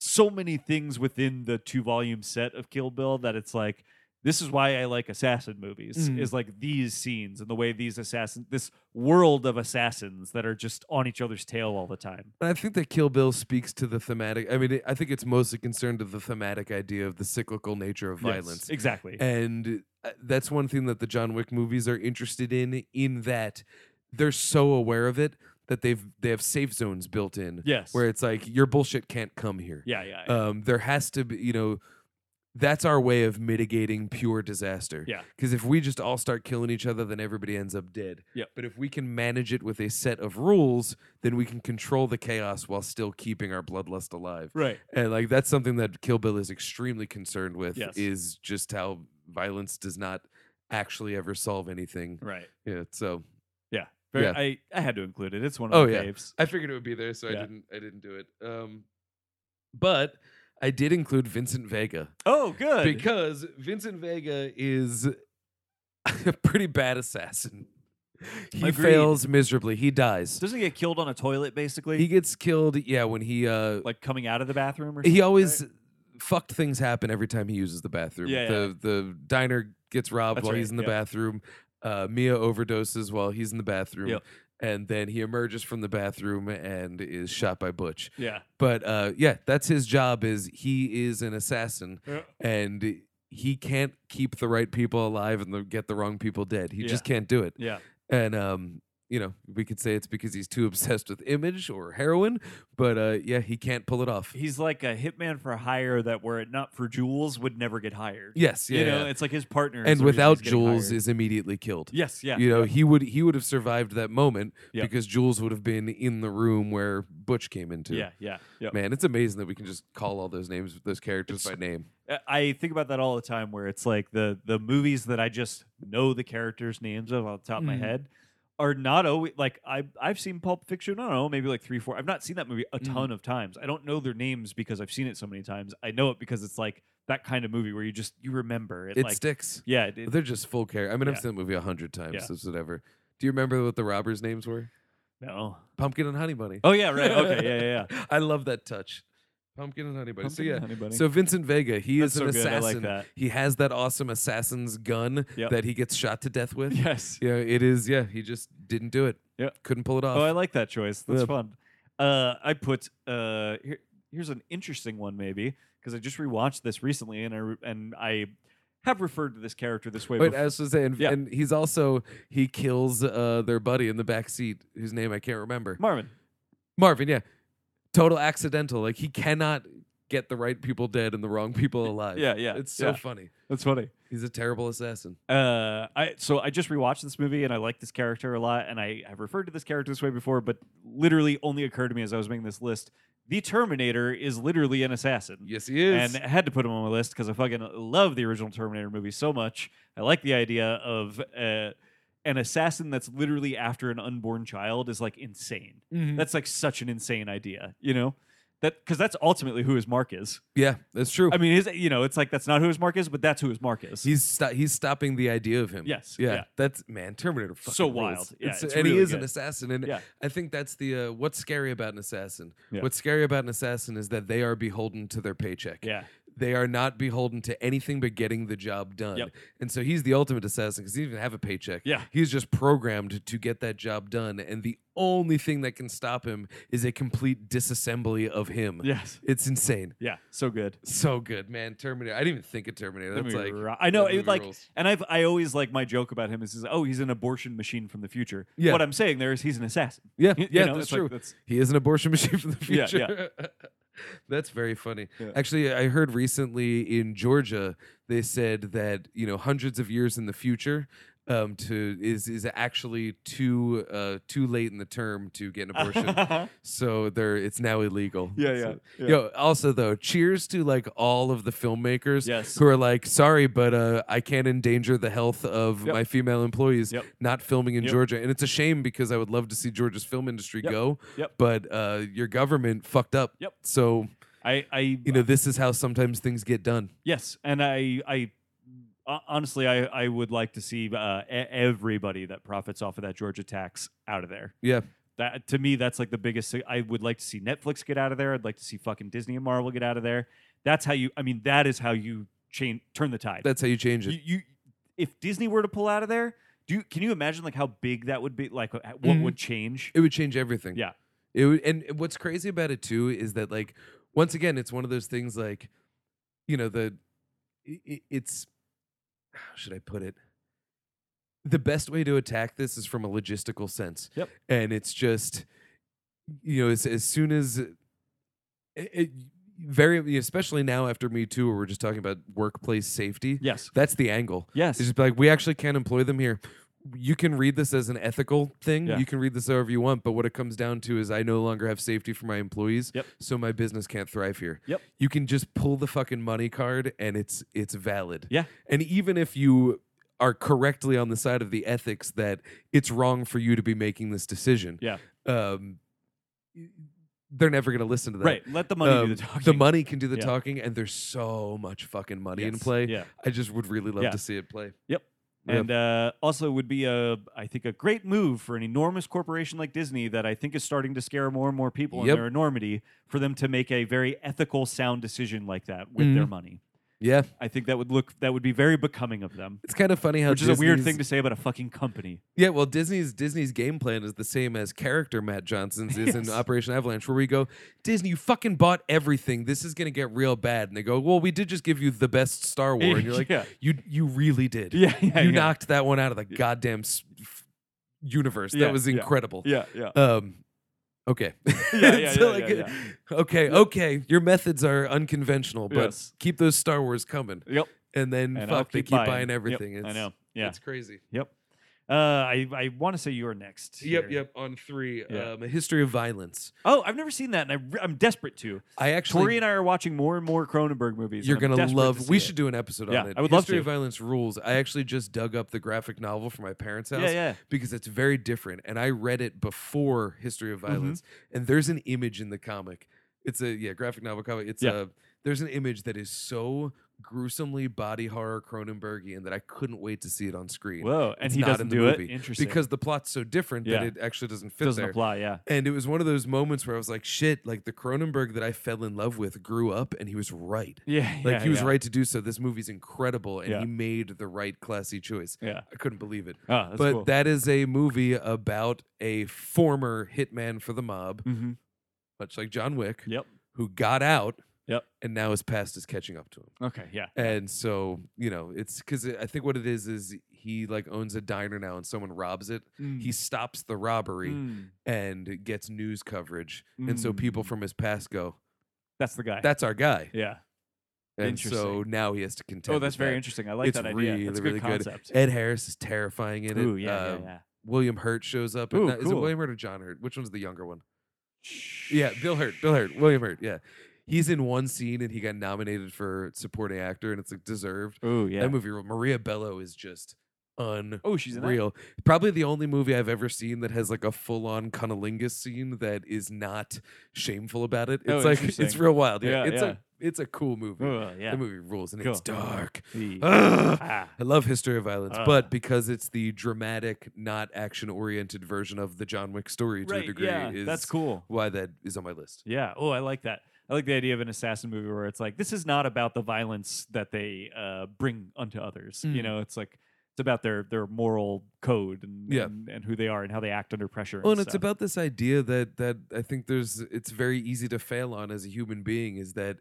B: so many things within the two volume set of Kill Bill that it's like this is why I like assassin movies
C: Mm.
B: is like these scenes and the way these assassins this world of assassins that are just on each other's tail all the time.
C: And I think that Kill Bill speaks to the thematic. I mean, it, I think it's mostly concerned with the thematic idea of the cyclical nature of violence.
B: Yes, exactly.
C: And uh, that's one thing that the John Wick movies are interested in. In that they're so aware of it that they've they have safe zones built in,
B: yes.
C: where it's like your bullshit can't come here.
B: yeah, yeah. yeah.
C: um, there has to be, you know, that's our way of mitigating pure disaster.
B: Yeah.
C: Because if we just all start killing each other, then everybody ends up dead.
B: Yep.
C: But if we can manage it with a set of rules, then we can control the chaos while still keeping our bloodlust alive.
B: right.
C: And like that's something that Kill Bill is extremely concerned with.
B: Yes.
C: Is just how violence does not actually ever solve anything.
B: Right.
C: Yeah. So
B: Yeah. Very,
C: Yeah.
B: I, I had to include it. It's one
C: Oh,
B: of my
C: yeah.
B: faves.
C: I figured it would be there, so
B: Yeah.
C: I didn't. I didn't do it. Um, but I did include Vincent Vega.
B: Oh, good.
C: because Vincent Vega is a pretty bad assassin. He
B: Agreed.
C: fails miserably. He dies.
B: Doesn't he get killed on a toilet basically?
C: He gets killed. Yeah, when he uh,
B: like coming out of the bathroom or something.
C: he always fucked things happen every time he uses the bathroom.
B: Yeah,
C: the the diner gets robbed
B: That's
C: while
B: right,
C: he's in the
B: yeah.
C: bathroom. Uh, Mia overdoses while he's in the bathroom.
B: Yep.
C: And then he emerges from the bathroom and is shot by Butch.
B: Yeah.
C: But uh, yeah, that's his job. Is he is an assassin
B: Yeah.
C: and he can't keep the right people alive and the, get the wrong people dead. He just can't do it.
B: Yeah.
C: And um, you know, we could say it's because he's too obsessed with image or heroin. But uh, yeah, he can't pull it off.
B: He's like a hitman for hire that were it not for Jules would never get hired.
C: Yes, yeah.
B: you know,
C: yeah.
B: it's like his partner. is
C: and
B: the reason
C: without
B: he's getting
C: Jules
B: hired.
C: is immediately killed.
B: yes, yeah,
C: You know, he would he would have survived that moment
B: Yeah.
C: because Jules would have been in the room where Butch came into.
B: yeah, yeah, yeah.
C: Man, it's amazing that we can just call all those names those characters by name.
B: I- Uh, I think about that all the time where it's like the the movies that I just know the characters' names of off the top of my
C: Mhm.
B: head are not always like I I've seen Pulp Fiction, I don't know, maybe like three, four. I've not seen that movie a
C: Mhm.
B: ton of times. I don't know their names because I've seen it so many times. I know it because it's like that kind of movie where you just you remember it,
C: It
B: like
C: sticks.
B: yeah, it, it-
C: They're just full character. I mean,
B: Yeah.
C: I've seen that movie a hundred times,
B: Yeah.
C: so it's whatever. Do you remember what the robbers' names were?
B: no.
C: Pumpkin and Honey Bunny.
B: Oh yeah, right. Okay, yeah, yeah, yeah.
C: I love that touch. Pumpkin and Honey Bunny. so
B: Pumpkin
C: yeah.
B: Honey Bunny.
C: So Vincent Vega, he
B: That's
C: is an
B: so good. I
C: assassin.
B: like that.
C: He has that awesome assassin's gun
B: Yep.
C: that he gets shot to death with.
B: yes.
C: Yeah, it is. Yeah, he just didn't do it.
B: Yeah.
C: couldn't pull it off.
B: Oh, I like that choice. That's
C: Yeah.
B: fun. Uh, I put uh, here, here's an interesting one maybe because I just rewatched this recently and I re- and I have referred to this character this way.
C: Wait,
B: before.
C: I was just saying,
B: Yeah.
C: and he's also he kills uh, their buddy in the back seat, whose name I can't remember.
B: Marvin.
C: Marvin, yeah, total accidental. Like he cannot get the right people dead and the wrong people alive.
B: Yeah, yeah,
C: it's so
B: yeah.
C: funny.
B: That's funny.
C: He's a terrible assassin.
B: Uh, I so I just rewatched this movie and I like this character a lot and I have referred to this character this way before, but literally only occurred to me as I was making this list. The Terminator is literally an assassin.
C: Yes, he is.
B: and uh, I had to put him on my list because I fucking love the original Terminator movie so much. I like the idea of uh, an assassin that's literally after an unborn child is like insane.
C: Mhm.
B: That's like such an insane idea, you know? That because that's ultimately who his mark is.
C: yeah, that's true.
B: I mean, his you know, it's like that's not who his mark is, but that's who his mark is.
C: he's sto- he's stopping the idea of him.
B: Yes,
C: yeah,
B: yeah.
C: that's man, Terminator. Fucking
B: So
C: rules.
B: wild. Yeah, it's
C: and
B: really
C: he is an
B: good.
C: assassin, and
B: Yeah.
C: I think that's the uh, what's scary about an assassin.
B: Yeah.
C: What's scary about an assassin is that they are beholden to their paycheck.
B: yeah,
C: they are not beholden to anything but getting the job done.
B: Yep.
C: And so he's the ultimate assassin because he didn't even have a paycheck.
B: Yeah.
C: He's just programmed to get that job done. And the only thing that can stop him is a complete disassembly of him.
B: yes,
C: It's insane.
B: yeah, so good.
C: So good, man. Terminator. I didn't even think of Terminator.
B: That
C: That's
B: movie
C: like
B: ro- I know
C: that
B: it
C: movie
B: like
C: rules.
B: and I've I always like my joke about him is, is oh he's an abortion machine from the future.
C: Yeah.
B: What I'm saying there is he's an assassin.
C: Yeah,
B: You
C: yeah,
B: know,
C: that's
B: it's like-
C: true.
B: that's-
C: he is an abortion machine for the
B: Yeah,
C: future. that's very funny.
B: Yeah.
C: Actually, I heard recently in Georgia they said that you know hundreds of years in the future. Um, to is is actually too uh too late in the term to get an abortion, so they're it's now illegal.
B: Yeah, yeah,
C: So-
B: yeah.
C: Yo, also though, cheers to like all of the filmmakers
B: Yes.
C: who are like, sorry, but uh, I can't endanger the health of
B: Yep.
C: my female employees
B: Yep.
C: not filming in
B: Yep.
C: Georgia, and it's a shame because I would love to see Georgia's film industry
B: Yep.
C: go.
B: Yep.
C: But uh, your government fucked up.
B: Yep.
C: So
B: I, I,
C: you know this is how sometimes things get done.
B: yes, and I, I uh, honestly, I, I would like to see uh, e- everybody that profits off of that Georgia tax out of there.
C: Yeah.
B: That to me, that's like the biggest. thing. I would like to see Netflix get out of there. I'd like to see fucking Disney and Marvel get out of there. That's how you. I mean, that is how you change, turn the tide.
C: That's how you change it.
B: you, you, if Disney were to pull out of there, do you, can you imagine like how big that would be? Like what
C: Mhm.
B: would change?
C: it would change everything.
B: Yeah.
C: It would, and what's crazy about it too is that like once again it's one of those things like you know the i- i- it's how should I put it the best way to attack this is from a logistical sense.
B: Yep.
C: And it's just you know as, as soon as it, it, very especially now after me too where we're just talking about workplace safety.
B: Yes.
C: That's the angle.
B: Yes.
C: It's just be like, we actually can't employ them here. You can read this as an ethical thing.
B: Yeah.
C: You can read this however you want, but what it comes down to is I no longer have safety for my employees,
B: Yep.
C: so my business can't thrive here.
B: Yep.
C: You can just pull the fucking money card and it's it's valid.
B: Yeah.
C: And even if you are correctly on the side of the ethics that it's wrong for you to be making this decision.
B: Yeah.
C: Um they're never going to listen to that.
B: Right. Let the money
C: Um,
B: do the talking.
C: money can do the
B: Yeah.
C: talking, and there's so much fucking money in
B: Yes.
C: play.
B: Yeah.
C: I just would really love
B: Yeah.
C: to see it play.
B: Yep. And uh, also would be a, I think, a great move for an enormous corporation like Disney that I think is starting to scare more and more people in
C: Yep.
B: their enormity for them to make a very ethical, sound decision like that
C: Mm-hmm.
B: with their money.
C: Yeah,
B: I think that would look that would be very becoming of them,
C: it's kind of funny how
B: which is a weird
C: Disney's-
B: thing to say about a fucking company.
C: Yeah, well, Disney's Disney's game plan is the same as character Matt Johnson's is in
B: Yes.
C: Operation Avalanche, where we go, Disney, you fucking bought everything. This is gonna get real bad. And they go, Well, we did just give you the best Star War, and you're like,
B: Yeah.
C: You you really did.
B: Yeah, yeah,
C: you
B: yeah.
C: knocked that one out of the goddamn s- f- universe.
B: Yeah,
C: that was
B: yeah.
C: incredible.
B: Yeah, yeah.
C: Um, okay.
B: Yeah, yeah,
C: So,
B: yeah,
C: like,
B: yeah,
C: Okay, okay. Your methods are unconventional, but
B: Yes.
C: keep those Star Wars coming.
B: Yep.
C: And then
B: And I'll
C: fuck, they keep buying,
B: Yep,
C: everything.
B: I
C: It's,
B: know. Yeah.
C: It's crazy.
B: Yep. Uh, I I want to say you're next.
C: Yep,
B: here.
C: yep. On three,
B: Yeah.
C: um, a history of violence.
B: Oh, I've never seen that, and I, re- I'm desperate to.
C: I actually,
B: Tori and I are watching more and more Cronenberg movies. and
C: you're
B: I'm
C: gonna
B: desperate to
C: love.
B: see
C: we
B: it.
C: should do an episode
B: Yeah,
C: on it.
B: I would love
C: history
B: to.
C: of violence rules. I actually just dug up the graphic novel from my parents' house.
B: Yeah, yeah.
C: Because it's very different, and I read it before History
B: Mm-hmm.
C: of Violence. And there's an image in the comic. It's a yeah graphic novel comic. It's
B: Yeah.
C: a there's an image that is so gruesomely body horror Cronenbergian that I couldn't wait to see it on screen.
B: Whoa, and
C: It's
B: he
C: not
B: doesn't
C: in the
B: do
C: movie
B: it. Interesting.
C: because the plot's so different that
B: Yeah.
C: it actually doesn't
B: it
C: fit
B: doesn't
C: there.
B: apply. Yeah.
C: And it was one of those moments where I was like, shit, like the Cronenberg that I fell in love with grew up and he was right.
B: Yeah.
C: Like
B: yeah,
C: he was
B: yeah.
C: right to do so. This movie's incredible and
B: Yeah.
C: he made the right classy choice.
B: Yeah.
C: I couldn't believe it.
B: Oh, that's
C: but
B: cool.
C: that is a movie about a former hitman for the mob,
B: Mhm.
C: much like John Wick,
B: Yep.
C: who got out
B: Yep.
C: and now his past is catching up to him.
B: Okay. Yeah.
C: And so, you know, it's because I think what it is is he like owns a diner now and someone robs it. He stops the robbery
B: Mm.
C: and gets news coverage. And so people
B: Mm.
C: from his past go,
B: That's the guy.
C: that's our guy.
B: yeah.
C: And so
B: Interesting.
C: now he has to contend.
B: Oh, that's
C: with
B: very
C: that.
B: interesting. I like
C: It's
B: that idea.
C: really,
B: that's a
C: really
B: good
C: good.
B: concept.
C: Ed Harris is terrifying in it.
B: Ooh, yeah, yeah,
C: Um,
B: yeah.
C: William Hurt shows up. in
B: Ooh,
C: that- Is it
B: cool.
C: William Hurt or John Hurt? Which one's the younger one? Yeah, Bill Hurt. Bill Hurt. William Hurt. Yeah. He's in one scene and he got nominated for supporting actor and it's like deserved.
B: Ooh, yeah.
C: That movie, Maria Bello is just unreal.
B: oh, she's in that?
C: Probably the only movie I've ever seen that has like a full on cunnilingus scene that is not shameful about it.
B: Oh,
C: It's like it's
B: interesting.
C: real wild. Yeah,
B: Yeah,
C: it's
B: yeah.
C: a it's a cool movie.
B: Oh, yeah.
C: The movie rules and it's
B: Cool.
C: dark.
B: The-
C: Ugh.
B: ah,
C: I love History of Violence,
B: Ah.
C: but because it's the dramatic, not action oriented version of the John Wick story to a
B: right,
C: degree,
B: yeah,
C: is
B: that's cool.
C: why that is on my list.
B: Yeah. Oh, I like that. I like the idea of an assassin movie where it's like this is not about the violence that they uh, bring unto others. You
C: Mm.
B: know, it's like it's about their their moral code and,
C: Yeah.
B: and and who they are and how they act under pressure.
C: Well, Oh, and it's
B: stuff.
C: about this idea that that I think there's it's very easy to fail on as a human being is that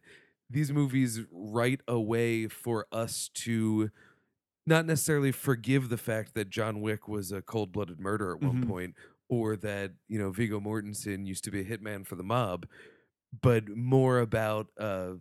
C: these movies right away for us to not necessarily forgive the fact that John Wick was a cold-blooded murderer at one
B: Mhm.
C: point or that, you know, Vigo Mortensen used to be a hitman for the mob, but more about uh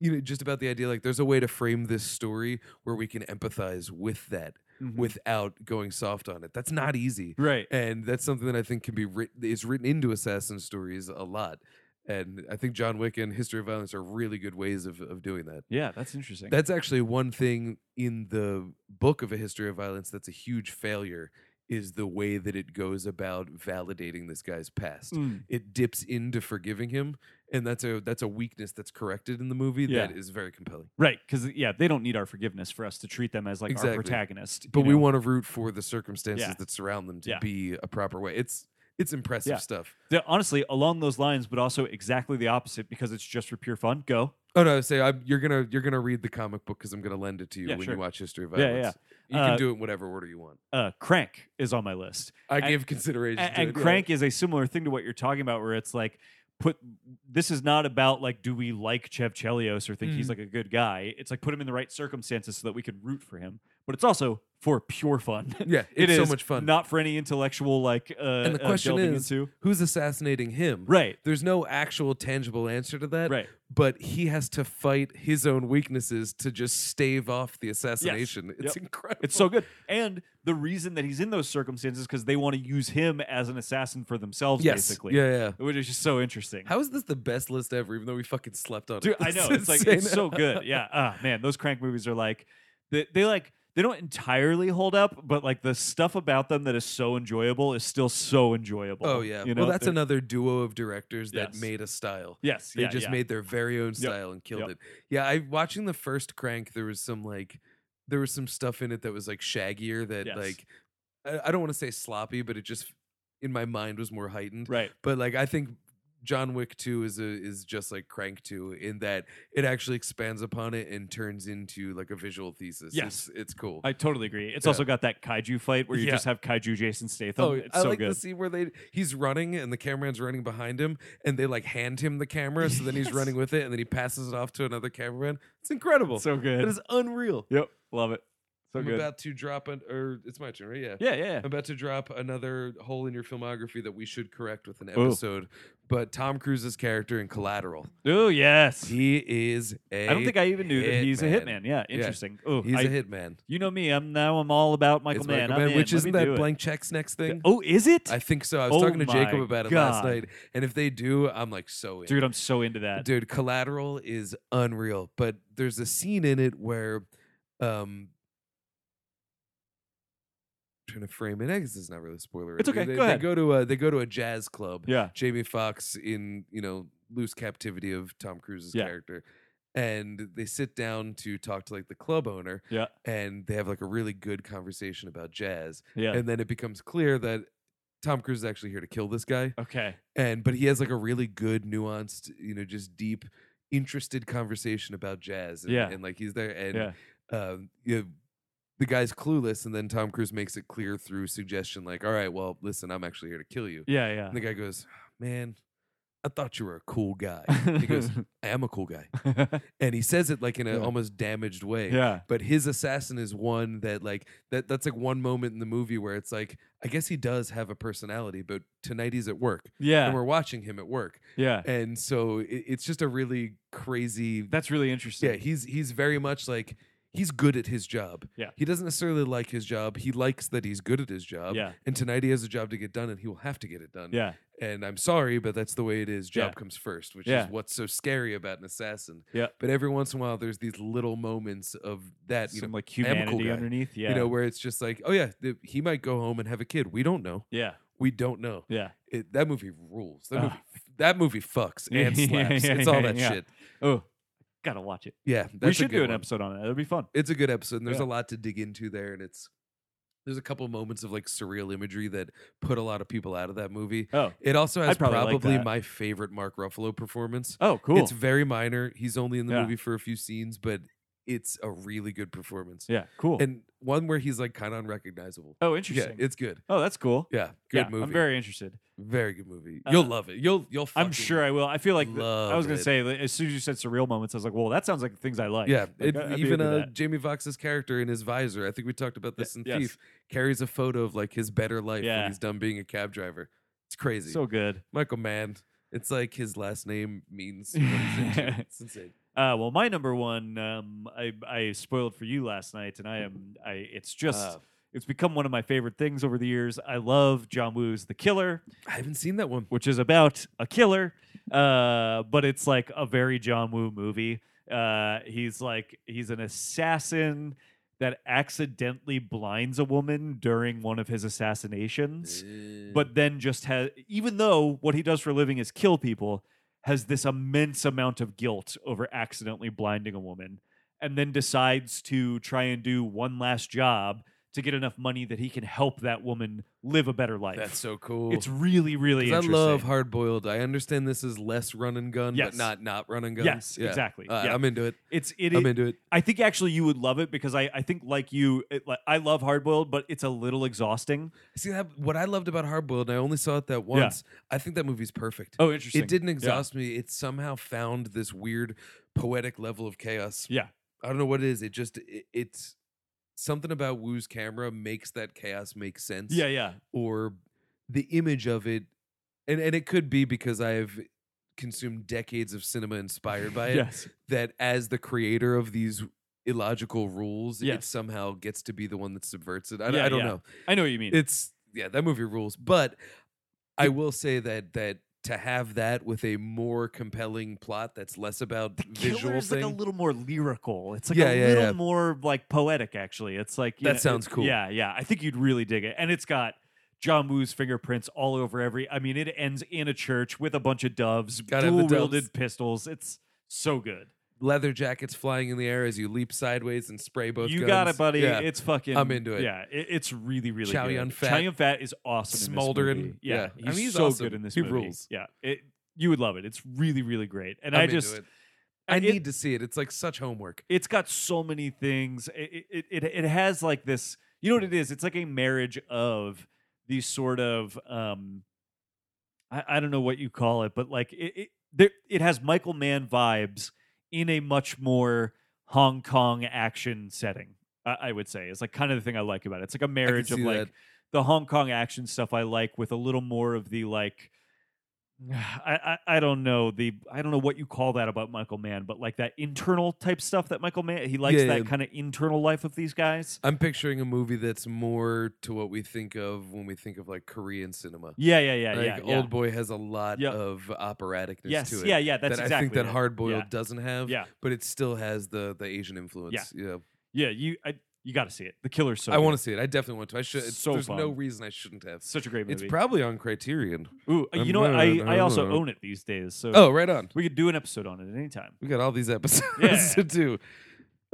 C: you know, just about the idea like there's a way to frame this story where we can empathize with that
B: Mhm.
C: without going soft on it. That's not easy
B: right.
C: and that's something that I think can be writ- is written into assassin stories a lot. And I think John Wick and History of Violence are really good ways of, of doing that.
B: Yeah, that's interesting.
C: That's actually one thing in the book of A History of Violence that's a huge failure is the way that it goes about validating this guy's past.
B: Mm.
C: It dips into forgiving him, and that's a that's a weakness that's corrected in the movie that
B: Yeah.
C: is very compelling.
B: Right, because yeah, they don't need our forgiveness for us to treat them as like our
C: Exactly.
B: protagonist. you
C: But we
B: know?
C: want to root for the circumstances
B: Yeah.
C: that surround them to
B: Yeah.
C: be a proper way. It's it's impressive
B: Yeah.
C: stuff.
B: They're honestly along those lines, but also exactly the opposite because it's just for pure fun. Go.
C: Oh no! Say I'm, you're gonna you're gonna read the comic book because I'm gonna lend it to you
B: Yeah,
C: when
B: sure.
C: you watch History of
B: Yeah, yeah,
C: Violence. You
B: Uh,
C: can do it in whatever order you want.
B: Uh, Crank is on my list.
C: I
B: and-
C: gave consideration.
B: and,
C: to
B: and
C: it, yeah.
B: crank is a similar thing to what you're talking about where it's like put this is not about like do we like Chev Chelios or think he's
C: Mhm.
B: like a good guy it's like put him in the right circumstances so that we can root for him but it's also for pure fun
C: Yeah,
B: It
C: it's so
B: is
C: much fun.
B: not for any intellectual like uh
C: and the
B: uh,
C: question
B: delving
C: is,
B: into
C: who's assassinating him?
B: right
C: There's no actual tangible answer to that.
B: right
C: But he has to fight his own weaknesses to just stave off the assassination. It's incredible.
B: it's so good and the reason that he's in those circumstances because they want to use him as an assassin for themselves
C: yes.
B: basically
C: Yeah, yeah.
B: which is just so interesting
C: How is this the best list ever? Even though we fucking slept on
B: Dude,
C: it.
B: I
C: This
B: know.
C: is
B: It's like
C: insane.
B: it's so good. Yeah. Ah, man, those crank movies are like they, they like they don't entirely hold up, but like the stuff about them that is so enjoyable is still so enjoyable.
C: Oh yeah.
B: You know?
C: well, that's
B: They're-
C: another duo of directors that
B: Yes.
C: made a style.
B: Yes.
C: They
B: yeah,
C: just
B: yeah.
C: made their very own style and killed
B: Yep.
C: it. Yeah, I watching the first Crank, there was some like there was some stuff in it that was like shaggier that
B: Yes.
C: like I, I don't want to say sloppy, but it just in my mind was more heightened.
B: Right.
C: But like I think John Wick 2 is a, is just like Crank 2 in that it actually expands upon it and turns into like a visual thesis.
B: Yes.
C: It's, it's cool.
B: I totally agree. It's
C: Yeah.
B: also got that kaiju fight where you
C: Yeah.
B: just have kaiju Jason Statham. it's
C: Oh, I
B: so
C: like
B: good.
C: the scene where they he's running and the cameraman's running behind him and they like hand him the camera so then he's
B: Yes.
C: running with it and then he passes it off to another cameraman. It's incredible.
B: So
C: it
B: good.
C: is unreal.
B: Yep. Love it. So
C: I'm
B: good.
C: about to drop an or it's my turn, right? Yeah.
B: yeah, yeah.
C: I'm about to drop another hole in your filmography that we should correct with an
B: Ooh.
C: episode. But Tom Cruise's character in Collateral,
B: Oh, yes.
C: he is a.
B: I don't think I even knew that he's a
C: hitman.
B: hitman. Yeah, interesting. Oh,
C: He's
B: I-
C: a hitman.
B: you know me. I'm now. I'm all about Michael
C: It's
B: Mann.
C: Michael
B: I'm
C: Mann,
B: in.
C: which
B: Let
C: isn't
B: me
C: that
B: do it.
C: blank check next thing?
B: Oh, is it?
C: I think so. I was
B: Oh
C: talking to
B: my
C: Jacob about it last
B: God.
C: night, and if they do, I'm like so in.
B: Dude, I'm so into that.
C: Dude, Collateral is unreal. But there's a scene in it where, um, trying to frame it. I guess it's not really a spoiler.
B: It's
C: I mean,
B: okay.
C: They,
B: Go
C: they
B: ahead.
C: go to a they go to a jazz club.
B: Yeah.
C: Jamie Foxx in you know loose captivity of Tom Cruise's
B: Yeah.
C: character, and they sit down to talk to like the club owner.
B: Yeah.
C: and they have like a really good conversation about jazz,
B: Yeah.
C: and then it becomes clear that Tom Cruise is actually here to kill this guy,
B: okay.
C: and but he has like a really good nuanced, you know, just deep, interested conversation about jazz. And,
B: Yeah.
C: and like he's there, and
B: yeah.
C: um, you know, the guy's clueless, and then Tom Cruise makes it clear through suggestion, like, "All right, well, listen, I'm actually here to kill you."
B: Yeah.
C: And the guy goes, "Man, I thought you were a cool guy."
B: Yeah.
C: he goes, "I am a cool guy," and he says it like in an
B: Yeah.
C: almost damaged way.
B: yeah.
C: But his assassin is one that like that that's like one moment in the movie where it's like I guess he does have a personality, but tonight he's at work and
B: Yeah.
C: we're watching him at work.
B: Yeah.
C: And so it, it's just a really crazy
B: That's really interesting.
C: yeah, he's he's very much like he's good at his job.
B: Yeah.
C: He doesn't necessarily like his job. He likes that he's good at his job.
B: Yeah.
C: And tonight he has a job to get done and he will have to get it done.
B: Yeah.
C: And I'm sorry, but that's the way it is. Job
B: Yeah.
C: comes first, which
B: Yeah.
C: is what's so scary about an assassin.
B: Yeah.
C: But every once in a while there's these little moments of that, you
B: Some
C: know,
B: like
C: am a cool
B: humanity
C: guy.
B: underneath. Yeah.
C: you know, where it's just like, oh yeah, th- he might go home and have a kid. We don't know.
B: yeah.
C: We don't know.
B: Yeah.
C: It, that movie rules. That
B: Ah.
C: movie, that movie fucks
B: Yeah,
C: and
B: yeah,
C: slaps.
B: yeah,
C: it's all
B: yeah,
C: that
B: yeah.
C: shit.
B: Oh, gotta watch it.
C: Yeah, that's
B: we
C: a
B: should
C: good
B: do an
C: one.
B: episode on it. It'll be fun.
C: It's a good episode. And there's
B: Yeah.
C: a lot to dig into there, and it's there's a couple moments of like surreal imagery that put a lot of people out of that movie.
B: Oh.
C: It also has
B: I'd probably like
C: probably,
B: that.
C: my favorite Mark Ruffalo performance.
B: Oh, cool.
C: It's very minor. He's only in the
B: Yeah.
C: movie for a few scenes, but it's a really good performance.
B: yeah. Cool.
C: And one where he's like kind of unrecognizable.
B: oh,
C: Yeah,
B: interesting.
C: it's good.
B: oh, that's cool.
C: Yeah, good
B: yeah,
C: movie.
B: I'm very interested.
C: very good movie.
B: Uh,
C: You'll love it. You'll you'll.
B: I'm
C: fucking-
B: sure I will. I feel like th- I was
C: love
B: gonna
C: it.
B: say like, as soon as you said surreal moments, I was like, well, that sounds like the things I like.
C: Yeah,
B: Like,
C: it,
B: I- I'd be
C: even
B: into
C: uh,
B: that.
C: Jamie Foxx's character in his visor. I think we talked about
B: Yeah,
C: this in
B: yes.
C: Thief. Carries a photo of like his better life
B: Yeah.
C: when he's done being a cab driver. It's crazy.
B: so good.
C: Michael Mann. It's like his last name means. what he's into. it's insane.
B: Uh, well, my number one, um, I I spoiled for you last night, and I am I. It's just
C: Uh,
B: it's become one of my favorite things over the years. I love John Woo's The Killer,
C: I haven't seen that one.
B: which is about a killer, uh, but it's like a very John Woo movie. Uh, he's like he's an assassin that accidentally blinds a woman during one of his assassinations. but then just has even though what he does for a living is kill people has this immense amount of guilt over accidentally blinding a woman and then decides to try and do one last job to get enough money that he can help that woman live a better life
C: that's so cool.
B: it's really really
C: 'Cause I
B: interesting
C: love hard boiled. I understand this is less run and gun,
B: Yes.
C: but not not run and gun.
B: yes
C: Yeah.
B: exactly
C: Uh,
B: yeah.
C: I'm into it.
B: it's it,
C: I'm into it.
B: I think actually you would love it because I, I think like you it, like, I love hard boiled but it's a little exhausting
C: See that what I loved about Hardboiled, and I only saw it that once. I think that movie's perfect.
B: oh interesting
C: It didn't exhaust me. It somehow found this weird poetic level of chaos.
B: Yeah.
C: I don't know what it is. It just it, it's something about Wu's camera makes that chaos make sense.
B: yeah yeah
C: Or the image of it, and and it could be because I've consumed decades of cinema inspired by it.
B: yes
C: That as the creator of these illogical rules, it
B: Yes.
C: somehow gets to be the one that subverts it. I,
B: Yeah,
C: I don't
B: yeah.
C: know
B: I know what you mean
C: it's yeah that movie rules but i will say that that to have that with a more compelling plot that's less about visual
B: Killer's
C: thing
B: like a little more lyrical. It's like
C: Yeah,
B: a
C: yeah,
B: little
C: yeah.
B: more like poetic, actually. It's like you
C: That
B: know,
C: sounds
B: it's-
C: cool.
B: Yeah, yeah. I think you'd really dig it, and it's got John Woo's fingerprints all over every. I mean, it ends in a church with a bunch of doves,
C: Gotta have the
B: dual wielded
C: doves.
B: pistols. It's so good.
C: leather jackets flying in the air as you leap sideways and spray both.
B: you
C: guns.
B: got it, buddy.
C: Yeah.
B: It's fucking.
C: I'm into it.
B: Yeah, it, it's really, really.
C: Chow
B: good.
C: Yun-fat.
B: Chow Yun Fat is awesome.
C: Smoldering.
B: In this movie. Yeah,
C: Yeah. I
B: he's,
C: mean, he's
B: so
C: awesome.
B: good in this
C: He
B: movie.
C: rules.
B: Yeah, it, you would love it. It's really, really great. And
C: I'm
B: I
C: into
B: just,
C: it. I
B: it-
C: need to see it. It's like such homework.
B: it's got so many things. It, it it it has like this. You know what it is? It's like a marriage of these sort of um, I, I don't know what you call it, but like it it, there, it has Michael Mann vibes in a much more Hong Kong action setting. I, I would say it's like kind of the thing I like about it. It's like a marriage of
C: see
B: like
C: that.
B: the Hong Kong action stuff I like with a little more of the like. I, I I don't know the I don't know what you call that about Michael Mann, but like that internal type stuff that Michael Mann he likes
C: Yeah,
B: that
C: yeah.
B: kind of internal life of these guys.
C: I'm picturing a movie that's more to what we think of when we think of like Korean cinema.
B: Yeah, yeah, yeah,
C: like
B: yeah.
C: Old
B: yeah.
C: Boy has a lot
B: Yep.
C: of operaticness
B: yes,
C: to it.
B: yeah, yeah. That's
C: that
B: exactly
C: I think that
B: it.
C: Hard Boiled
B: Yeah.
C: doesn't have,
B: Yeah.
C: but it still has the the Asian influence. Yeah,
B: Yeah, you I, you got to see it. The Killer's so
C: I
B: good.
C: want to see it. I definitely want to. I should. It's,
B: So
C: there's no
B: fun.
C: reason I shouldn't have.
B: such a great
C: It's
B: movie.
C: probably on Criterion.
B: Ooh, uh,
C: I'm
B: you know what?
C: not-
B: I, I
C: I'm
B: also
C: not-
B: own it these days, so
C: Oh, right on.
B: we could do an episode on it at any time.
C: We got all these episodes
B: Yeah.
C: to do.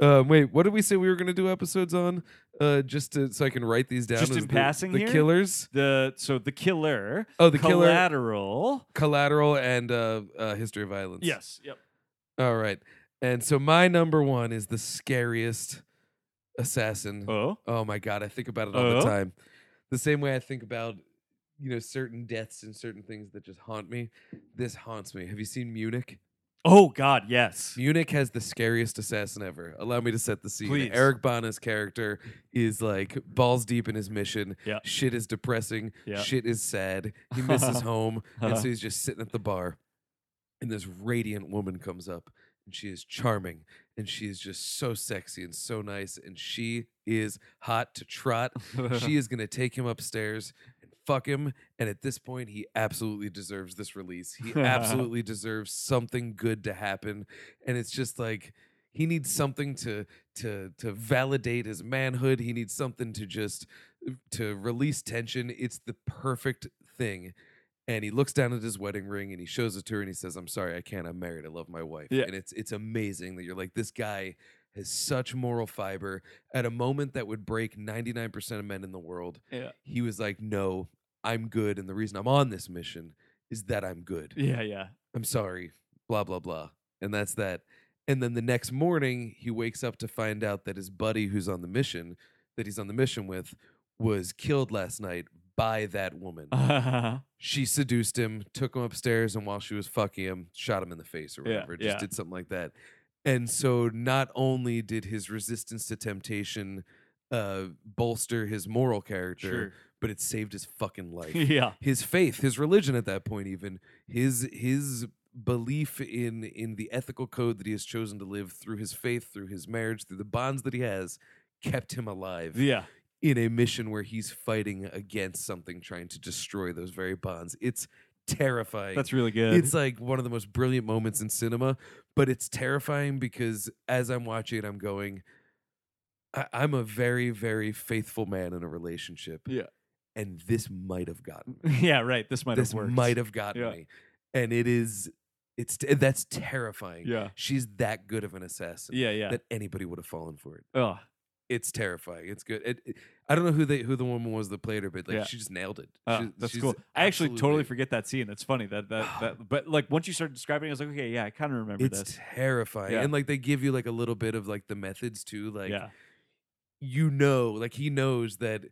C: Um, wait, what did we say we were going to do episodes on? Uh, just to, so I can write these down.
B: Just
C: as
B: in
C: the-
B: passing
C: the
B: here?
C: Killers,
B: The so the Killer.
C: Oh, The Killer.
B: Collateral.
C: Collateral, and uh, uh, History of Violence.
B: Yes. Yep.
C: All right. And so my number one is the scariest assassin. Oh,
B: Oh.
C: my god, I think about it all
B: Oh.
C: the time. The same way I think about you know certain deaths and certain things that just haunt me. This haunts me. Have you seen Munich?
B: Oh God. Yes.
C: Munich has the scariest assassin ever. Allow me to set the scene.
B: Please.
C: Eric Bana's character is like balls deep in his mission.
B: Yeah.
C: Shit is depressing.
B: Yeah. Uh-huh.
C: Shit is sad. He misses home. And so he's just sitting at the bar. And this radiant woman comes up. And she is charming. And she is just so sexy and so nice. And she is hot to trot. she is going to take him upstairs and fuck him. And at this point, he absolutely deserves this release. He absolutely deserves something good to happen. And it's just like he needs something to to to validate his manhood. He needs something to just to release tension. It's the perfect thing. And he looks down at his wedding ring and he shows it to her and he says, "I'm sorry, I can't. I'm married. I love my wife."
B: Yeah.
C: And it's it's amazing that you're like this guy has such moral fiber at a moment that would break 99% of men in the world.
B: Yeah.
C: He was like, "No, I'm good and the reason I'm on this mission is that I'm good."
B: Yeah. Yeah.
C: I'm sorry, blah, blah, blah. And that's that. And then the next morning, he wakes up to find out that his buddy who's on the mission, that he's on the mission with, was killed last night by that woman. She seduced him, took him upstairs, and while she was fucking him, shot him in the face or
B: Yeah,
C: whatever. Just
B: yeah.
C: did something like that. And so not only did his resistance to temptation uh, bolster his moral character,
B: sure.
C: but it saved his fucking life
B: yeah.
C: his faith, his religion at that point, even his his belief in in the ethical code that he has chosen to live through his faith, through his marriage, through the bonds that he has, kept him alive
B: Yeah.
C: in a mission where he's fighting against something trying to destroy those very bonds. It's terrifying.
B: That's really good.
C: It's like one of the most brilliant moments in cinema, but it's terrifying because as I'm watching it, I'm going, I- I'm a very, very faithful man in a relationship.
B: Yeah.
C: And this might have gotten me.
B: yeah, right. This might
C: this
B: have worked.
C: might have gotten
B: Yeah.
C: me. And it is, it's t- that's terrifying.
B: Yeah.
C: She's that good of an assassin
B: Yeah. Yeah.
C: that anybody would have fallen for it.
B: oh,
C: It's terrifying. It's good. It, it- I don't know who they who the woman was that played her, but like
B: Yeah.
C: she just nailed it.
B: oh,
C: She-
B: that's
C: she's
B: cool. I actually totally
C: absolutely-
B: forget that scene. That's funny. That that, that but like once you started describing, it, I was like, okay, yeah, I kind of remember
C: It's
B: this.
C: terrifying,
B: Yeah.
C: and like they give you like a little bit of like the methods too. Like
B: yeah.
C: you know, like he knows that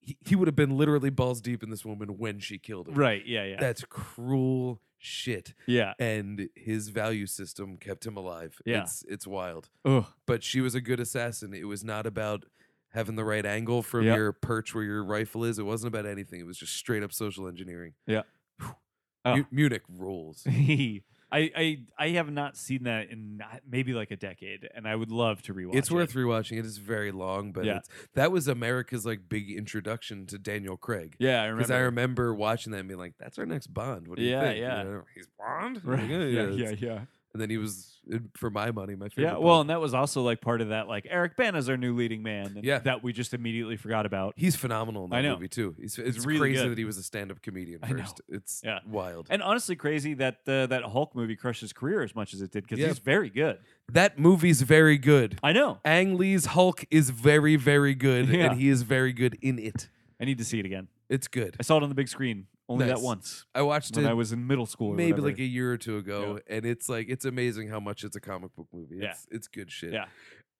C: he, he would have been literally balls deep in this woman when she killed him.
B: Right. Yeah. Yeah.
C: That's cruel shit.
B: yeah.
C: and his value system kept him alive.
B: Yeah.
C: It's it's wild.
B: Oh.
C: But she was a good assassin. It was not about having the right angle from
B: Yep.
C: your perch where your rifle is. It wasn't about anything. It was just straight up social engineering.
B: Yeah.
C: Whew.
B: Oh.
C: Mu- Munich rules.
B: I I I have not seen that in not- maybe like a decade, and I would love to rewatch.
C: it's worth
B: It.
C: rewatching. It is very long, but
B: Yeah.
C: it's, that was America's like big introduction to Daniel Craig.
B: Yeah, I
C: Because
B: remember.
C: I remember watching that and being like, "That's our next Bond." What do
B: Yeah,
C: you think? You
B: yeah.
C: know, He's Bond.
B: Right.
C: Like, "Oh,
B: Yeah.
C: it's-
B: Yeah. Yeah.
C: and then he was for my money my favorite.
B: Yeah,
C: Bond.
B: well, and that was also like part of that. Like Eric Bana's our new leading man. and
C: Yeah.
B: that we just immediately forgot about.
C: he's phenomenal in that
B: I know.
C: movie too. He's, it's,
B: really
C: crazy
B: good.
C: that he was a stand-up comedian
B: I know.
C: first. It's
B: Yeah.
C: wild.
B: And honestly, crazy that uh, that Hulk movie crushed his career as much as it did because
C: Yeah.
B: he's very good.
C: that movie's very good.
B: I know.
C: Ang Lee's Hulk is very very good,
B: Yeah.
C: and he is very good in it.
B: I need to see it again.
C: It's good.
B: I saw it on the big screen only
C: Nice.
B: that once
C: I watched
B: when
C: it
B: I was in middle school. Or
C: maybe
B: whatever.
C: like a year or two ago, and it's like it's amazing how much it's a comic book movie.
B: Yeah.
C: It's it's good shit.
B: Yeah.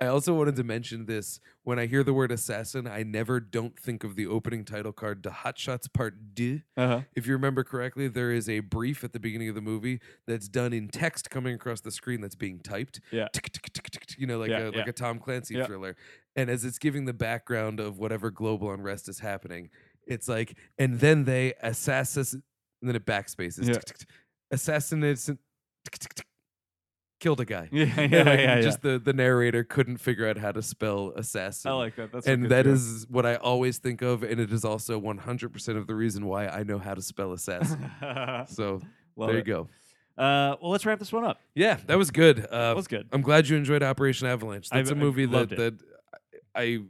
C: I also wanted to mention this. When I hear the word assassin, I never don't think of the opening title card to Hot Shots Part Deux.
B: uh-huh.
C: If you remember correctly, there is a brief at the beginning of the movie that's done in text coming across the screen that's being typed.
B: Yeah.
C: Tick, tick, tick, tick, tick, You know, like
B: Yeah,
C: a, like
B: yeah.
C: a Tom Clancy
B: Yeah.
C: thriller. And as it's giving the background of whatever global unrest is happening, it's like, and then they assassinate, and then it backspaces.
B: Yeah.
C: Tick, tick, tick. Assassinates, and tick, tick, tick. killed a guy.
B: Yeah, yeah,
C: And,
B: yeah,
C: like,
B: yeah.
C: Just the, the narrator couldn't figure out how to spell assassin
B: I like that. That's a
C: and
B: good
C: that
B: joke.
C: is what I always think of, and it is also 100% of the reason why I know how to spell assassin. so
B: Love
C: there you
B: it.
C: go.
B: Uh, well, let's wrap this one up.
C: Yeah, that was good.
B: That
C: Uh,
B: was good.
C: I'm glad you enjoyed Operation Avalanche.
B: I-
C: That's a
B: I
C: movie that
B: loved
C: that I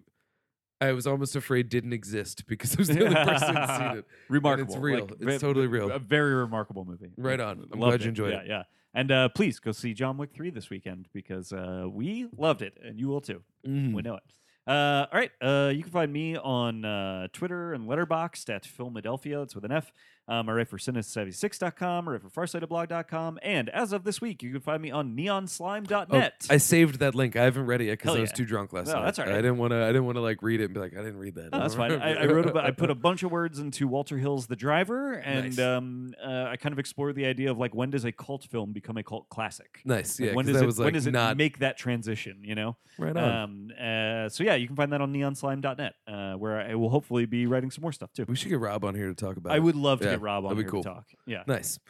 C: I was almost afraid didn't exist because I was the only person who'd seen it.
B: Remarkable.
C: it's real.
B: Like,
C: It's
B: ve-
C: totally real.
B: A very remarkable movie.
C: Right on. I'm
B: Loved
C: glad you enjoyed
B: yeah,
C: it.
B: Yeah, And uh, please go see John Wick 3 this weekend because uh, we loved it and you will too.
C: Mhm.
B: We know it. Uh, all right. Uh, you can find me on uh, Twitter and Letterboxd at Philadelphia. That's with an F. Um, I write for CineSavvy6.com, I write for FarsightedBlog.com. And as of this week, you can find me on
C: Oh,
B: neonslime.net.
C: I saved that link. I haven't read it yet because
B: Hell
C: I was
B: yeah.
C: too drunk last
B: No,
C: night.
B: that's all
C: I
B: right.
C: didn't want to. I didn't want to like read it and be like, I didn't read that.
B: No, that's fine. I, I wrote. About, I put a bunch of words into Walter Hill's *The Driver*,
C: Nice.
B: and um, uh, I kind of explored the idea of like when does a cult film become a cult classic?
C: nice.
B: Like,
C: Yeah,
B: when
C: 'cause
B: does
C: that
B: it
C: was like
B: when does it
C: not
B: make that transition? You know.
C: right on.
B: Um, uh, so yeah, you can find that on neonslime.net, uh, where I will hopefully be writing some more stuff too.
C: we should get Rob on here to talk about.
B: I
C: it.
B: would love to
C: Yeah,
B: get Rob on
C: that'd be
B: here
C: cool.
B: to talk. Yeah,
C: Nice.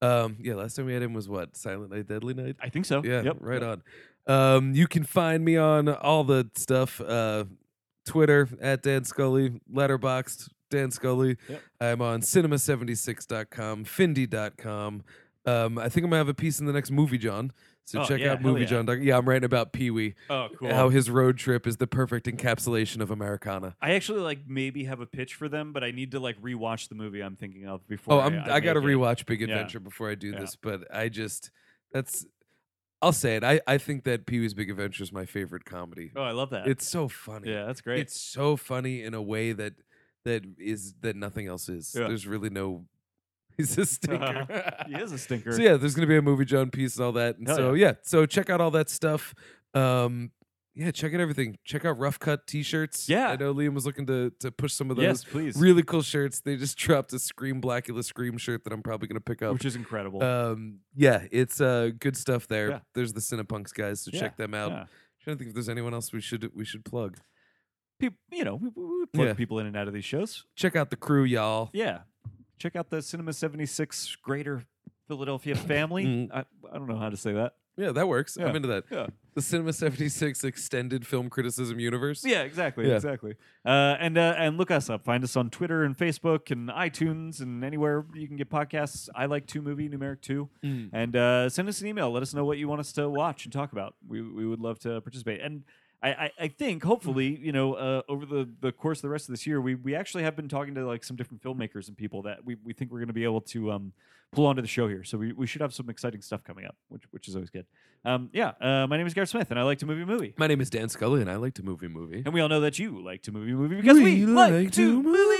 C: Um, yeah, last time we had him was what? Silent Night, Deadly Night?
B: I think so.
C: Yeah,
B: Oh, Yep.
C: right on. Um, you can find me on all the stuff uh, Twitter at Dan Scully, Letterboxd, Dan Scully.
B: Yep.
C: I'm on cinema76.com, findy.com. Um, I think I'm going to have a piece in the next Movie John. So
B: Oh,
C: check
B: yeah,
C: out
B: hell
C: Movie
B: yeah.
C: John. doc- Yeah, I'm writing about Pee Wee,
B: Oh, cool.
C: how his road trip is the perfect encapsulation of Americana.
B: I actually like maybe have a pitch for them, but I need to like rewatch the movie I'm thinking of before.
C: Oh, I'm, I,
B: I,
C: got to
B: make it.
C: rewatch Big
B: Yeah.
C: Adventure before I do
B: Yeah.
C: this, but I just that's I'll say it. I, I think that Pee Wee's Big Adventure is my favorite comedy.
B: Oh, I love that.
C: It's so funny.
B: yeah, that's great.
C: It's so funny in a way that that is that nothing else is.
B: Yeah.
C: There's really no. He's a stinker.
B: he is a stinker.
C: So yeah, there's gonna be a movie John piece and all that. And
B: Hell
C: so yeah. so check out all that stuff. Um, yeah, check out everything. Check out rough cut t-shirts. I
B: Yeah.
C: know Liam was looking to to push some of those
B: Yes, please.
C: really cool shirts. They just dropped a Scream Blackula Scream shirt that I'm probably gonna pick up.
B: which is incredible.
C: Um, yeah, it's uh good stuff there.
B: Yeah.
C: There's the Cinepunks guys, so check them out.
B: Yeah.
C: trying to think if there's anyone else we should we should plug.
B: Peop you know, we, we we plug
C: Yeah.
B: people in and out of these shows.
C: Check out the crew, y'all.
B: Yeah, check out the Cinema Seventy Six Greater Philadelphia family.
C: Mm.
B: I, I don't know how to say that.
C: Yeah, that works. I'm
B: Yeah.
C: into that.
B: Yeah,
C: The Cinema 76 extended film criticism universe.
B: yeah, exactly,
C: Yeah.
B: exactly. Uh, and uh, and look us up. Find us on Twitter and Facebook and iTunes and anywhere you can get podcasts. I like two movie numeric two.
C: Mm.
B: And uh, send us an email. Let us know what you want us to watch and talk about. We we would love to participate. And I, I, I think hopefully
C: Mm.
B: you know uh, over the, the course of the rest of this year we we actually have been talking to like some different filmmakers and people that we, we think we're going to be able to um, pull onto the show here. So we, we should have some exciting stuff coming up, which which is always good. Um, yeah, uh, my name is Garrett Smith, and I like to movie movie.
C: My name is Dan Scully, and I like to movie movie.
B: And we all know that you like to movie movie because we,
C: We
B: like,
C: like to
B: to movie.